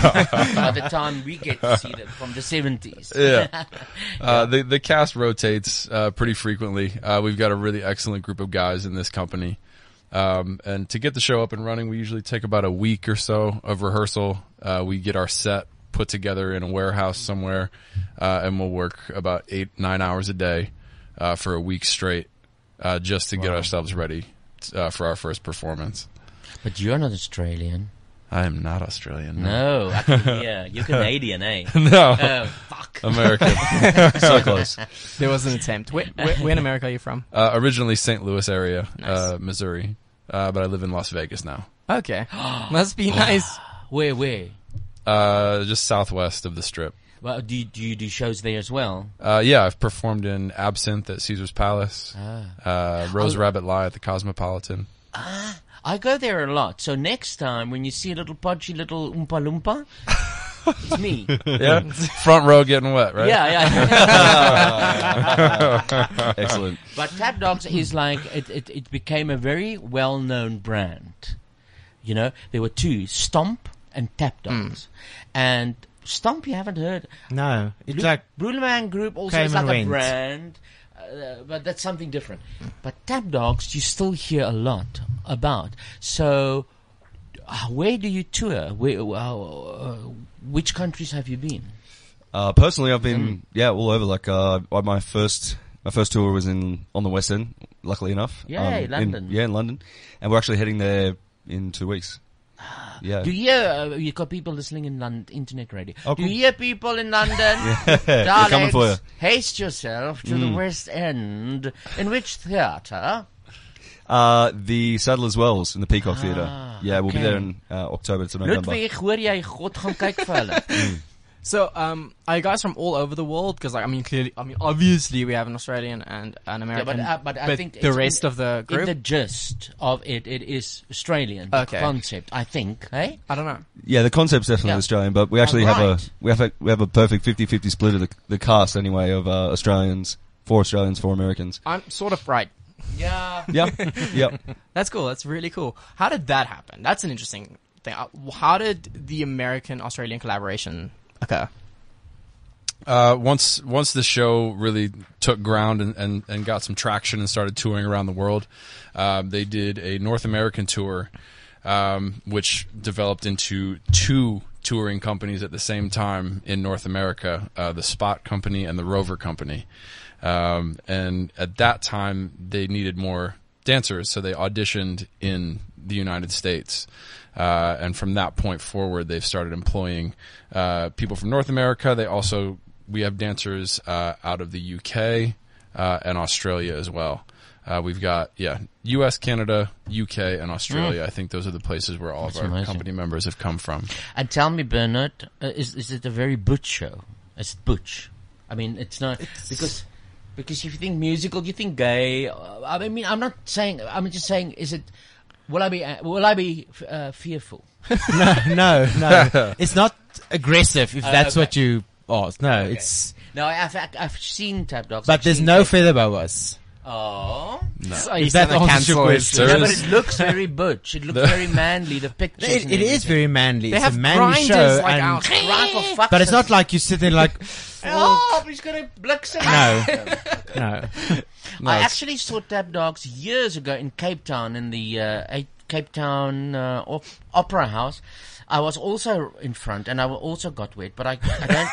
Speaker 4: by the time we get to see them from the seventies.
Speaker 17: Yeah. Uh, the the cast rotates uh, pretty frequently. Uh, we've got a really excellent group of guys in this company, um, and to get the show up and running, we usually take about a week or so of rehearsal. Uh, we get our set put together in a warehouse somewhere, uh, and we'll work about eight nine hours a day uh, for a week straight, uh, just to get ourselves ready uh, for our first performance.
Speaker 4: But you're not Australian.
Speaker 17: I am not Australian.
Speaker 4: No, I can hear. You're Canadian, eh?
Speaker 17: no.
Speaker 4: Oh, fuck.
Speaker 17: American. so close.
Speaker 3: There was an attempt. Where, where, where in America are you from?
Speaker 17: Uh, originally St. Louis area, uh, Missouri, uh, but I live in Las Vegas now.
Speaker 3: Okay, must be nice.
Speaker 4: Where, where?
Speaker 17: Uh, just southwest of the Strip.
Speaker 4: Well, do you, do you do shows there as well?
Speaker 17: Uh, yeah, I've performed in Absinthe at Caesar's Palace, uh, Rose
Speaker 4: Oh.
Speaker 17: Rabbit Lie at the Cosmopolitan.
Speaker 4: I go there a lot. So next time when you see a little podgy little oompa loompa, it's me.
Speaker 17: Yeah, front row getting wet, right?
Speaker 4: Yeah, yeah.
Speaker 17: Excellent.
Speaker 4: But Tap Dogs is like it, it, it became a very well known brand. You know, there were two, Stomp and Tap
Speaker 15: Hmm.
Speaker 4: Dogs. And Stomp you haven't heard.
Speaker 15: No, it's
Speaker 4: Bru-
Speaker 15: like
Speaker 4: Bruleman Group also
Speaker 15: came
Speaker 4: is like
Speaker 15: and
Speaker 4: a
Speaker 15: went.
Speaker 4: brand. Uh, but that's something different. But Tap Dogs you still hear a lot about. So uh, where do you tour? Where, uh, which countries have you been?
Speaker 16: Uh, personally, I've
Speaker 4: Mm.
Speaker 16: been yeah all over. Like uh, on my first my first tour was in on the West End. Luckily enough, Um,
Speaker 4: Yay,
Speaker 16: in-
Speaker 4: London.
Speaker 16: yeah, in London, and we're actually heading there in two weeks. Yeah,
Speaker 4: Do you hear, uh, you got people listening in London, internet radio.
Speaker 16: Oh,
Speaker 4: Do you hear people in London?
Speaker 16: They're
Speaker 4: Darlings,
Speaker 16: coming for you.
Speaker 4: haste yourself to the
Speaker 16: Mm.
Speaker 4: West End. In which theatre?
Speaker 16: uh, the Saddlers Wells in the Peacock
Speaker 4: Ah,
Speaker 16: Theatre. Yeah, we'll be
Speaker 4: okay.
Speaker 16: there in uh, October to November.
Speaker 3: Ludwig,
Speaker 4: hoor jy God gaan kyk vir hulle.
Speaker 3: Hmm. So, um, are you guys from all over the world? Because, like, I mean, clearly, I mean, obviously, we have an Australian and an American.
Speaker 4: but, uh, but I think
Speaker 3: the
Speaker 4: it's
Speaker 3: rest
Speaker 4: in-
Speaker 3: of the
Speaker 4: in
Speaker 3: group.
Speaker 4: the gist of it, it is Australian the
Speaker 3: Okay.
Speaker 4: concept. I think, hey,
Speaker 3: I don't know.
Speaker 16: Yeah, the concept's definitely Australian, but we actually have a
Speaker 4: Alright.
Speaker 16: we have a we have a perfect 50-50 split of the, the cast anyway of uh, Australians, four Australians, four Americans.
Speaker 3: I'm sort of right.
Speaker 4: Yeah.
Speaker 16: Yep. Yep.
Speaker 3: That's cool. That's really cool. How did that happen? That's an interesting thing. Uh, How did the American Australian collaboration occur?
Speaker 17: Uh, once once the show really took ground and, and, and got some traction and started touring around the world, um, they did a North American tour, um, which developed into two touring companies at the same time in North America: uh, the Spot Company and the Rover Company. Um, and at that time, they needed more dancers, so they auditioned in the United States. Uh, and from that point forward, they've started employing uh, people from North America. They also we have dancers uh, out of the UK uh, and Australia as well. Uh, we've got yeah, U.S., Canada, U.K., and Australia.
Speaker 4: Mm.
Speaker 17: I think those are the places where all
Speaker 4: That's
Speaker 17: of our
Speaker 4: amazing.
Speaker 17: company members have come from.
Speaker 4: And tell me, Bernard, uh, is is it a very butch show? Is it butch? I mean, it's not because because if you think musical, you think gay. Uh, I mean, I'm not saying. I'm just saying, is it? Will I be? uh, Will I be uh, fearful?
Speaker 15: no, no, no. It's not aggressive if
Speaker 4: Uh,
Speaker 15: that's
Speaker 4: okay.
Speaker 15: what you asked. No, it's.
Speaker 4: No, I- I've I've I've seen Tap Dogs.
Speaker 15: But
Speaker 4: I've
Speaker 15: there's
Speaker 4: seen
Speaker 15: no
Speaker 4: Tap-
Speaker 15: feather boas.
Speaker 4: Oh,
Speaker 15: No. So If you that gonna answers your cancel it? question.
Speaker 4: No, but
Speaker 15: There
Speaker 4: it looks very butch. It looks very manly. The pictures.
Speaker 15: It-
Speaker 4: and
Speaker 15: it is
Speaker 4: everything.
Speaker 15: very manly. They It's a have manly grinders show like and- our-
Speaker 4: Cry for fuck's
Speaker 15: But it's
Speaker 4: sake.
Speaker 15: not like you sit there like.
Speaker 4: Oh, he's gonna blixen.
Speaker 15: No. No. No,
Speaker 4: I
Speaker 15: it's-
Speaker 4: actually saw Tap Dogs years ago in Cape Town in the uh, eight, Cape Town uh, op- Opera House. I was also in front, and I also got wet, but I, I don't.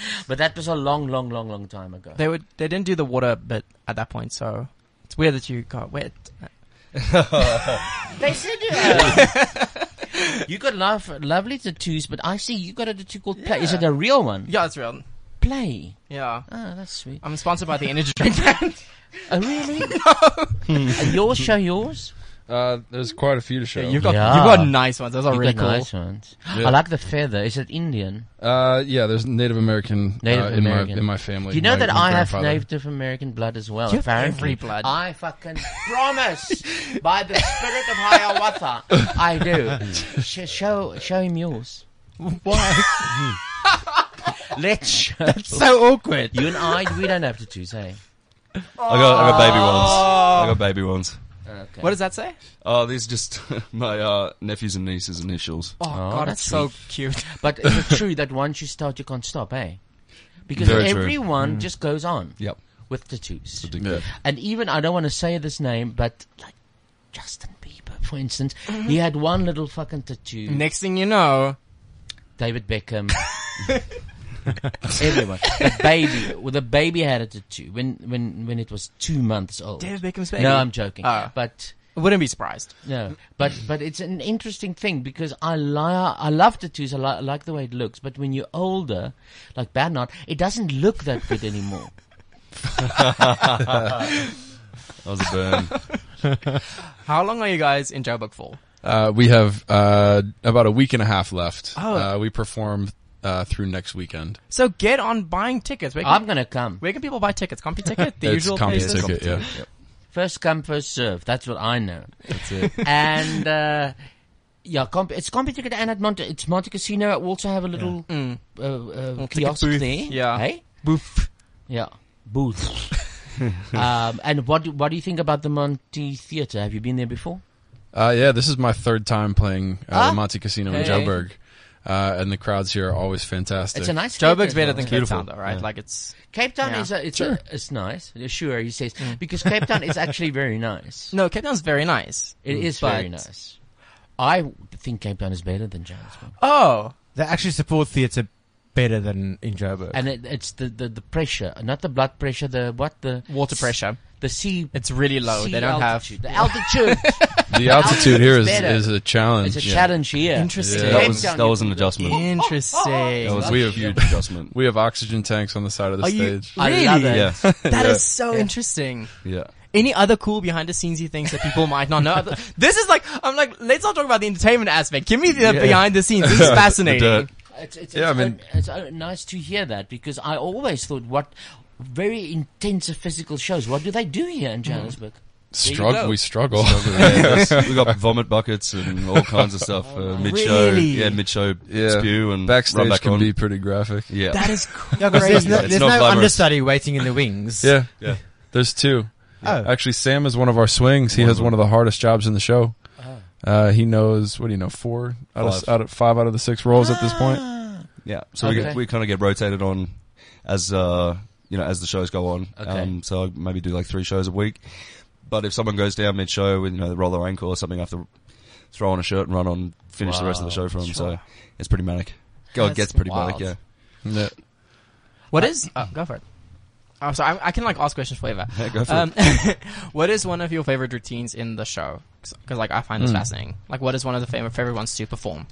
Speaker 4: but that was a long, long, long, long time ago.
Speaker 3: They would. They didn't do the water bit at that point, so it's weird that you got wet.
Speaker 4: They said uh, you. you got love, lovely tattoos, but I see you got a tattoo called Play. Is it a real one?
Speaker 3: Yeah, it's real.
Speaker 4: Play.
Speaker 3: Yeah.
Speaker 4: Oh, that's sweet.
Speaker 3: I'm sponsored by the energy drink brand.
Speaker 4: oh, really? Hmm. no. yours show yours?
Speaker 17: Uh, there's quite a few to show.
Speaker 3: Yeah, you've got- you've got nice ones. Those are
Speaker 4: You
Speaker 3: really
Speaker 4: got
Speaker 3: cool.
Speaker 4: Nice ones. I like the feather. Is it Indian?
Speaker 17: Uh, yeah, there's Native American,
Speaker 4: Native
Speaker 17: uh, in
Speaker 4: American
Speaker 17: my in my family.
Speaker 4: You know
Speaker 17: my-
Speaker 4: that
Speaker 17: my
Speaker 4: I have
Speaker 17: grandfather.
Speaker 4: Native American blood as well.
Speaker 17: You have
Speaker 4: apparently.
Speaker 17: every blood.
Speaker 4: I fucking promise by the spirit of Hiawatha, I do. Sh- show show him yours. Why? Let's. Show. That's
Speaker 3: so awkward.
Speaker 4: You and I, we don't have to choose, hey.
Speaker 16: I
Speaker 4: Oh,
Speaker 16: got, I got baby ones. I got baby ones.
Speaker 4: Okay.
Speaker 3: Oh. What does that say?
Speaker 16: Oh, these just my uh, nephews and nieces' initials.
Speaker 3: Oh, God, that's so cute.
Speaker 4: But is it true that once you start, you can't stop, eh? Because
Speaker 16: Very true.
Speaker 4: everyone
Speaker 16: Mm.
Speaker 4: just goes on.
Speaker 16: Yep.
Speaker 4: With tattoos.
Speaker 16: addictive. Yeah.
Speaker 4: And even, I don't want to say this name, but like Justin Bieber, for instance, he had one little fucking tattoo.
Speaker 3: Mm-hmm. Next thing you know,
Speaker 4: David Beckham. Everyone. The baby. Well, the baby had a tattoo when, when, when it was two months old.
Speaker 3: David Beckham's baby?
Speaker 4: No, I'm joking.
Speaker 3: Oh.
Speaker 4: But.
Speaker 3: I wouldn't be surprised.
Speaker 4: No, but but it's an interesting thing because I li- I love tattoos. I, li- I like the way it looks, but when you're older, like Bernard, it doesn't look that good anymore.
Speaker 16: that was a burn.
Speaker 3: How long are you guys in Joburg for?
Speaker 17: Uh, we have uh, about a week and a half left.
Speaker 3: Oh.
Speaker 17: Uh, we perform uh, through next weekend.
Speaker 3: So get on buying tickets. Where
Speaker 4: I'm gonna come.
Speaker 3: Where can people buy tickets? Compy ticket, the
Speaker 17: It's
Speaker 3: usual
Speaker 17: Compy
Speaker 3: places.
Speaker 17: Ticket, yeah.
Speaker 4: First come, first serve. That's what I know. That's
Speaker 3: it.
Speaker 4: and uh, yeah, comp- it's complicated. And at Monte, it's Monte Casino. I also have a little
Speaker 3: Yeah. Mm.
Speaker 4: uh, uh,
Speaker 3: Little ticket
Speaker 4: kiosk
Speaker 3: booth,
Speaker 4: there.
Speaker 3: yeah.
Speaker 4: hey,
Speaker 3: booth.
Speaker 4: Yeah, booth. um, and what do- what do you think about the Monte Theatre? Have you been there before?
Speaker 17: Uh, yeah, this is my third time playing uh,
Speaker 4: Ah.
Speaker 17: the Monte Casino in
Speaker 4: Hey.
Speaker 17: Joburg, uh, and the crowds here are always fantastic.
Speaker 4: It's a nice.
Speaker 3: Joburg's
Speaker 4: theatre,
Speaker 3: better
Speaker 4: though.
Speaker 3: than Cape Town, though, right? Like it's
Speaker 4: Cape Town
Speaker 3: Yeah.
Speaker 4: is a, it's a, it's nice. Yeah, Sure, he says because Cape Town is actually very nice.
Speaker 3: Mm. No, Cape Town's very nice.
Speaker 4: It is
Speaker 3: But-
Speaker 4: very nice. I think Cape Town is better than Johannesburg,
Speaker 3: Oh,
Speaker 15: they actually support theatre better than in Joburg.
Speaker 4: and it, it's the, the the pressure, not the blood pressure, the what the
Speaker 3: water pressure,
Speaker 4: the sea.
Speaker 3: It's really low.
Speaker 4: sea
Speaker 3: They don't have-
Speaker 4: altitude. the altitude.
Speaker 17: The altitude here is,
Speaker 4: better.
Speaker 17: is a challenge.
Speaker 4: It's a challenge here.
Speaker 3: Interesting.
Speaker 17: Yeah.
Speaker 16: That
Speaker 17: Cape
Speaker 16: was
Speaker 17: Town,
Speaker 16: that
Speaker 17: you
Speaker 16: was
Speaker 17: can
Speaker 16: an
Speaker 17: do it.
Speaker 16: adjusting.
Speaker 3: Interesting.
Speaker 16: That was a huge adjustment.
Speaker 17: We have oxygen tanks on the side of the
Speaker 3: Are you-
Speaker 17: stage.
Speaker 3: really? That is
Speaker 17: Yeah. Yeah.
Speaker 3: so interesting.
Speaker 16: Yeah.
Speaker 3: Any other cool behind the scenes things that people might not know? This is like I'm like let's not talk about the entertainment aspect. Give me the
Speaker 17: Yeah.
Speaker 3: behind the scenes. This
Speaker 17: The
Speaker 3: is
Speaker 17: dirt.
Speaker 3: fascinating.
Speaker 4: It's, it's,
Speaker 17: Yeah,
Speaker 4: it's,
Speaker 17: I mean-
Speaker 4: o- it's o- nice to hear that because I always thought what very intensive physical shows. What do they do here
Speaker 3: Mm-hmm.
Speaker 4: in Johannesburg? There you
Speaker 17: Strugg-
Speaker 4: go.
Speaker 17: we struggle.
Speaker 16: Yeah, we got vomit buckets and all kinds of stuff
Speaker 3: Oh,
Speaker 16: uh, mid show.
Speaker 17: Really?
Speaker 16: Yeah, mid show
Speaker 17: Yeah.
Speaker 16: spew and
Speaker 17: Backstage
Speaker 16: rub back
Speaker 17: can
Speaker 16: on.
Speaker 17: be pretty graphic.
Speaker 16: Yeah,
Speaker 3: That is
Speaker 15: Yeah, 'cause there's no,
Speaker 16: It's
Speaker 15: there's
Speaker 16: not
Speaker 15: no
Speaker 16: glamorous.
Speaker 15: understudy waiting in the wings.
Speaker 17: Yeah. There's two. Actually, Sam is one of our swings. He has one of the hardest jobs in the show. Uh, he knows what do you know? Four out of,
Speaker 16: Five.
Speaker 17: out of five out of the six roles at this point.
Speaker 16: Yeah, so we
Speaker 17: Okay.
Speaker 16: get, we kind of get rotated on as uh, you know as the shows go on. Um, so I maybe do like three shows a week. But if someone goes down mid show with you know they roll their ankle or something, I have to throw on a shirt and run on finish the rest of the show for them. So it's pretty manic. Go, it
Speaker 3: That's
Speaker 16: gets pretty
Speaker 3: wild.
Speaker 16: manic. Yeah.
Speaker 3: What is? oh, go for it. Oh, I'm sorry. I, I can like ask questions forever.
Speaker 16: Yeah, go for
Speaker 3: Um, what is one of your favorite routines in the show? Because like I find this
Speaker 17: Hmm.
Speaker 3: fascinating. Like what is one of the favorite favorite ones to perform?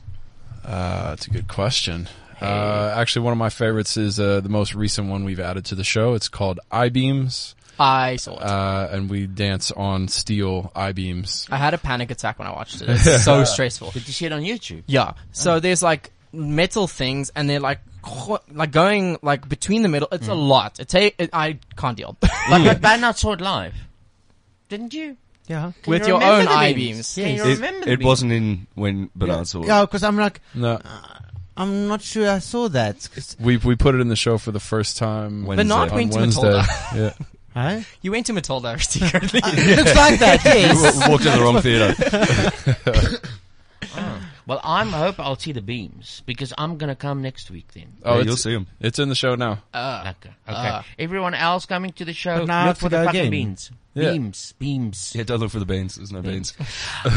Speaker 17: Uh, that's a good question. Uh, actually, one of my favorites is uh, the most recent one we've added to the show. It's called I beams.
Speaker 3: I saw it.
Speaker 17: Uh, and we dance on steel I beams.
Speaker 3: I had a panic attack when I watched it. It's so stressful.
Speaker 4: Did you see it on YouTube? Oh.
Speaker 3: Yeah. So there's like metal things, and they're like like going like between the middle. It's a lot. It take it, I can't deal.
Speaker 4: Hmm. But, but Bernard saw it live, didn't you?
Speaker 15: Yeah.
Speaker 4: Can
Speaker 3: With
Speaker 4: you
Speaker 3: your
Speaker 4: remember
Speaker 3: own
Speaker 4: the
Speaker 3: eye
Speaker 4: beams?
Speaker 3: beams.
Speaker 4: Can you
Speaker 16: It,
Speaker 4: remember the
Speaker 16: it
Speaker 4: beams?
Speaker 16: wasn't in when Bernard saw it.
Speaker 15: Yeah, because I'm like,
Speaker 17: No,
Speaker 15: I'm not sure I saw that. 'Cause-
Speaker 17: we we put it in the show for the first time.
Speaker 3: But not
Speaker 17: on
Speaker 3: went to
Speaker 17: Wednesday.
Speaker 3: Matilda.
Speaker 17: yeah.
Speaker 15: Huh?
Speaker 3: You went to Matilda secretly.
Speaker 4: Looks like that, yes.
Speaker 16: walked in the wrong
Speaker 4: theatre. Ah. Well, I'm I hope I'll see the beams because I'm gonna come next week then.
Speaker 17: Oh,
Speaker 16: Yeah,
Speaker 17: it's-
Speaker 16: you'll see 'em.
Speaker 17: It's in the show now.
Speaker 4: Uh, okay. Okay.
Speaker 17: Ah.
Speaker 4: Everyone else coming to the show,
Speaker 15: But now I
Speaker 4: look
Speaker 15: have
Speaker 4: for the
Speaker 15: to go
Speaker 4: fucking
Speaker 15: again.
Speaker 4: beans. Beams, beams.
Speaker 16: Yeah, don't look for the beans. There's no beans.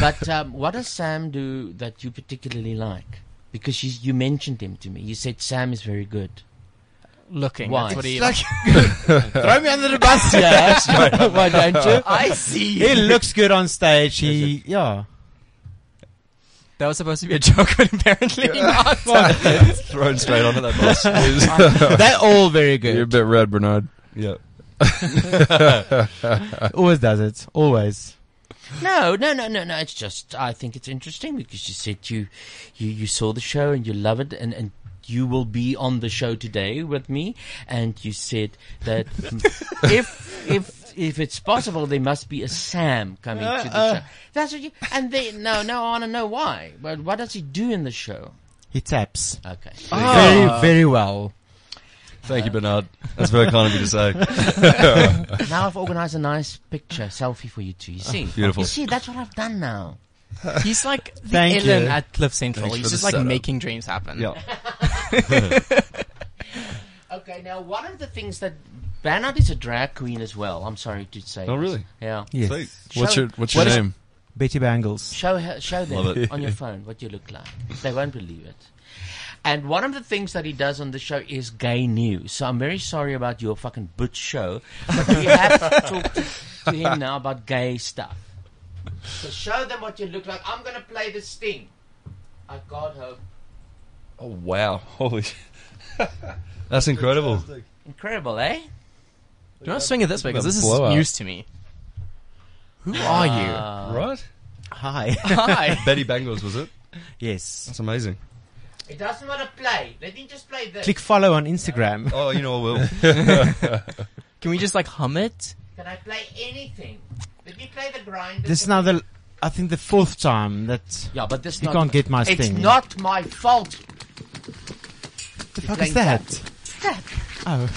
Speaker 4: but um, what does Sam do that you particularly like? Because you, you mentioned him to me. You said Sam is very good.
Speaker 3: Looking.
Speaker 4: Why?
Speaker 3: That's what he
Speaker 4: It's
Speaker 3: like-
Speaker 15: Throw me under the bus,
Speaker 3: Yeah,
Speaker 15: yeah.
Speaker 3: straight up. Why don't you? I see you.
Speaker 15: He looks good on stage. He, yeah.
Speaker 3: That was supposed to be a joke, but apparently not.
Speaker 16: Thrown straight onto that bus.
Speaker 15: They're all very good.
Speaker 17: You're a bit red, Bernard.
Speaker 16: Yeah.
Speaker 15: always does it. Always.
Speaker 4: No, no, no, no, no. It's just I think it's interesting because you said you, you, you saw the show and you love it, and and you will be on the show today with me, and you said that if if if it's possible, there must be a Sam coming to the
Speaker 15: Uh, uh.
Speaker 4: show. That's what you. And they no, no. I want to know why. But what does he do in the show?
Speaker 15: He taps.
Speaker 4: Okay.
Speaker 15: Ah. Very, very well.
Speaker 16: Thank you, Bernard. That's very kind of you to say.
Speaker 4: now I've organised a nice picture selfie for you two. You see,
Speaker 16: Beautiful.
Speaker 4: You see, that's what I've done now.
Speaker 3: He's like the
Speaker 4: Thank
Speaker 3: Ellen
Speaker 4: you.
Speaker 3: at Cliff Central.
Speaker 4: Thanks
Speaker 3: He's
Speaker 4: for
Speaker 3: just
Speaker 4: the
Speaker 3: like
Speaker 4: setup.
Speaker 3: making dreams happen.
Speaker 4: Okay, now one of the things that Bernard is a drag queen as well. I'm sorry to say.
Speaker 16: Oh,
Speaker 4: this.
Speaker 16: really?
Speaker 4: Yeah.
Speaker 15: Yes.
Speaker 17: What's
Speaker 4: Show-
Speaker 17: your What's your name?
Speaker 15: Betty Bangles.
Speaker 4: Show her, show them
Speaker 15: Love it.
Speaker 4: on your phone what you look like. They won't believe it. And one of the things that he does on the show is gay news. So I'm very sorry about your fucking butch show, but we have to talk to, to him now about gay stuff. So show them what you look like. I'm gonna play the sting. I God hope.
Speaker 16: Oh wow! Holy, that's incredible.
Speaker 4: Incredible, eh?
Speaker 3: Do you want to swing it this way? Because this is
Speaker 16: Blowout.
Speaker 3: news to me. Who are you?
Speaker 4: Ah.
Speaker 16: Right?
Speaker 15: Hi.
Speaker 3: Hi.
Speaker 16: Betty Bangles was it?
Speaker 15: Yes.
Speaker 16: That's amazing.
Speaker 4: It doesn't want to play. Let me just play this.
Speaker 15: Click follow on Instagram.
Speaker 16: Oh, you know I
Speaker 3: will. Can we just like hum it?
Speaker 4: Can I play anything? Let me play the grind.
Speaker 15: This is now the, I think the fourth time that
Speaker 4: yeah, but this
Speaker 15: you
Speaker 4: not-
Speaker 15: can't get my
Speaker 4: it's
Speaker 15: thing.
Speaker 4: not my fault.
Speaker 15: the fuck is that? Oh,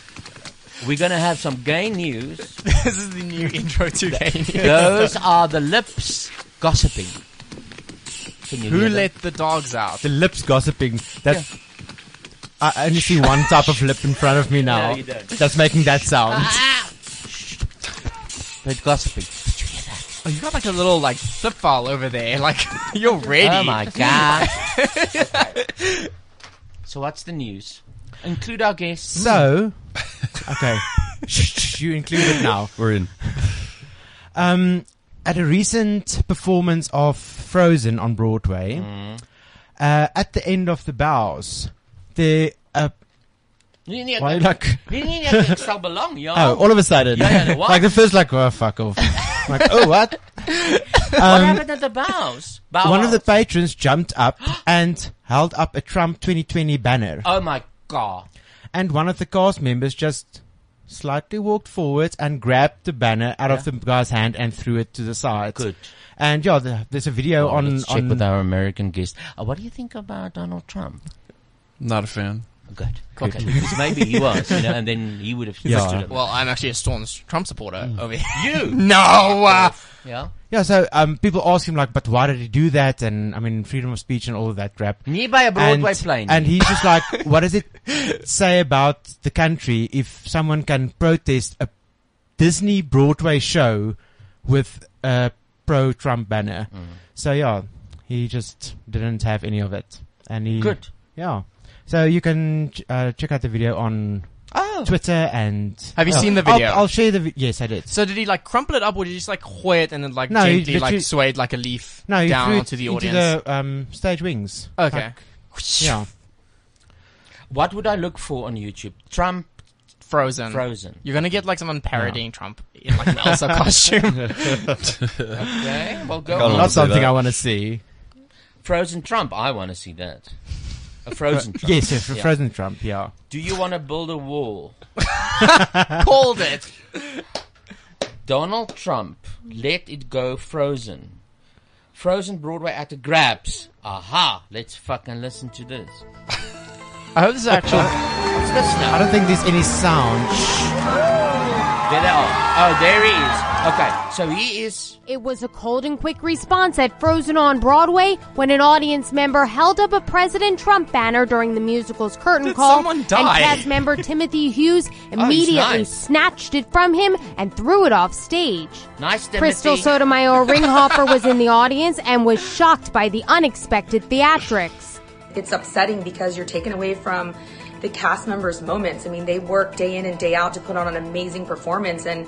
Speaker 4: We're gonna have some gay news.
Speaker 3: this is the new intro to game.
Speaker 4: Those are the lips gossiping. Can you
Speaker 3: Who
Speaker 4: hear them?
Speaker 3: let the dogs out?
Speaker 15: the lips gossiping. That I only see one type of lip in front of me now.
Speaker 3: you don't.
Speaker 15: That's making that sound.
Speaker 4: But gossiping.
Speaker 3: Oh, you got like a little like flip file over there. Like you're ready.
Speaker 4: Oh my god. So what's the news? Include our guests.
Speaker 15: So, okay, Shh, shh, you include it now.
Speaker 16: We're in.
Speaker 15: Um, at a recent performance of Frozen on Broadway,
Speaker 4: Hmm.
Speaker 15: uh, at the end of the bows, the uh,
Speaker 4: Nee, nee,
Speaker 15: Why
Speaker 4: ek-
Speaker 15: like-
Speaker 4: Nee, nee, nee, ek- ek sal belang, ja.
Speaker 15: oh, all of a sudden,
Speaker 4: Ja, ja, what?
Speaker 15: like the first, like oh fuck off, like oh what?
Speaker 4: what
Speaker 15: Um,
Speaker 4: happened at the bows? Bow
Speaker 15: One of the
Speaker 4: Wow.
Speaker 15: patrons jumped up and held up a Trump 2020 banner.
Speaker 4: Oh my god.
Speaker 15: And one of the cast members just slightly walked forward and grabbed the banner out of the guy's hand and threw it to the side. Good. And yeah, the, there's a video
Speaker 4: Oh,
Speaker 15: on.
Speaker 4: let's check
Speaker 15: on-
Speaker 4: with our American guest. Uh, what do you think about Donald Trump?
Speaker 17: Not a fan.
Speaker 4: Good. Okay, because maybe he was, you know, and then he would have
Speaker 15: Yeah. Mm.
Speaker 4: stood him.
Speaker 3: Well, I'm actually a staunch Trump supporter over here.
Speaker 4: You?
Speaker 3: no. Uh,
Speaker 4: Yeah.
Speaker 15: Yeah, so um, people ask him like, but why did he do that? And I mean, freedom of speech and all of that crap.
Speaker 4: Me by a Broadway
Speaker 15: and,
Speaker 4: plane.
Speaker 15: And he's just like, what does it say about the country if someone can protest a Disney Broadway show with a pro-Trump banner?
Speaker 4: Mm.
Speaker 15: So yeah, he just didn't have any of it. And he
Speaker 4: Good.
Speaker 15: Yeah. So you can uh, check out the video on
Speaker 4: Oh.
Speaker 15: Twitter and
Speaker 3: Have you
Speaker 15: Oh,
Speaker 3: seen the
Speaker 15: I'll-
Speaker 3: video?
Speaker 15: I'll, share the vi- yes, I did.
Speaker 3: So did he like crumple it up, or did he just like hoy it and then like
Speaker 15: No, he
Speaker 3: gently like
Speaker 15: literally-
Speaker 3: swayed like a leaf
Speaker 15: No, he
Speaker 3: down
Speaker 15: threw it
Speaker 3: onto the
Speaker 15: into
Speaker 3: audience?
Speaker 15: the um, stage wings.
Speaker 3: Okay.
Speaker 15: Like, yeah.
Speaker 4: What would I look for on YouTube? Trump,
Speaker 3: Frozen,
Speaker 4: Frozen.
Speaker 3: You're gonna get like someone parodying Trump in like an Elsa costume.
Speaker 4: okay, well go.
Speaker 15: Not
Speaker 4: on.
Speaker 15: something I want to see.
Speaker 4: Frozen Trump. I want to see that. A frozen Trump.
Speaker 15: Yes, yes, a frozen Trump. Yeah.
Speaker 4: Do you want to build a wall?
Speaker 3: Called it.
Speaker 4: Donald Trump. Let it go. Frozen. Frozen Broadway at the grabs. Aha! Let's fucking listen to this.
Speaker 3: I hope this is actual.
Speaker 4: Uh, What's this now?
Speaker 15: I don't think there's any sound.
Speaker 4: There they are. Oh, there he is. Okay, so he is.
Speaker 18: It was a cold and quick response at Frozen on Broadway when an audience member held up a President Trump banner during the musical's curtain
Speaker 3: Did
Speaker 18: call.
Speaker 3: someone
Speaker 18: and
Speaker 3: die?
Speaker 18: cast member Timothy Hughes
Speaker 4: Oh, he's
Speaker 18: immediately
Speaker 4: nice.
Speaker 18: snatched it from him and threw it off stage.
Speaker 4: Nice Timothy.
Speaker 18: Crystal Sotomayor Ringhoffer was in the audience and was shocked by the unexpected theatrics.
Speaker 19: it's upsetting because you're taken away from the cast members' moments. I mean, they work day in and day out to put on an amazing performance, and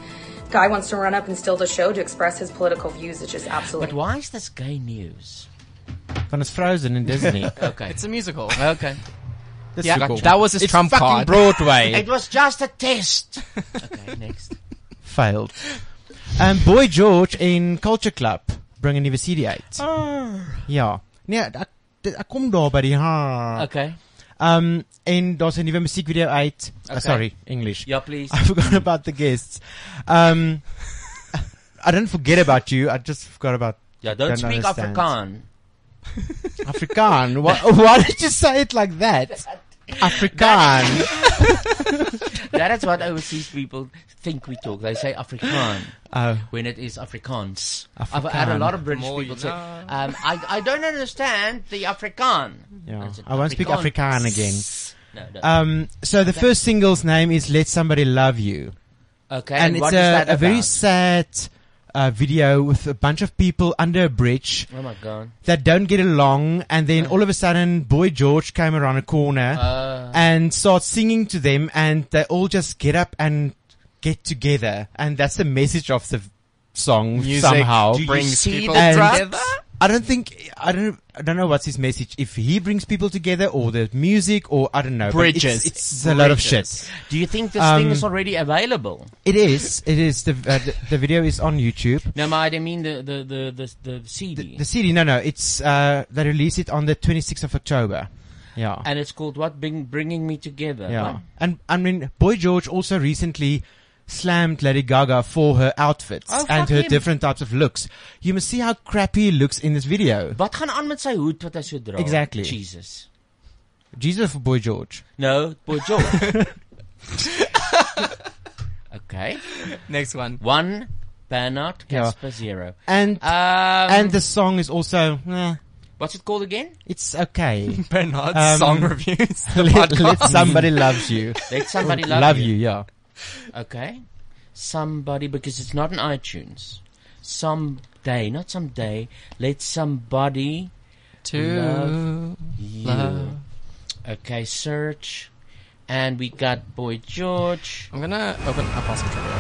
Speaker 19: guy wants to run up and steal the show to express his political views. It's just absolutely.
Speaker 4: But why is this gay news?
Speaker 15: Van is Frozen in Disney.
Speaker 4: okay.
Speaker 3: It's a musical.
Speaker 4: Okay.
Speaker 15: This
Speaker 3: yeah,
Speaker 15: is cool.
Speaker 3: that was his
Speaker 15: It's
Speaker 3: trump
Speaker 15: fucking
Speaker 3: card.
Speaker 15: Broadway.
Speaker 4: It was just a test. okay, next.
Speaker 15: Failed. Um, Boy George in Culture Club bring in nuwe CD8.
Speaker 4: Ah.
Speaker 15: Ja. Nee, ek dit- ek kom daar by die ha.
Speaker 4: Okay.
Speaker 15: Um en daar's 'n nuwe musiekvideo uit. Uh,
Speaker 4: Okay.
Speaker 15: sorry, English.
Speaker 4: Yeah, please.
Speaker 15: I forgot about the guests. Um I didn't forget about you. I just forgot about
Speaker 4: Yeah, don't, speak
Speaker 15: understand.
Speaker 4: Afrikaan.
Speaker 15: Afrikaan. Why, why did you say it like that? Afrikaan.
Speaker 4: that is what overseas people think we talk. They say Afrikaan
Speaker 15: Oh.
Speaker 4: when it is Afrikaans.
Speaker 15: Afrikaan.
Speaker 4: I've had a lot of British
Speaker 15: The more
Speaker 4: people
Speaker 15: you
Speaker 4: say,
Speaker 15: know.
Speaker 4: um, I, I don't understand the Afrikaan.
Speaker 15: Yeah.
Speaker 4: said,
Speaker 15: I won't speak Afrikaan again.
Speaker 4: No, no.
Speaker 15: Um, so the
Speaker 4: Okay.
Speaker 15: first single's name is "Let Somebody Love You."
Speaker 4: Okay,
Speaker 15: and
Speaker 4: and
Speaker 15: it's
Speaker 4: what
Speaker 15: a,
Speaker 4: is that
Speaker 15: a very
Speaker 4: about?
Speaker 15: sad uh, video with a bunch of people under a bridge.
Speaker 4: Oh my God. Uh.
Speaker 15: That don't get along, and then all of a sudden, Boy George came around a corner
Speaker 4: Ah.
Speaker 15: and starts singing to them, and they all just get up and get together, and that's the message of the song
Speaker 3: Music
Speaker 15: somehow.
Speaker 3: Do you brings see people
Speaker 15: And
Speaker 3: the drugs?
Speaker 15: I don't think I don't I don't know what's his message. If he brings people together, or the music, or I don't know. but it's-
Speaker 3: Bridges.
Speaker 15: It's, a lot of
Speaker 3: Bridges.
Speaker 15: shit.
Speaker 4: Do you think this thing is
Speaker 15: Um,
Speaker 4: already available?
Speaker 15: It is. It is. The, uh, the the video is on YouTube.
Speaker 4: No, ma, I didn't mean the the the the, the CD.
Speaker 15: The CD. No, no. It's uh, they released it on the 26th of October. Yeah.
Speaker 4: and it's called what? Bring, bringing me together.
Speaker 15: Yeah. And I mean, Boy George also recently slammed Lady Gaga for her outfits
Speaker 4: Oh,
Speaker 15: and
Speaker 4: fuck
Speaker 15: her
Speaker 4: him.
Speaker 15: different types of looks. You must see how crappy he looks in this video.
Speaker 4: Wat gaan aan met sy hoed wat hy so dra?
Speaker 15: Exactly.
Speaker 4: Jesus.
Speaker 15: Jesus for Boy George.
Speaker 4: No, boy George. okay.
Speaker 3: Next one.
Speaker 4: One Bernard Casper zero.
Speaker 15: And
Speaker 4: um,
Speaker 15: and the song is also. eh,
Speaker 4: What's it called again?
Speaker 15: it's okay.
Speaker 3: Bernard's song reviews the
Speaker 15: Um, let, let
Speaker 3: podcast.
Speaker 15: somebody loves you.
Speaker 4: Let somebody
Speaker 15: Or
Speaker 4: love,
Speaker 15: you. Yeah.
Speaker 4: Okay. Somebody because it's not an iTunes. Someday, not someday. Let somebody
Speaker 3: To
Speaker 4: love you.
Speaker 3: love.
Speaker 4: Okay, search, and we got Boy George.
Speaker 3: I'm gonna open up on some trivia.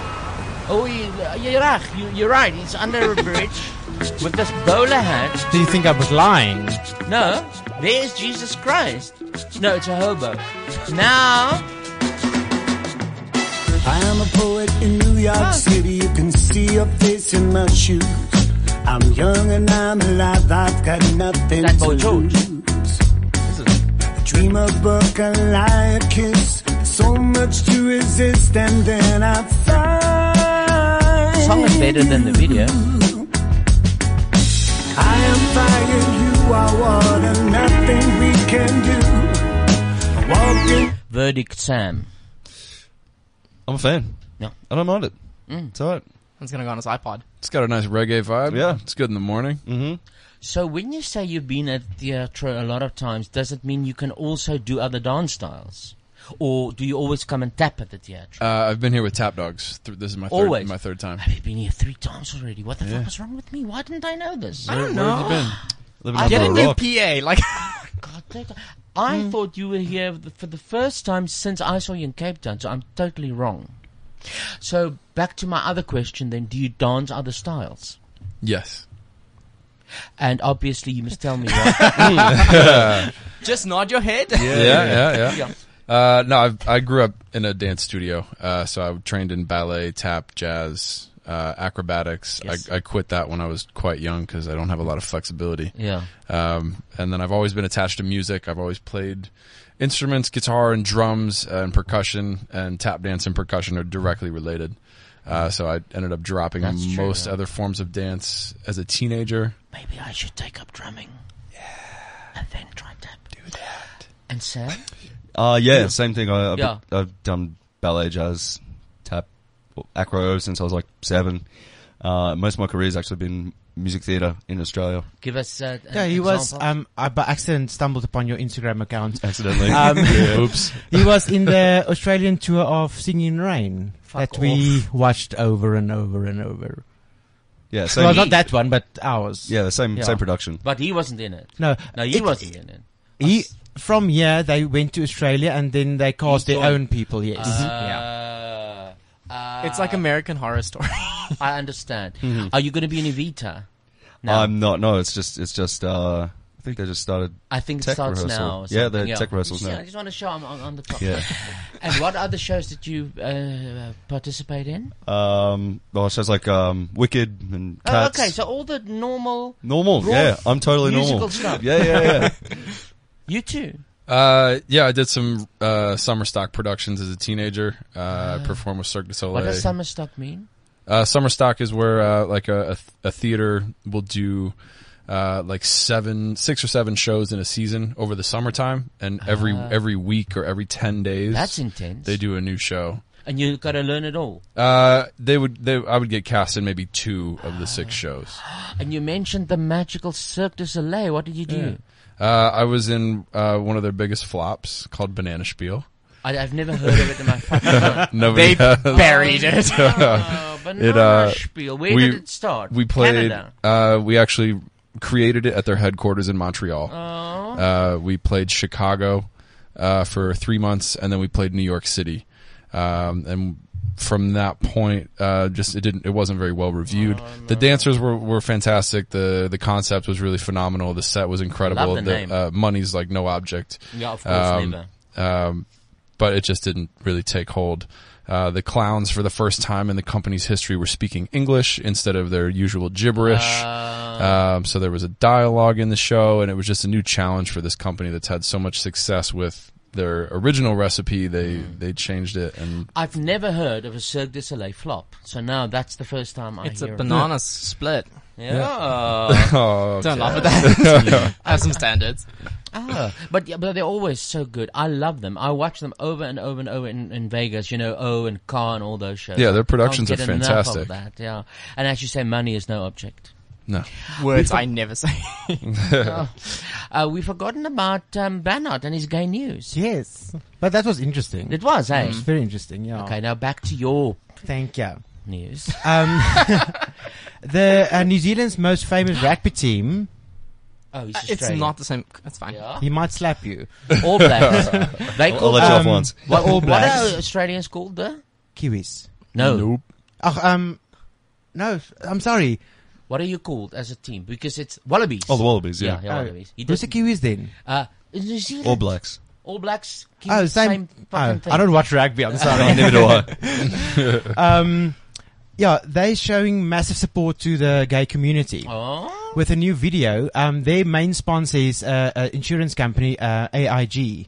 Speaker 4: Oh, you, you're right. You, you're right. He's under a bridge with this bowler hat.
Speaker 15: Do you think I was lying?
Speaker 4: No, there's Jesus Christ. No, it's a hobo. Now,
Speaker 20: I am a poet in New York City. You can see your face in my shoes. I'm young and I'm alive. I've got nothing
Speaker 4: That's
Speaker 20: to
Speaker 4: Boy George.
Speaker 20: lose. I dream of Bacalaiacus. So much to resist, and then I find.
Speaker 4: song is better than the video.
Speaker 20: I am fire, you are water. Nothing we can do. Walking.
Speaker 4: Verdict Sam.
Speaker 16: I'm a fan.
Speaker 4: No. Mm.
Speaker 16: I don't mind it. It's alright.
Speaker 3: It's gonna go on his iPod.
Speaker 17: It's got a nice reggae vibe. Yeah, it's good in the morning.
Speaker 16: Mm-hmm.
Speaker 4: So when you say you've been at theatre a lot of times, does it mean you can also do other dance styles? Or do you always come and tap at the theatre?
Speaker 17: Uh, I've been here with Tap Dogs. Th- this is my third,
Speaker 4: Always.
Speaker 17: my third time.
Speaker 4: I've been here three times already. What the
Speaker 17: Yeah.
Speaker 4: fuck was wrong with me? Why didn't I know this?
Speaker 17: I don't Where- where have you know. been? Living
Speaker 4: I
Speaker 17: under a rock.
Speaker 3: PA, like.
Speaker 4: God, that- I thought you were here th- for the first time since I saw you in Cape Town, so I'm totally wrong. So back to my other question then, do you dance other styles?
Speaker 17: Yes.
Speaker 4: And obviously you must tell me why.
Speaker 3: Just nod your head.
Speaker 17: yeah, yeah, yeah. Uh, no, I've, I grew up in a dance studio, uh, so I trained in ballet, tap, jazz, uh, acrobatics. I, I quit that when I was quite young because I don't have a lot of flexibility.
Speaker 4: Yeah.
Speaker 17: Um, and then I've always been attached to music. I've always played instruments, guitar and drums and percussion, and tap dance and percussion are directly related. Uh, so I ended up dropping
Speaker 4: That's true,
Speaker 17: most
Speaker 4: yeah.
Speaker 17: other forms of dance as a teenager.
Speaker 4: Maybe I should take up drumming. Yeah. And then try tap. Do that. And Sam?
Speaker 16: Uh, yeah, same thing. I, I've,
Speaker 4: Yeah.
Speaker 16: I've done ballet, jazz, tap, acro since I was like seven. Uh, most of my career's actually been music theatre in Australia.
Speaker 4: Give us. Uh, an
Speaker 15: Yeah, he was.
Speaker 4: example.
Speaker 15: Um, I by accident stumbled upon your Instagram account.
Speaker 16: Accidentally.
Speaker 15: Um,
Speaker 16: Yeah. Oops.
Speaker 15: He was in the Australian tour of Singing Rain that we watched over and over and over.
Speaker 16: Yeah,
Speaker 15: so well, not that one, but ours.
Speaker 16: Yeah, the same
Speaker 15: Yeah.
Speaker 16: same production.
Speaker 4: But he wasn't in it.
Speaker 15: No,
Speaker 4: no, he
Speaker 15: it-
Speaker 4: wasn't in it.
Speaker 15: He from here they went to Australia and then they cast their own people. Yes. Mm-hmm.
Speaker 4: Uh, uh,
Speaker 3: It's like American Horror Story.
Speaker 4: I understand.
Speaker 16: Mhm.
Speaker 4: Are you going to be in Evita? No.
Speaker 16: I'm not. No, it's just it's just. Uh, I think they just started.
Speaker 4: I think it
Speaker 16: tech
Speaker 4: starts
Speaker 16: rehearsal.
Speaker 4: now. or
Speaker 16: Yeah,
Speaker 4: something.
Speaker 16: the tech rehearsals
Speaker 4: Yeah,
Speaker 16: now.
Speaker 4: I just want to show I'm on, on the top.
Speaker 16: Yeah.
Speaker 4: and what other shows did you uh, participate in?
Speaker 16: Um, well, shows like um, Wicked and
Speaker 4: Oh,
Speaker 16: Cats.
Speaker 4: okay, so all the normal,
Speaker 16: Normal,
Speaker 4: raw
Speaker 16: yeah, I'm totally
Speaker 4: musical
Speaker 16: normal.
Speaker 4: Stuff.
Speaker 16: Yeah, yeah, yeah.
Speaker 4: you too.
Speaker 17: Uh, yeah, I did some uh, summer stock productions as a teenager. Uh, I performed with Cirque du Soleil.
Speaker 4: What does Ah. summer stock mean?
Speaker 17: Uh, summer stock is where uh, like a, a, th- a theater will do uh, like seven, six or seven shows in a season over the summertime, and every
Speaker 4: Ah.
Speaker 17: every week or every ten days.
Speaker 4: That's intense.
Speaker 17: They do a new show.
Speaker 4: And you got to learn it all.
Speaker 17: Uh, they would they I would get cast in maybe two of the six shows.
Speaker 4: And you mentioned the magical Cirque du Soleil. What did you do?
Speaker 17: Uh, I was in uh, one of their biggest flops called Banana Spiel.
Speaker 4: I, I've never heard of it in my fucking life.
Speaker 17: Nobody has. uh,
Speaker 4: Oh, Banana Spiel. Where did it start?
Speaker 17: We played.
Speaker 4: Canada.
Speaker 17: Uh, we actually created it at their headquarters in Montreal.
Speaker 4: Oh.
Speaker 17: Uh, we played Chicago uh, for three months, and then we played New York City. Um, and from that point, uh, just it didn't. It wasn't very well
Speaker 4: Oh,
Speaker 17: reviewed. The dancers were, were fantastic. the The concept was really phenomenal. The set was incredible.
Speaker 4: Love the name.
Speaker 17: Uh, money's like no object.
Speaker 4: Yeah, of course,
Speaker 17: Um,
Speaker 4: never.
Speaker 17: um, but it just didn't really take hold. Uh, the clowns, for the first time in the company's history, were speaking English instead of their usual gibberish.
Speaker 4: Uh.
Speaker 17: Um, so there was a dialogue in the show, and it was just a new challenge for this company that's had so much success with their original recipe. They
Speaker 4: Hmm.
Speaker 17: they changed it, and
Speaker 4: I've never heard of a Cirque du Soleil flop, so now that's the first time I
Speaker 3: It's
Speaker 4: hear
Speaker 3: a
Speaker 4: of
Speaker 3: banana
Speaker 4: it.
Speaker 3: split.
Speaker 4: Yeah.
Speaker 17: Oh,
Speaker 3: Don't
Speaker 17: okay.
Speaker 3: laugh at that. I have some standards.
Speaker 4: Ah, but yeah, but they're always so good. I love them. I watch them over and over and over in, in Vegas. You know, O and Car and all those shows.
Speaker 17: Yeah, their
Speaker 4: I can't
Speaker 17: productions are
Speaker 4: get enough of
Speaker 17: fantastic.
Speaker 4: that, yeah, and as you say, money is no object.
Speaker 17: No.
Speaker 3: Words
Speaker 4: We've-
Speaker 3: I never say.
Speaker 4: Oh. Uh, we've forgotten about um, Bernard and his gay news.
Speaker 15: Yes, but that was interesting.
Speaker 4: It was, eh?
Speaker 15: It was Mm. very interesting. Yeah.
Speaker 4: Okay, now back to your
Speaker 15: Thank you.
Speaker 4: news.
Speaker 15: Um, the uh, New Zealand's most famous rugby team.
Speaker 4: Oh, he's
Speaker 3: Uh, it's
Speaker 4: Australian.
Speaker 3: not the same. It's fine.
Speaker 15: He might slap you.
Speaker 4: All Blacks. they call
Speaker 15: Um,
Speaker 4: What,
Speaker 15: the All Blacks.
Speaker 4: what are Australians called? The
Speaker 15: Kiwis.
Speaker 4: No.
Speaker 17: Nope.
Speaker 15: Oh, um, no, I'm sorry.
Speaker 4: What are you called as a team? Because it's Wallabies.
Speaker 16: Oh, the Wallabies, yeah.
Speaker 4: Yeah, yeah
Speaker 16: Oh.
Speaker 4: Wallabies. You
Speaker 15: Who's the Kiwis then?
Speaker 4: Uh, in New Zealand.
Speaker 16: All Blacks.
Speaker 4: All Blacks. Kiwis,
Speaker 15: Oh, same.
Speaker 4: fucking
Speaker 15: oh,
Speaker 4: thing.
Speaker 15: I don't watch rugby. I'm sorry.
Speaker 16: Neither do I.
Speaker 15: um, yeah, they showing massive support to the gay community
Speaker 4: Oh.
Speaker 15: with a new video. Um, their main sponsor is uh, uh, insurance company uh, AIG,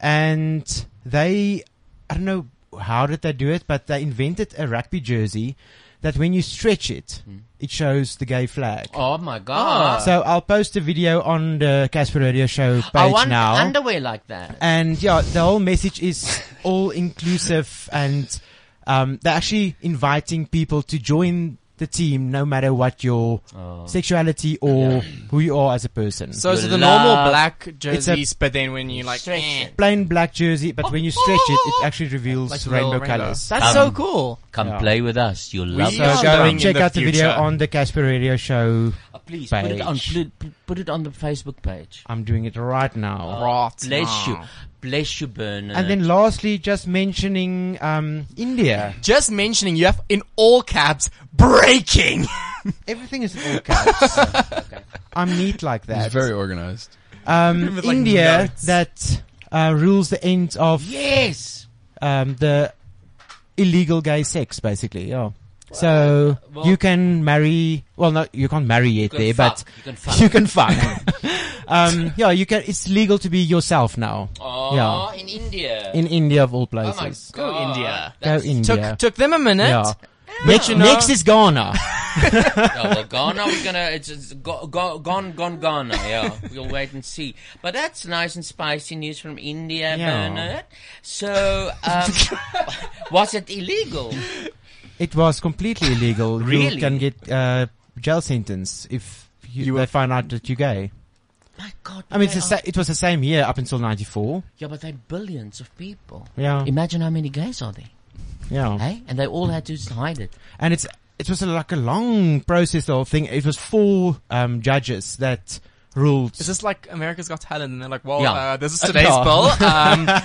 Speaker 15: and they I don't know how did they do it, but they invented a rugby jersey that when you stretch it, it shows the gay flag.
Speaker 4: Hmm. Oh my god.
Speaker 15: So I'll post a video on the Casper Radio Show page
Speaker 4: I want
Speaker 15: now.
Speaker 4: underwear like that.
Speaker 15: And yeah, the whole message is all inclusive and um, they're actually inviting people to join the team no matter what your sexuality or who you are as a person.
Speaker 3: So is it the
Speaker 4: Uh,
Speaker 3: normal black jerseys, but then when you like eh.
Speaker 15: plain black jersey, but when you stretch it, it actually reveals
Speaker 3: Like little
Speaker 15: rainbow,
Speaker 3: rainbow.
Speaker 15: colors.
Speaker 3: That's so cool.
Speaker 4: Come
Speaker 15: Yeah.
Speaker 4: play with us. You'll
Speaker 15: So
Speaker 4: love it.
Speaker 15: go and check out the video on the Casper Radio Show
Speaker 3: Uh,
Speaker 4: Please
Speaker 15: page.
Speaker 4: put it on. pl- pl- Put it on the Facebook page.
Speaker 15: I'm doing it right now.
Speaker 4: Bless you. Bless you, Bernard.
Speaker 15: And then lastly, just mentioning um, India.
Speaker 3: Just mentioning you have in all caps breaking.
Speaker 15: Everything is in all caps. I'm neat like that.
Speaker 17: it's very organized.
Speaker 15: Um,
Speaker 17: With, like,
Speaker 15: India
Speaker 17: notes.
Speaker 15: that uh, rules the end of
Speaker 4: Yes.
Speaker 15: um, the illegal gay sex, basically. Yeah. So
Speaker 4: Uh, well-
Speaker 15: you can marry. Well, no, you can't marry yet
Speaker 4: can
Speaker 15: there,
Speaker 4: fuck. You can
Speaker 15: but
Speaker 4: fuck.
Speaker 15: you can fuck. um, yeah, you can. It's legal to be yourself now.
Speaker 4: Oh,
Speaker 15: yeah.
Speaker 4: in India. Oh
Speaker 15: In India of all places.
Speaker 3: Go India.
Speaker 15: Go India.
Speaker 3: Took took them a minute.
Speaker 15: Yeah.
Speaker 3: But
Speaker 15: Next,
Speaker 3: you know-
Speaker 15: next is Ghana.
Speaker 4: oh, well, Ghana, we're gonna, it's, it's go, go, gone, gone, Ghana, yeah. We'll wait and see. But that's nice and spicy news from India,
Speaker 15: Yeah.
Speaker 4: Bernard. So, um, was it illegal?
Speaker 15: It was completely illegal.
Speaker 4: Really?
Speaker 15: You can get uh, jail sentence if you, they find out that you're gay. My
Speaker 4: God,
Speaker 15: I mean, it's
Speaker 4: they
Speaker 15: the sa- it was the same year up until '94.
Speaker 4: Yeah, but they're billions of people.
Speaker 15: Yeah.
Speaker 4: Imagine how many gays are there.
Speaker 15: Yeah.
Speaker 4: Hey? And they all had to hide it.
Speaker 15: And it's it was a, like a long process. The whole thing. It was four um, judges that ruled.
Speaker 21: Is this like America's Got Talent? And they're like, well,
Speaker 15: Yeah.
Speaker 21: uh, this is
Speaker 15: Uh,
Speaker 21: today's
Speaker 15: yeah.
Speaker 21: bill.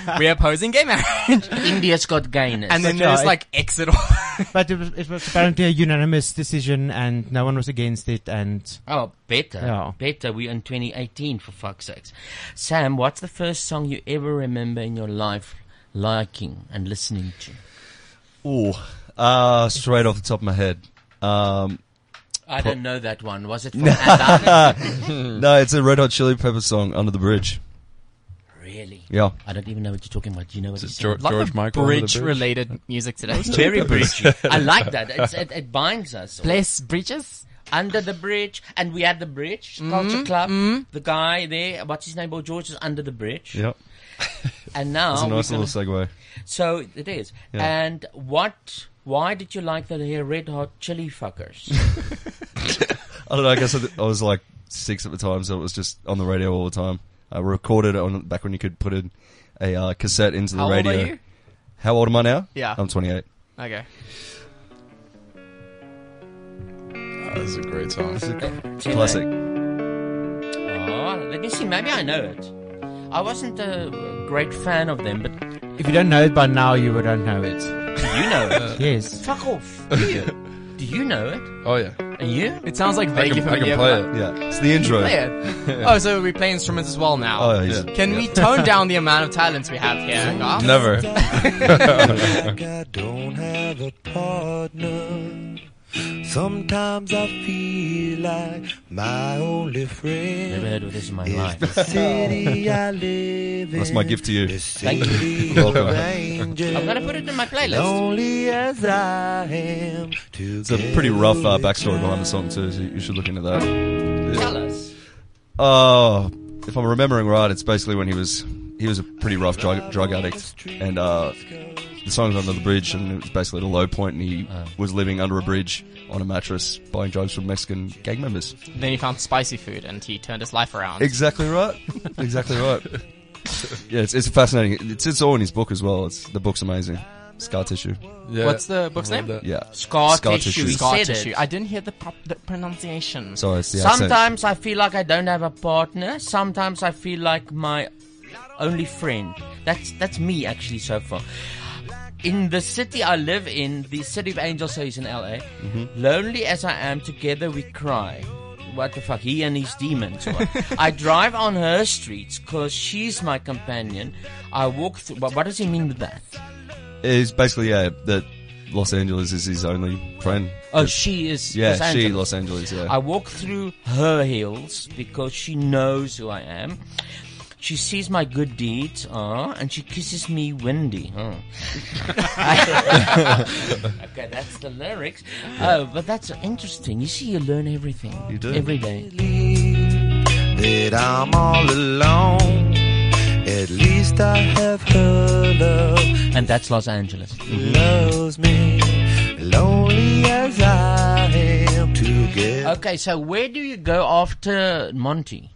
Speaker 21: Um, we're opposing gay marriage.
Speaker 4: India's Got Gayness.
Speaker 21: And then
Speaker 15: But yeah,
Speaker 21: there's
Speaker 15: it-
Speaker 21: like exit. or-
Speaker 15: but it was, it was apparently a unanimous decision, and no one was against it. And
Speaker 4: Oh, better.
Speaker 15: Yeah.
Speaker 4: Better. We're in 2018, for fuck's sakes. Sam, what's the first song you ever remember in your life liking and listening to?
Speaker 16: Ooh, uh, straight off the top of my head. Um,
Speaker 4: I
Speaker 16: pro-
Speaker 4: don't know that one. Was it from Adam?
Speaker 16: no, it's a Red Hot Chili Pepper song, Under the Bridge.
Speaker 4: Really?
Speaker 16: Yeah.
Speaker 4: I don't even know what you're talking about. Do you know what it's
Speaker 21: Lot of bridge-related music today.
Speaker 4: It's
Speaker 21: Very
Speaker 4: very
Speaker 21: bridge.
Speaker 4: bridgy. I like that. It's, it, it binds us. all.
Speaker 3: Bless bridges.
Speaker 4: Under the bridge, and we had the bridge culture club. The guy there, what's his name? Boy George is under the bridge.
Speaker 16: Yep.
Speaker 4: And now
Speaker 16: That's a
Speaker 4: we're
Speaker 16: nice
Speaker 4: gonna-
Speaker 16: little segue.
Speaker 4: So it is.
Speaker 16: Yeah.
Speaker 4: And what? Why did you like the hair red hot chili fuckers?
Speaker 16: I don't know. I guess I, th- I was like six at the time, so it was just on the radio all the time. I recorded it on back when you could put in a uh, cassette into the
Speaker 21: How old
Speaker 16: radio.
Speaker 21: are you?
Speaker 16: How old am I now?
Speaker 21: Yeah.
Speaker 16: I'm 28.
Speaker 21: Okay.
Speaker 17: Oh, This is a great song.
Speaker 16: It's a classic.
Speaker 4: oh, let me see. Maybe I know it. I wasn't a great fan of them, but
Speaker 15: if you don't know it by now, you don't know it.
Speaker 4: do you know
Speaker 16: Uh,
Speaker 4: it?
Speaker 15: Yes.
Speaker 4: uh, Fuck off. Do you? do you know it?
Speaker 17: Oh yeah.
Speaker 4: And you?
Speaker 21: It sounds like vaguely familiar. but-
Speaker 16: Yeah, it's the intro.
Speaker 21: Play it. Oh, so we play instruments as well now.
Speaker 16: Oh, yeah, yeah.
Speaker 21: Can we
Speaker 16: Yeah.
Speaker 21: tone down the amount of talents we have here? Garth?
Speaker 16: Never.
Speaker 22: like I don't have a partner. Sometimes I feel like my only friend.
Speaker 4: Never heard of this in my
Speaker 22: is
Speaker 4: life.
Speaker 22: The city I live in.
Speaker 16: That's my gift to you.
Speaker 22: Thank
Speaker 16: you. Welcome.
Speaker 4: I'm gonna put it in my playlist.
Speaker 22: Lonely as I am. It's
Speaker 16: a pretty rough uh, backstory behind the song too, so you should look into that. Yeah.
Speaker 4: Tell us.
Speaker 16: Oh, if I'm remembering right, it's basically when he was he was a pretty rough drug drug addict, and uh, the song's under the bridge, and it was basically at a low point, and he was living under a bridge on a mattress, buying drugs from Mexican gang members.
Speaker 21: Then he found spicy food and he turned his life around.
Speaker 16: Exactly right. exactly right. Yeah, it's, it's fascinating. It's it's all in his book as well. It's the book's amazing. Scar tissue.
Speaker 21: What's the book's name?
Speaker 16: Yeah,
Speaker 4: Scar Tissue, he
Speaker 21: Scar
Speaker 4: said it.
Speaker 21: tissue. I didn't hear the, prop- the pronunciation.
Speaker 16: Sorry, it's the accent.
Speaker 4: Sometimes I feel like I don't have a partner. Sometimes I feel like my only friend. That's that's me actually so far. In the city I live in, the city of angels, so he's in LA.
Speaker 16: Mm-hmm.
Speaker 4: Lonely as I am, together we cry. What the fuck? He and his demons. What? I drive on her streets because she's my companion. I walk through. What, what does he mean with that?
Speaker 16: It's basically yeah that Los Angeles is his only friend.
Speaker 4: Oh, she is.
Speaker 16: Yeah,
Speaker 4: Los
Speaker 16: she
Speaker 4: Angeles.
Speaker 16: Los Angeles. Yeah.
Speaker 4: I walk through her hills because she knows who I am. She sees my good deeds, ah, and she kisses me windy. Oh. okay, that's the lyrics. Oh, but that's interesting. You see, you learn everything. You
Speaker 22: do.
Speaker 4: every day.
Speaker 22: that I'm all alone. At least I have her love.
Speaker 4: And that's Los Angeles.
Speaker 22: Loves me. Lonely as I am together.
Speaker 4: Okay, so where do you go after Monty?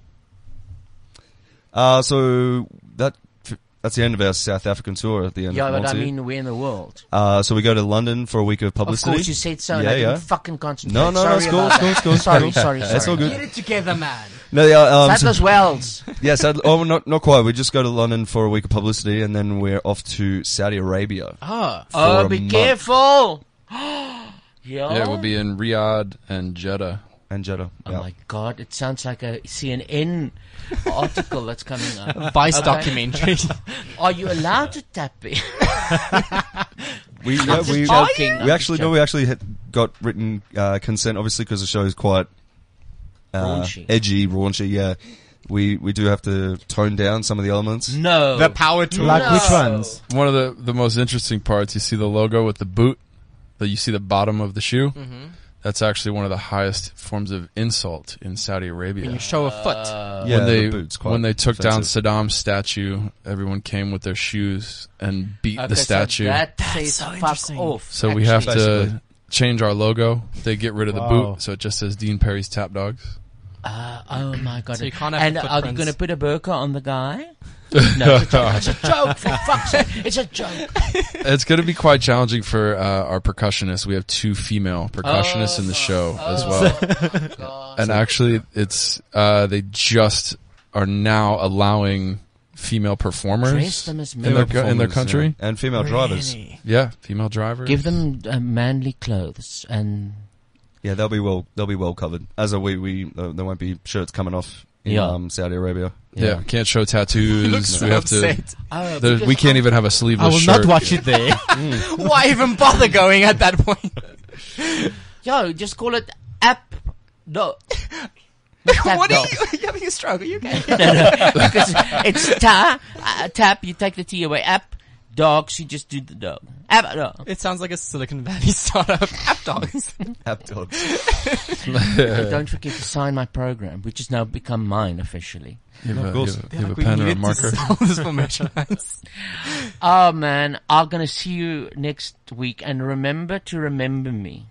Speaker 16: Uh, so that that's the end of our South African tour at the end
Speaker 4: yeah,
Speaker 16: of
Speaker 4: but I
Speaker 16: Monty.
Speaker 4: mean, where in the world?
Speaker 16: uh, so we go to London for a week of publicity.
Speaker 4: Of course, you said so. and I didn't fucking concentrate.
Speaker 16: No, no,
Speaker 4: sorry
Speaker 16: no, it's cool,
Speaker 4: about
Speaker 16: it's cool,
Speaker 4: that.
Speaker 16: it's cool, it's
Speaker 4: Sorry,
Speaker 16: cool.
Speaker 4: sorry, sorry.
Speaker 16: It's all good.
Speaker 8: Get it together, man.
Speaker 16: No, yeah, um,
Speaker 4: Sadler's Wells.
Speaker 16: yeah, Sadler, oh, not not quite. We just go to London for a week of publicity, and then we're off to Saudi Arabia.
Speaker 4: Ah.
Speaker 16: for
Speaker 4: Oh,
Speaker 16: a
Speaker 4: be
Speaker 16: month.
Speaker 4: careful.
Speaker 17: Yeah, we'll be in Riyadh and Jeddah.
Speaker 16: And Jeddah.
Speaker 4: Oh my god, it sounds like a CNN article that's coming up.
Speaker 21: Vice
Speaker 4: Okay.
Speaker 21: documentary.
Speaker 4: Are you allowed to tap it?
Speaker 16: We,
Speaker 4: I'm
Speaker 16: yeah,
Speaker 4: just
Speaker 16: we,
Speaker 4: joking, I'm
Speaker 16: we
Speaker 4: just
Speaker 16: actually no, we actually had got written uh, consent, obviously, because the show is quite uh,
Speaker 4: Raunchy.
Speaker 16: edgy, raunchy. Yeah, we we do have to tone down some of the elements.
Speaker 4: No,
Speaker 21: The power tool. Like which No. ones?
Speaker 17: One of the the most interesting parts. You see the logo with the boot. That you see the bottom of the shoe.
Speaker 21: Mhm.
Speaker 17: That's actually one of the highest forms of insult in Saudi Arabia.
Speaker 21: When you show a foot.
Speaker 16: Yeah,
Speaker 17: when they
Speaker 16: the boot's quite
Speaker 17: when they took
Speaker 16: offensive.
Speaker 17: down Saddam's statue, everyone came with their shoes and beat
Speaker 4: Okay,
Speaker 17: the statue.
Speaker 4: So that says fuck off.
Speaker 17: So we have to
Speaker 16: Basically.
Speaker 17: change our logo. They get rid of the
Speaker 4: Wow.
Speaker 17: boot, so it just says Dean Perry's Tap Dogs.
Speaker 4: Uh, oh my god!
Speaker 21: So you can't have
Speaker 4: and are you
Speaker 21: footprints.
Speaker 4: going to put a burqa on the guy? no, it's a joke. It's a joke. For fuck's sake, it's a joke.
Speaker 17: It's going to be quite challenging for uh, our percussionists. We have two female percussionists in the show as well, and actually, it's uh, they just are now allowing female performers
Speaker 4: Dress them as men.
Speaker 17: in their,
Speaker 4: Female
Speaker 17: co- in their
Speaker 16: performers,
Speaker 17: country
Speaker 16: yeah. And female drivers. Really?
Speaker 17: Yeah, female drivers.
Speaker 4: Give them uh, manly clothes and
Speaker 16: Yeah, they'll be well. They'll be well covered. As a we, we uh, there won't be shirts coming off in
Speaker 17: Yeah.
Speaker 16: um, Saudi Arabia.
Speaker 17: Yeah, can't show tattoos.
Speaker 16: Looks
Speaker 17: we have to.
Speaker 16: upset. Oh,
Speaker 17: there- we
Speaker 16: because-
Speaker 17: can't even have a sleeveless. shirt.
Speaker 3: Why even bother going at that point?
Speaker 4: Yo, just call it app. No. what
Speaker 3: are you, you having a stroke? Are you okay?
Speaker 4: no, no, because it's ta uh, tap. You take the t away. App dogs. You just do the dog. App dog.
Speaker 3: It sounds like a Silicon Valley startup. App dogs.
Speaker 16: App dogs.
Speaker 4: Uh, don't forget to sign my program, which has now become mine officially.
Speaker 17: You have a- Of course. you have a- you have a pen or a marker?
Speaker 4: oh man, I'm gonna see you next week, and remember to remember me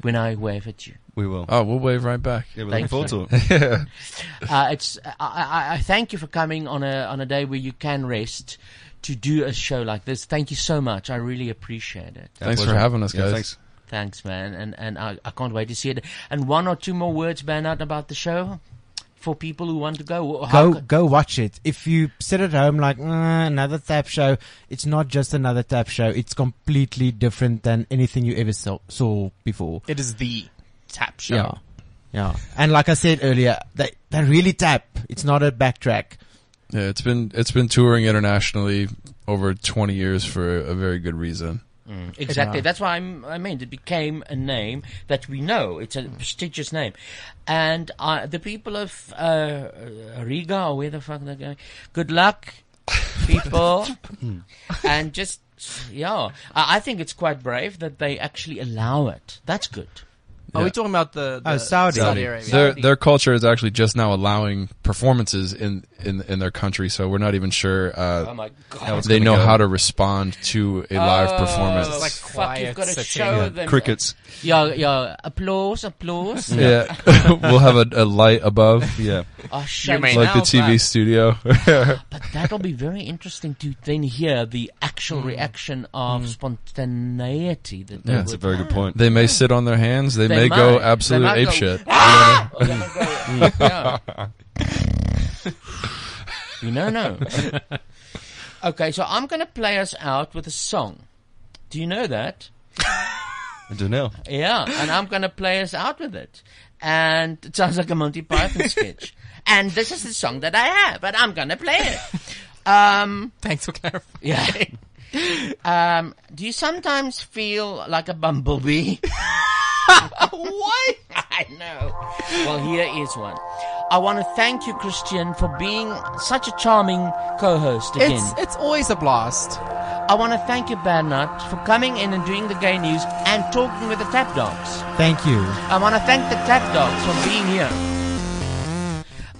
Speaker 4: when I wave at you.
Speaker 16: We will.
Speaker 17: Oh, we'll wave right back.
Speaker 16: Yeah, we're looking
Speaker 4: Thank
Speaker 16: forward
Speaker 4: you.
Speaker 16: to it.
Speaker 4: uh, it's I, I, I thank you for coming on a on a day where you can rest to do a show like this. Thank you so much. I really appreciate it.
Speaker 17: Thanks for Pleasure. having us, Yeah, guys. thanks.
Speaker 4: Thanks, man, and and I, I can't wait to see it. And one or two more words, Bernard, about the show for people who want to go. How
Speaker 15: Go go watch it. If you sit at home like "Mm, another tap show, it's not just another tap show. It's completely different than anything you ever saw, saw before.
Speaker 3: It is the tap show.
Speaker 15: Yeah, yeah. And like I said earlier, they they really tap. It's not a backtrack.
Speaker 17: Yeah, it's been it's been touring internationally over 20 years for a very good reason.
Speaker 16: Mm,
Speaker 4: Exactly.
Speaker 17: Yeah.
Speaker 4: That's why I'm, I mean, it became a name that we know. It's
Speaker 17: Mm.
Speaker 4: a prestigious name, and uh, the people of uh, Riga or where the fuck they're going. Good luck, people,
Speaker 17: Hmm.
Speaker 4: and just yeah. I, I think it's quite brave that they actually allow it. That's good.
Speaker 3: Are we talking about the,
Speaker 17: Oh,
Speaker 3: the Saudi Arabia?
Speaker 17: Their their culture is actually just now allowing performances in in, in their country, so we're not even sure. Uh,
Speaker 4: Oh my God. How it's
Speaker 17: They
Speaker 4: gonna
Speaker 17: know
Speaker 4: go.
Speaker 17: how to respond to a live
Speaker 4: Oh,
Speaker 17: performance.
Speaker 4: it's like fuck, you've got to
Speaker 3: sitting.
Speaker 4: show
Speaker 17: Yeah.
Speaker 4: them
Speaker 17: Crickets.
Speaker 4: Yeah, yeah. Applause, applause.
Speaker 17: Yeah, we'll have a, a light above.
Speaker 16: Yeah,
Speaker 4: Oh, shit. You may
Speaker 17: like the
Speaker 4: now
Speaker 17: TV
Speaker 4: clap.
Speaker 17: studio.
Speaker 4: But that'll be very interesting to then hear the actual reaction of spontaneity that they would have.
Speaker 17: They may sit on their hands. They,
Speaker 4: They
Speaker 17: may go
Speaker 4: might. They
Speaker 17: absolute
Speaker 4: might
Speaker 17: ape
Speaker 4: go,
Speaker 17: shit.
Speaker 4: "Ah!" Or
Speaker 17: You know?
Speaker 4: they
Speaker 17: Mm.
Speaker 4: might go, "Ah!" You know, no. okay, so I'm going to play us out with a song. Do you know that?
Speaker 16: I do now.
Speaker 4: Yeah, and I'm going to play us out with it. And it sounds like a Monty Python sketch. And this is the song that I have, but I'm going to play it. Um,
Speaker 3: Thanks for clarifying.
Speaker 4: Yeah. um, do you sometimes feel like a bumblebee? Why? I know. Well, here is one. I want to thank you, Christian, for being such a charming co-host again.
Speaker 3: It's- it's always a blast.
Speaker 4: I want to thank you, Bernard, for coming in and doing the gay news and talking with the tap dogs.
Speaker 15: Thank you.
Speaker 4: I want to thank the tap dogs for being here.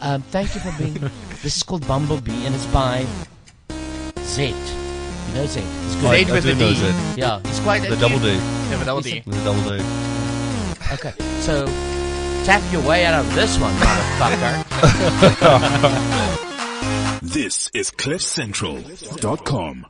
Speaker 4: Um, thank you for being. this is called Bumblebee, and it's by Zed. You know Zed. He's
Speaker 16: I-
Speaker 4: good.
Speaker 16: I do know Zed.
Speaker 4: Yeah, he's quite.
Speaker 16: the double D.
Speaker 4: Yeah, double D.
Speaker 16: The double D.
Speaker 4: Okay, so tap your way out of this one, motherfucker.
Speaker 11: This is CliffCentral.com.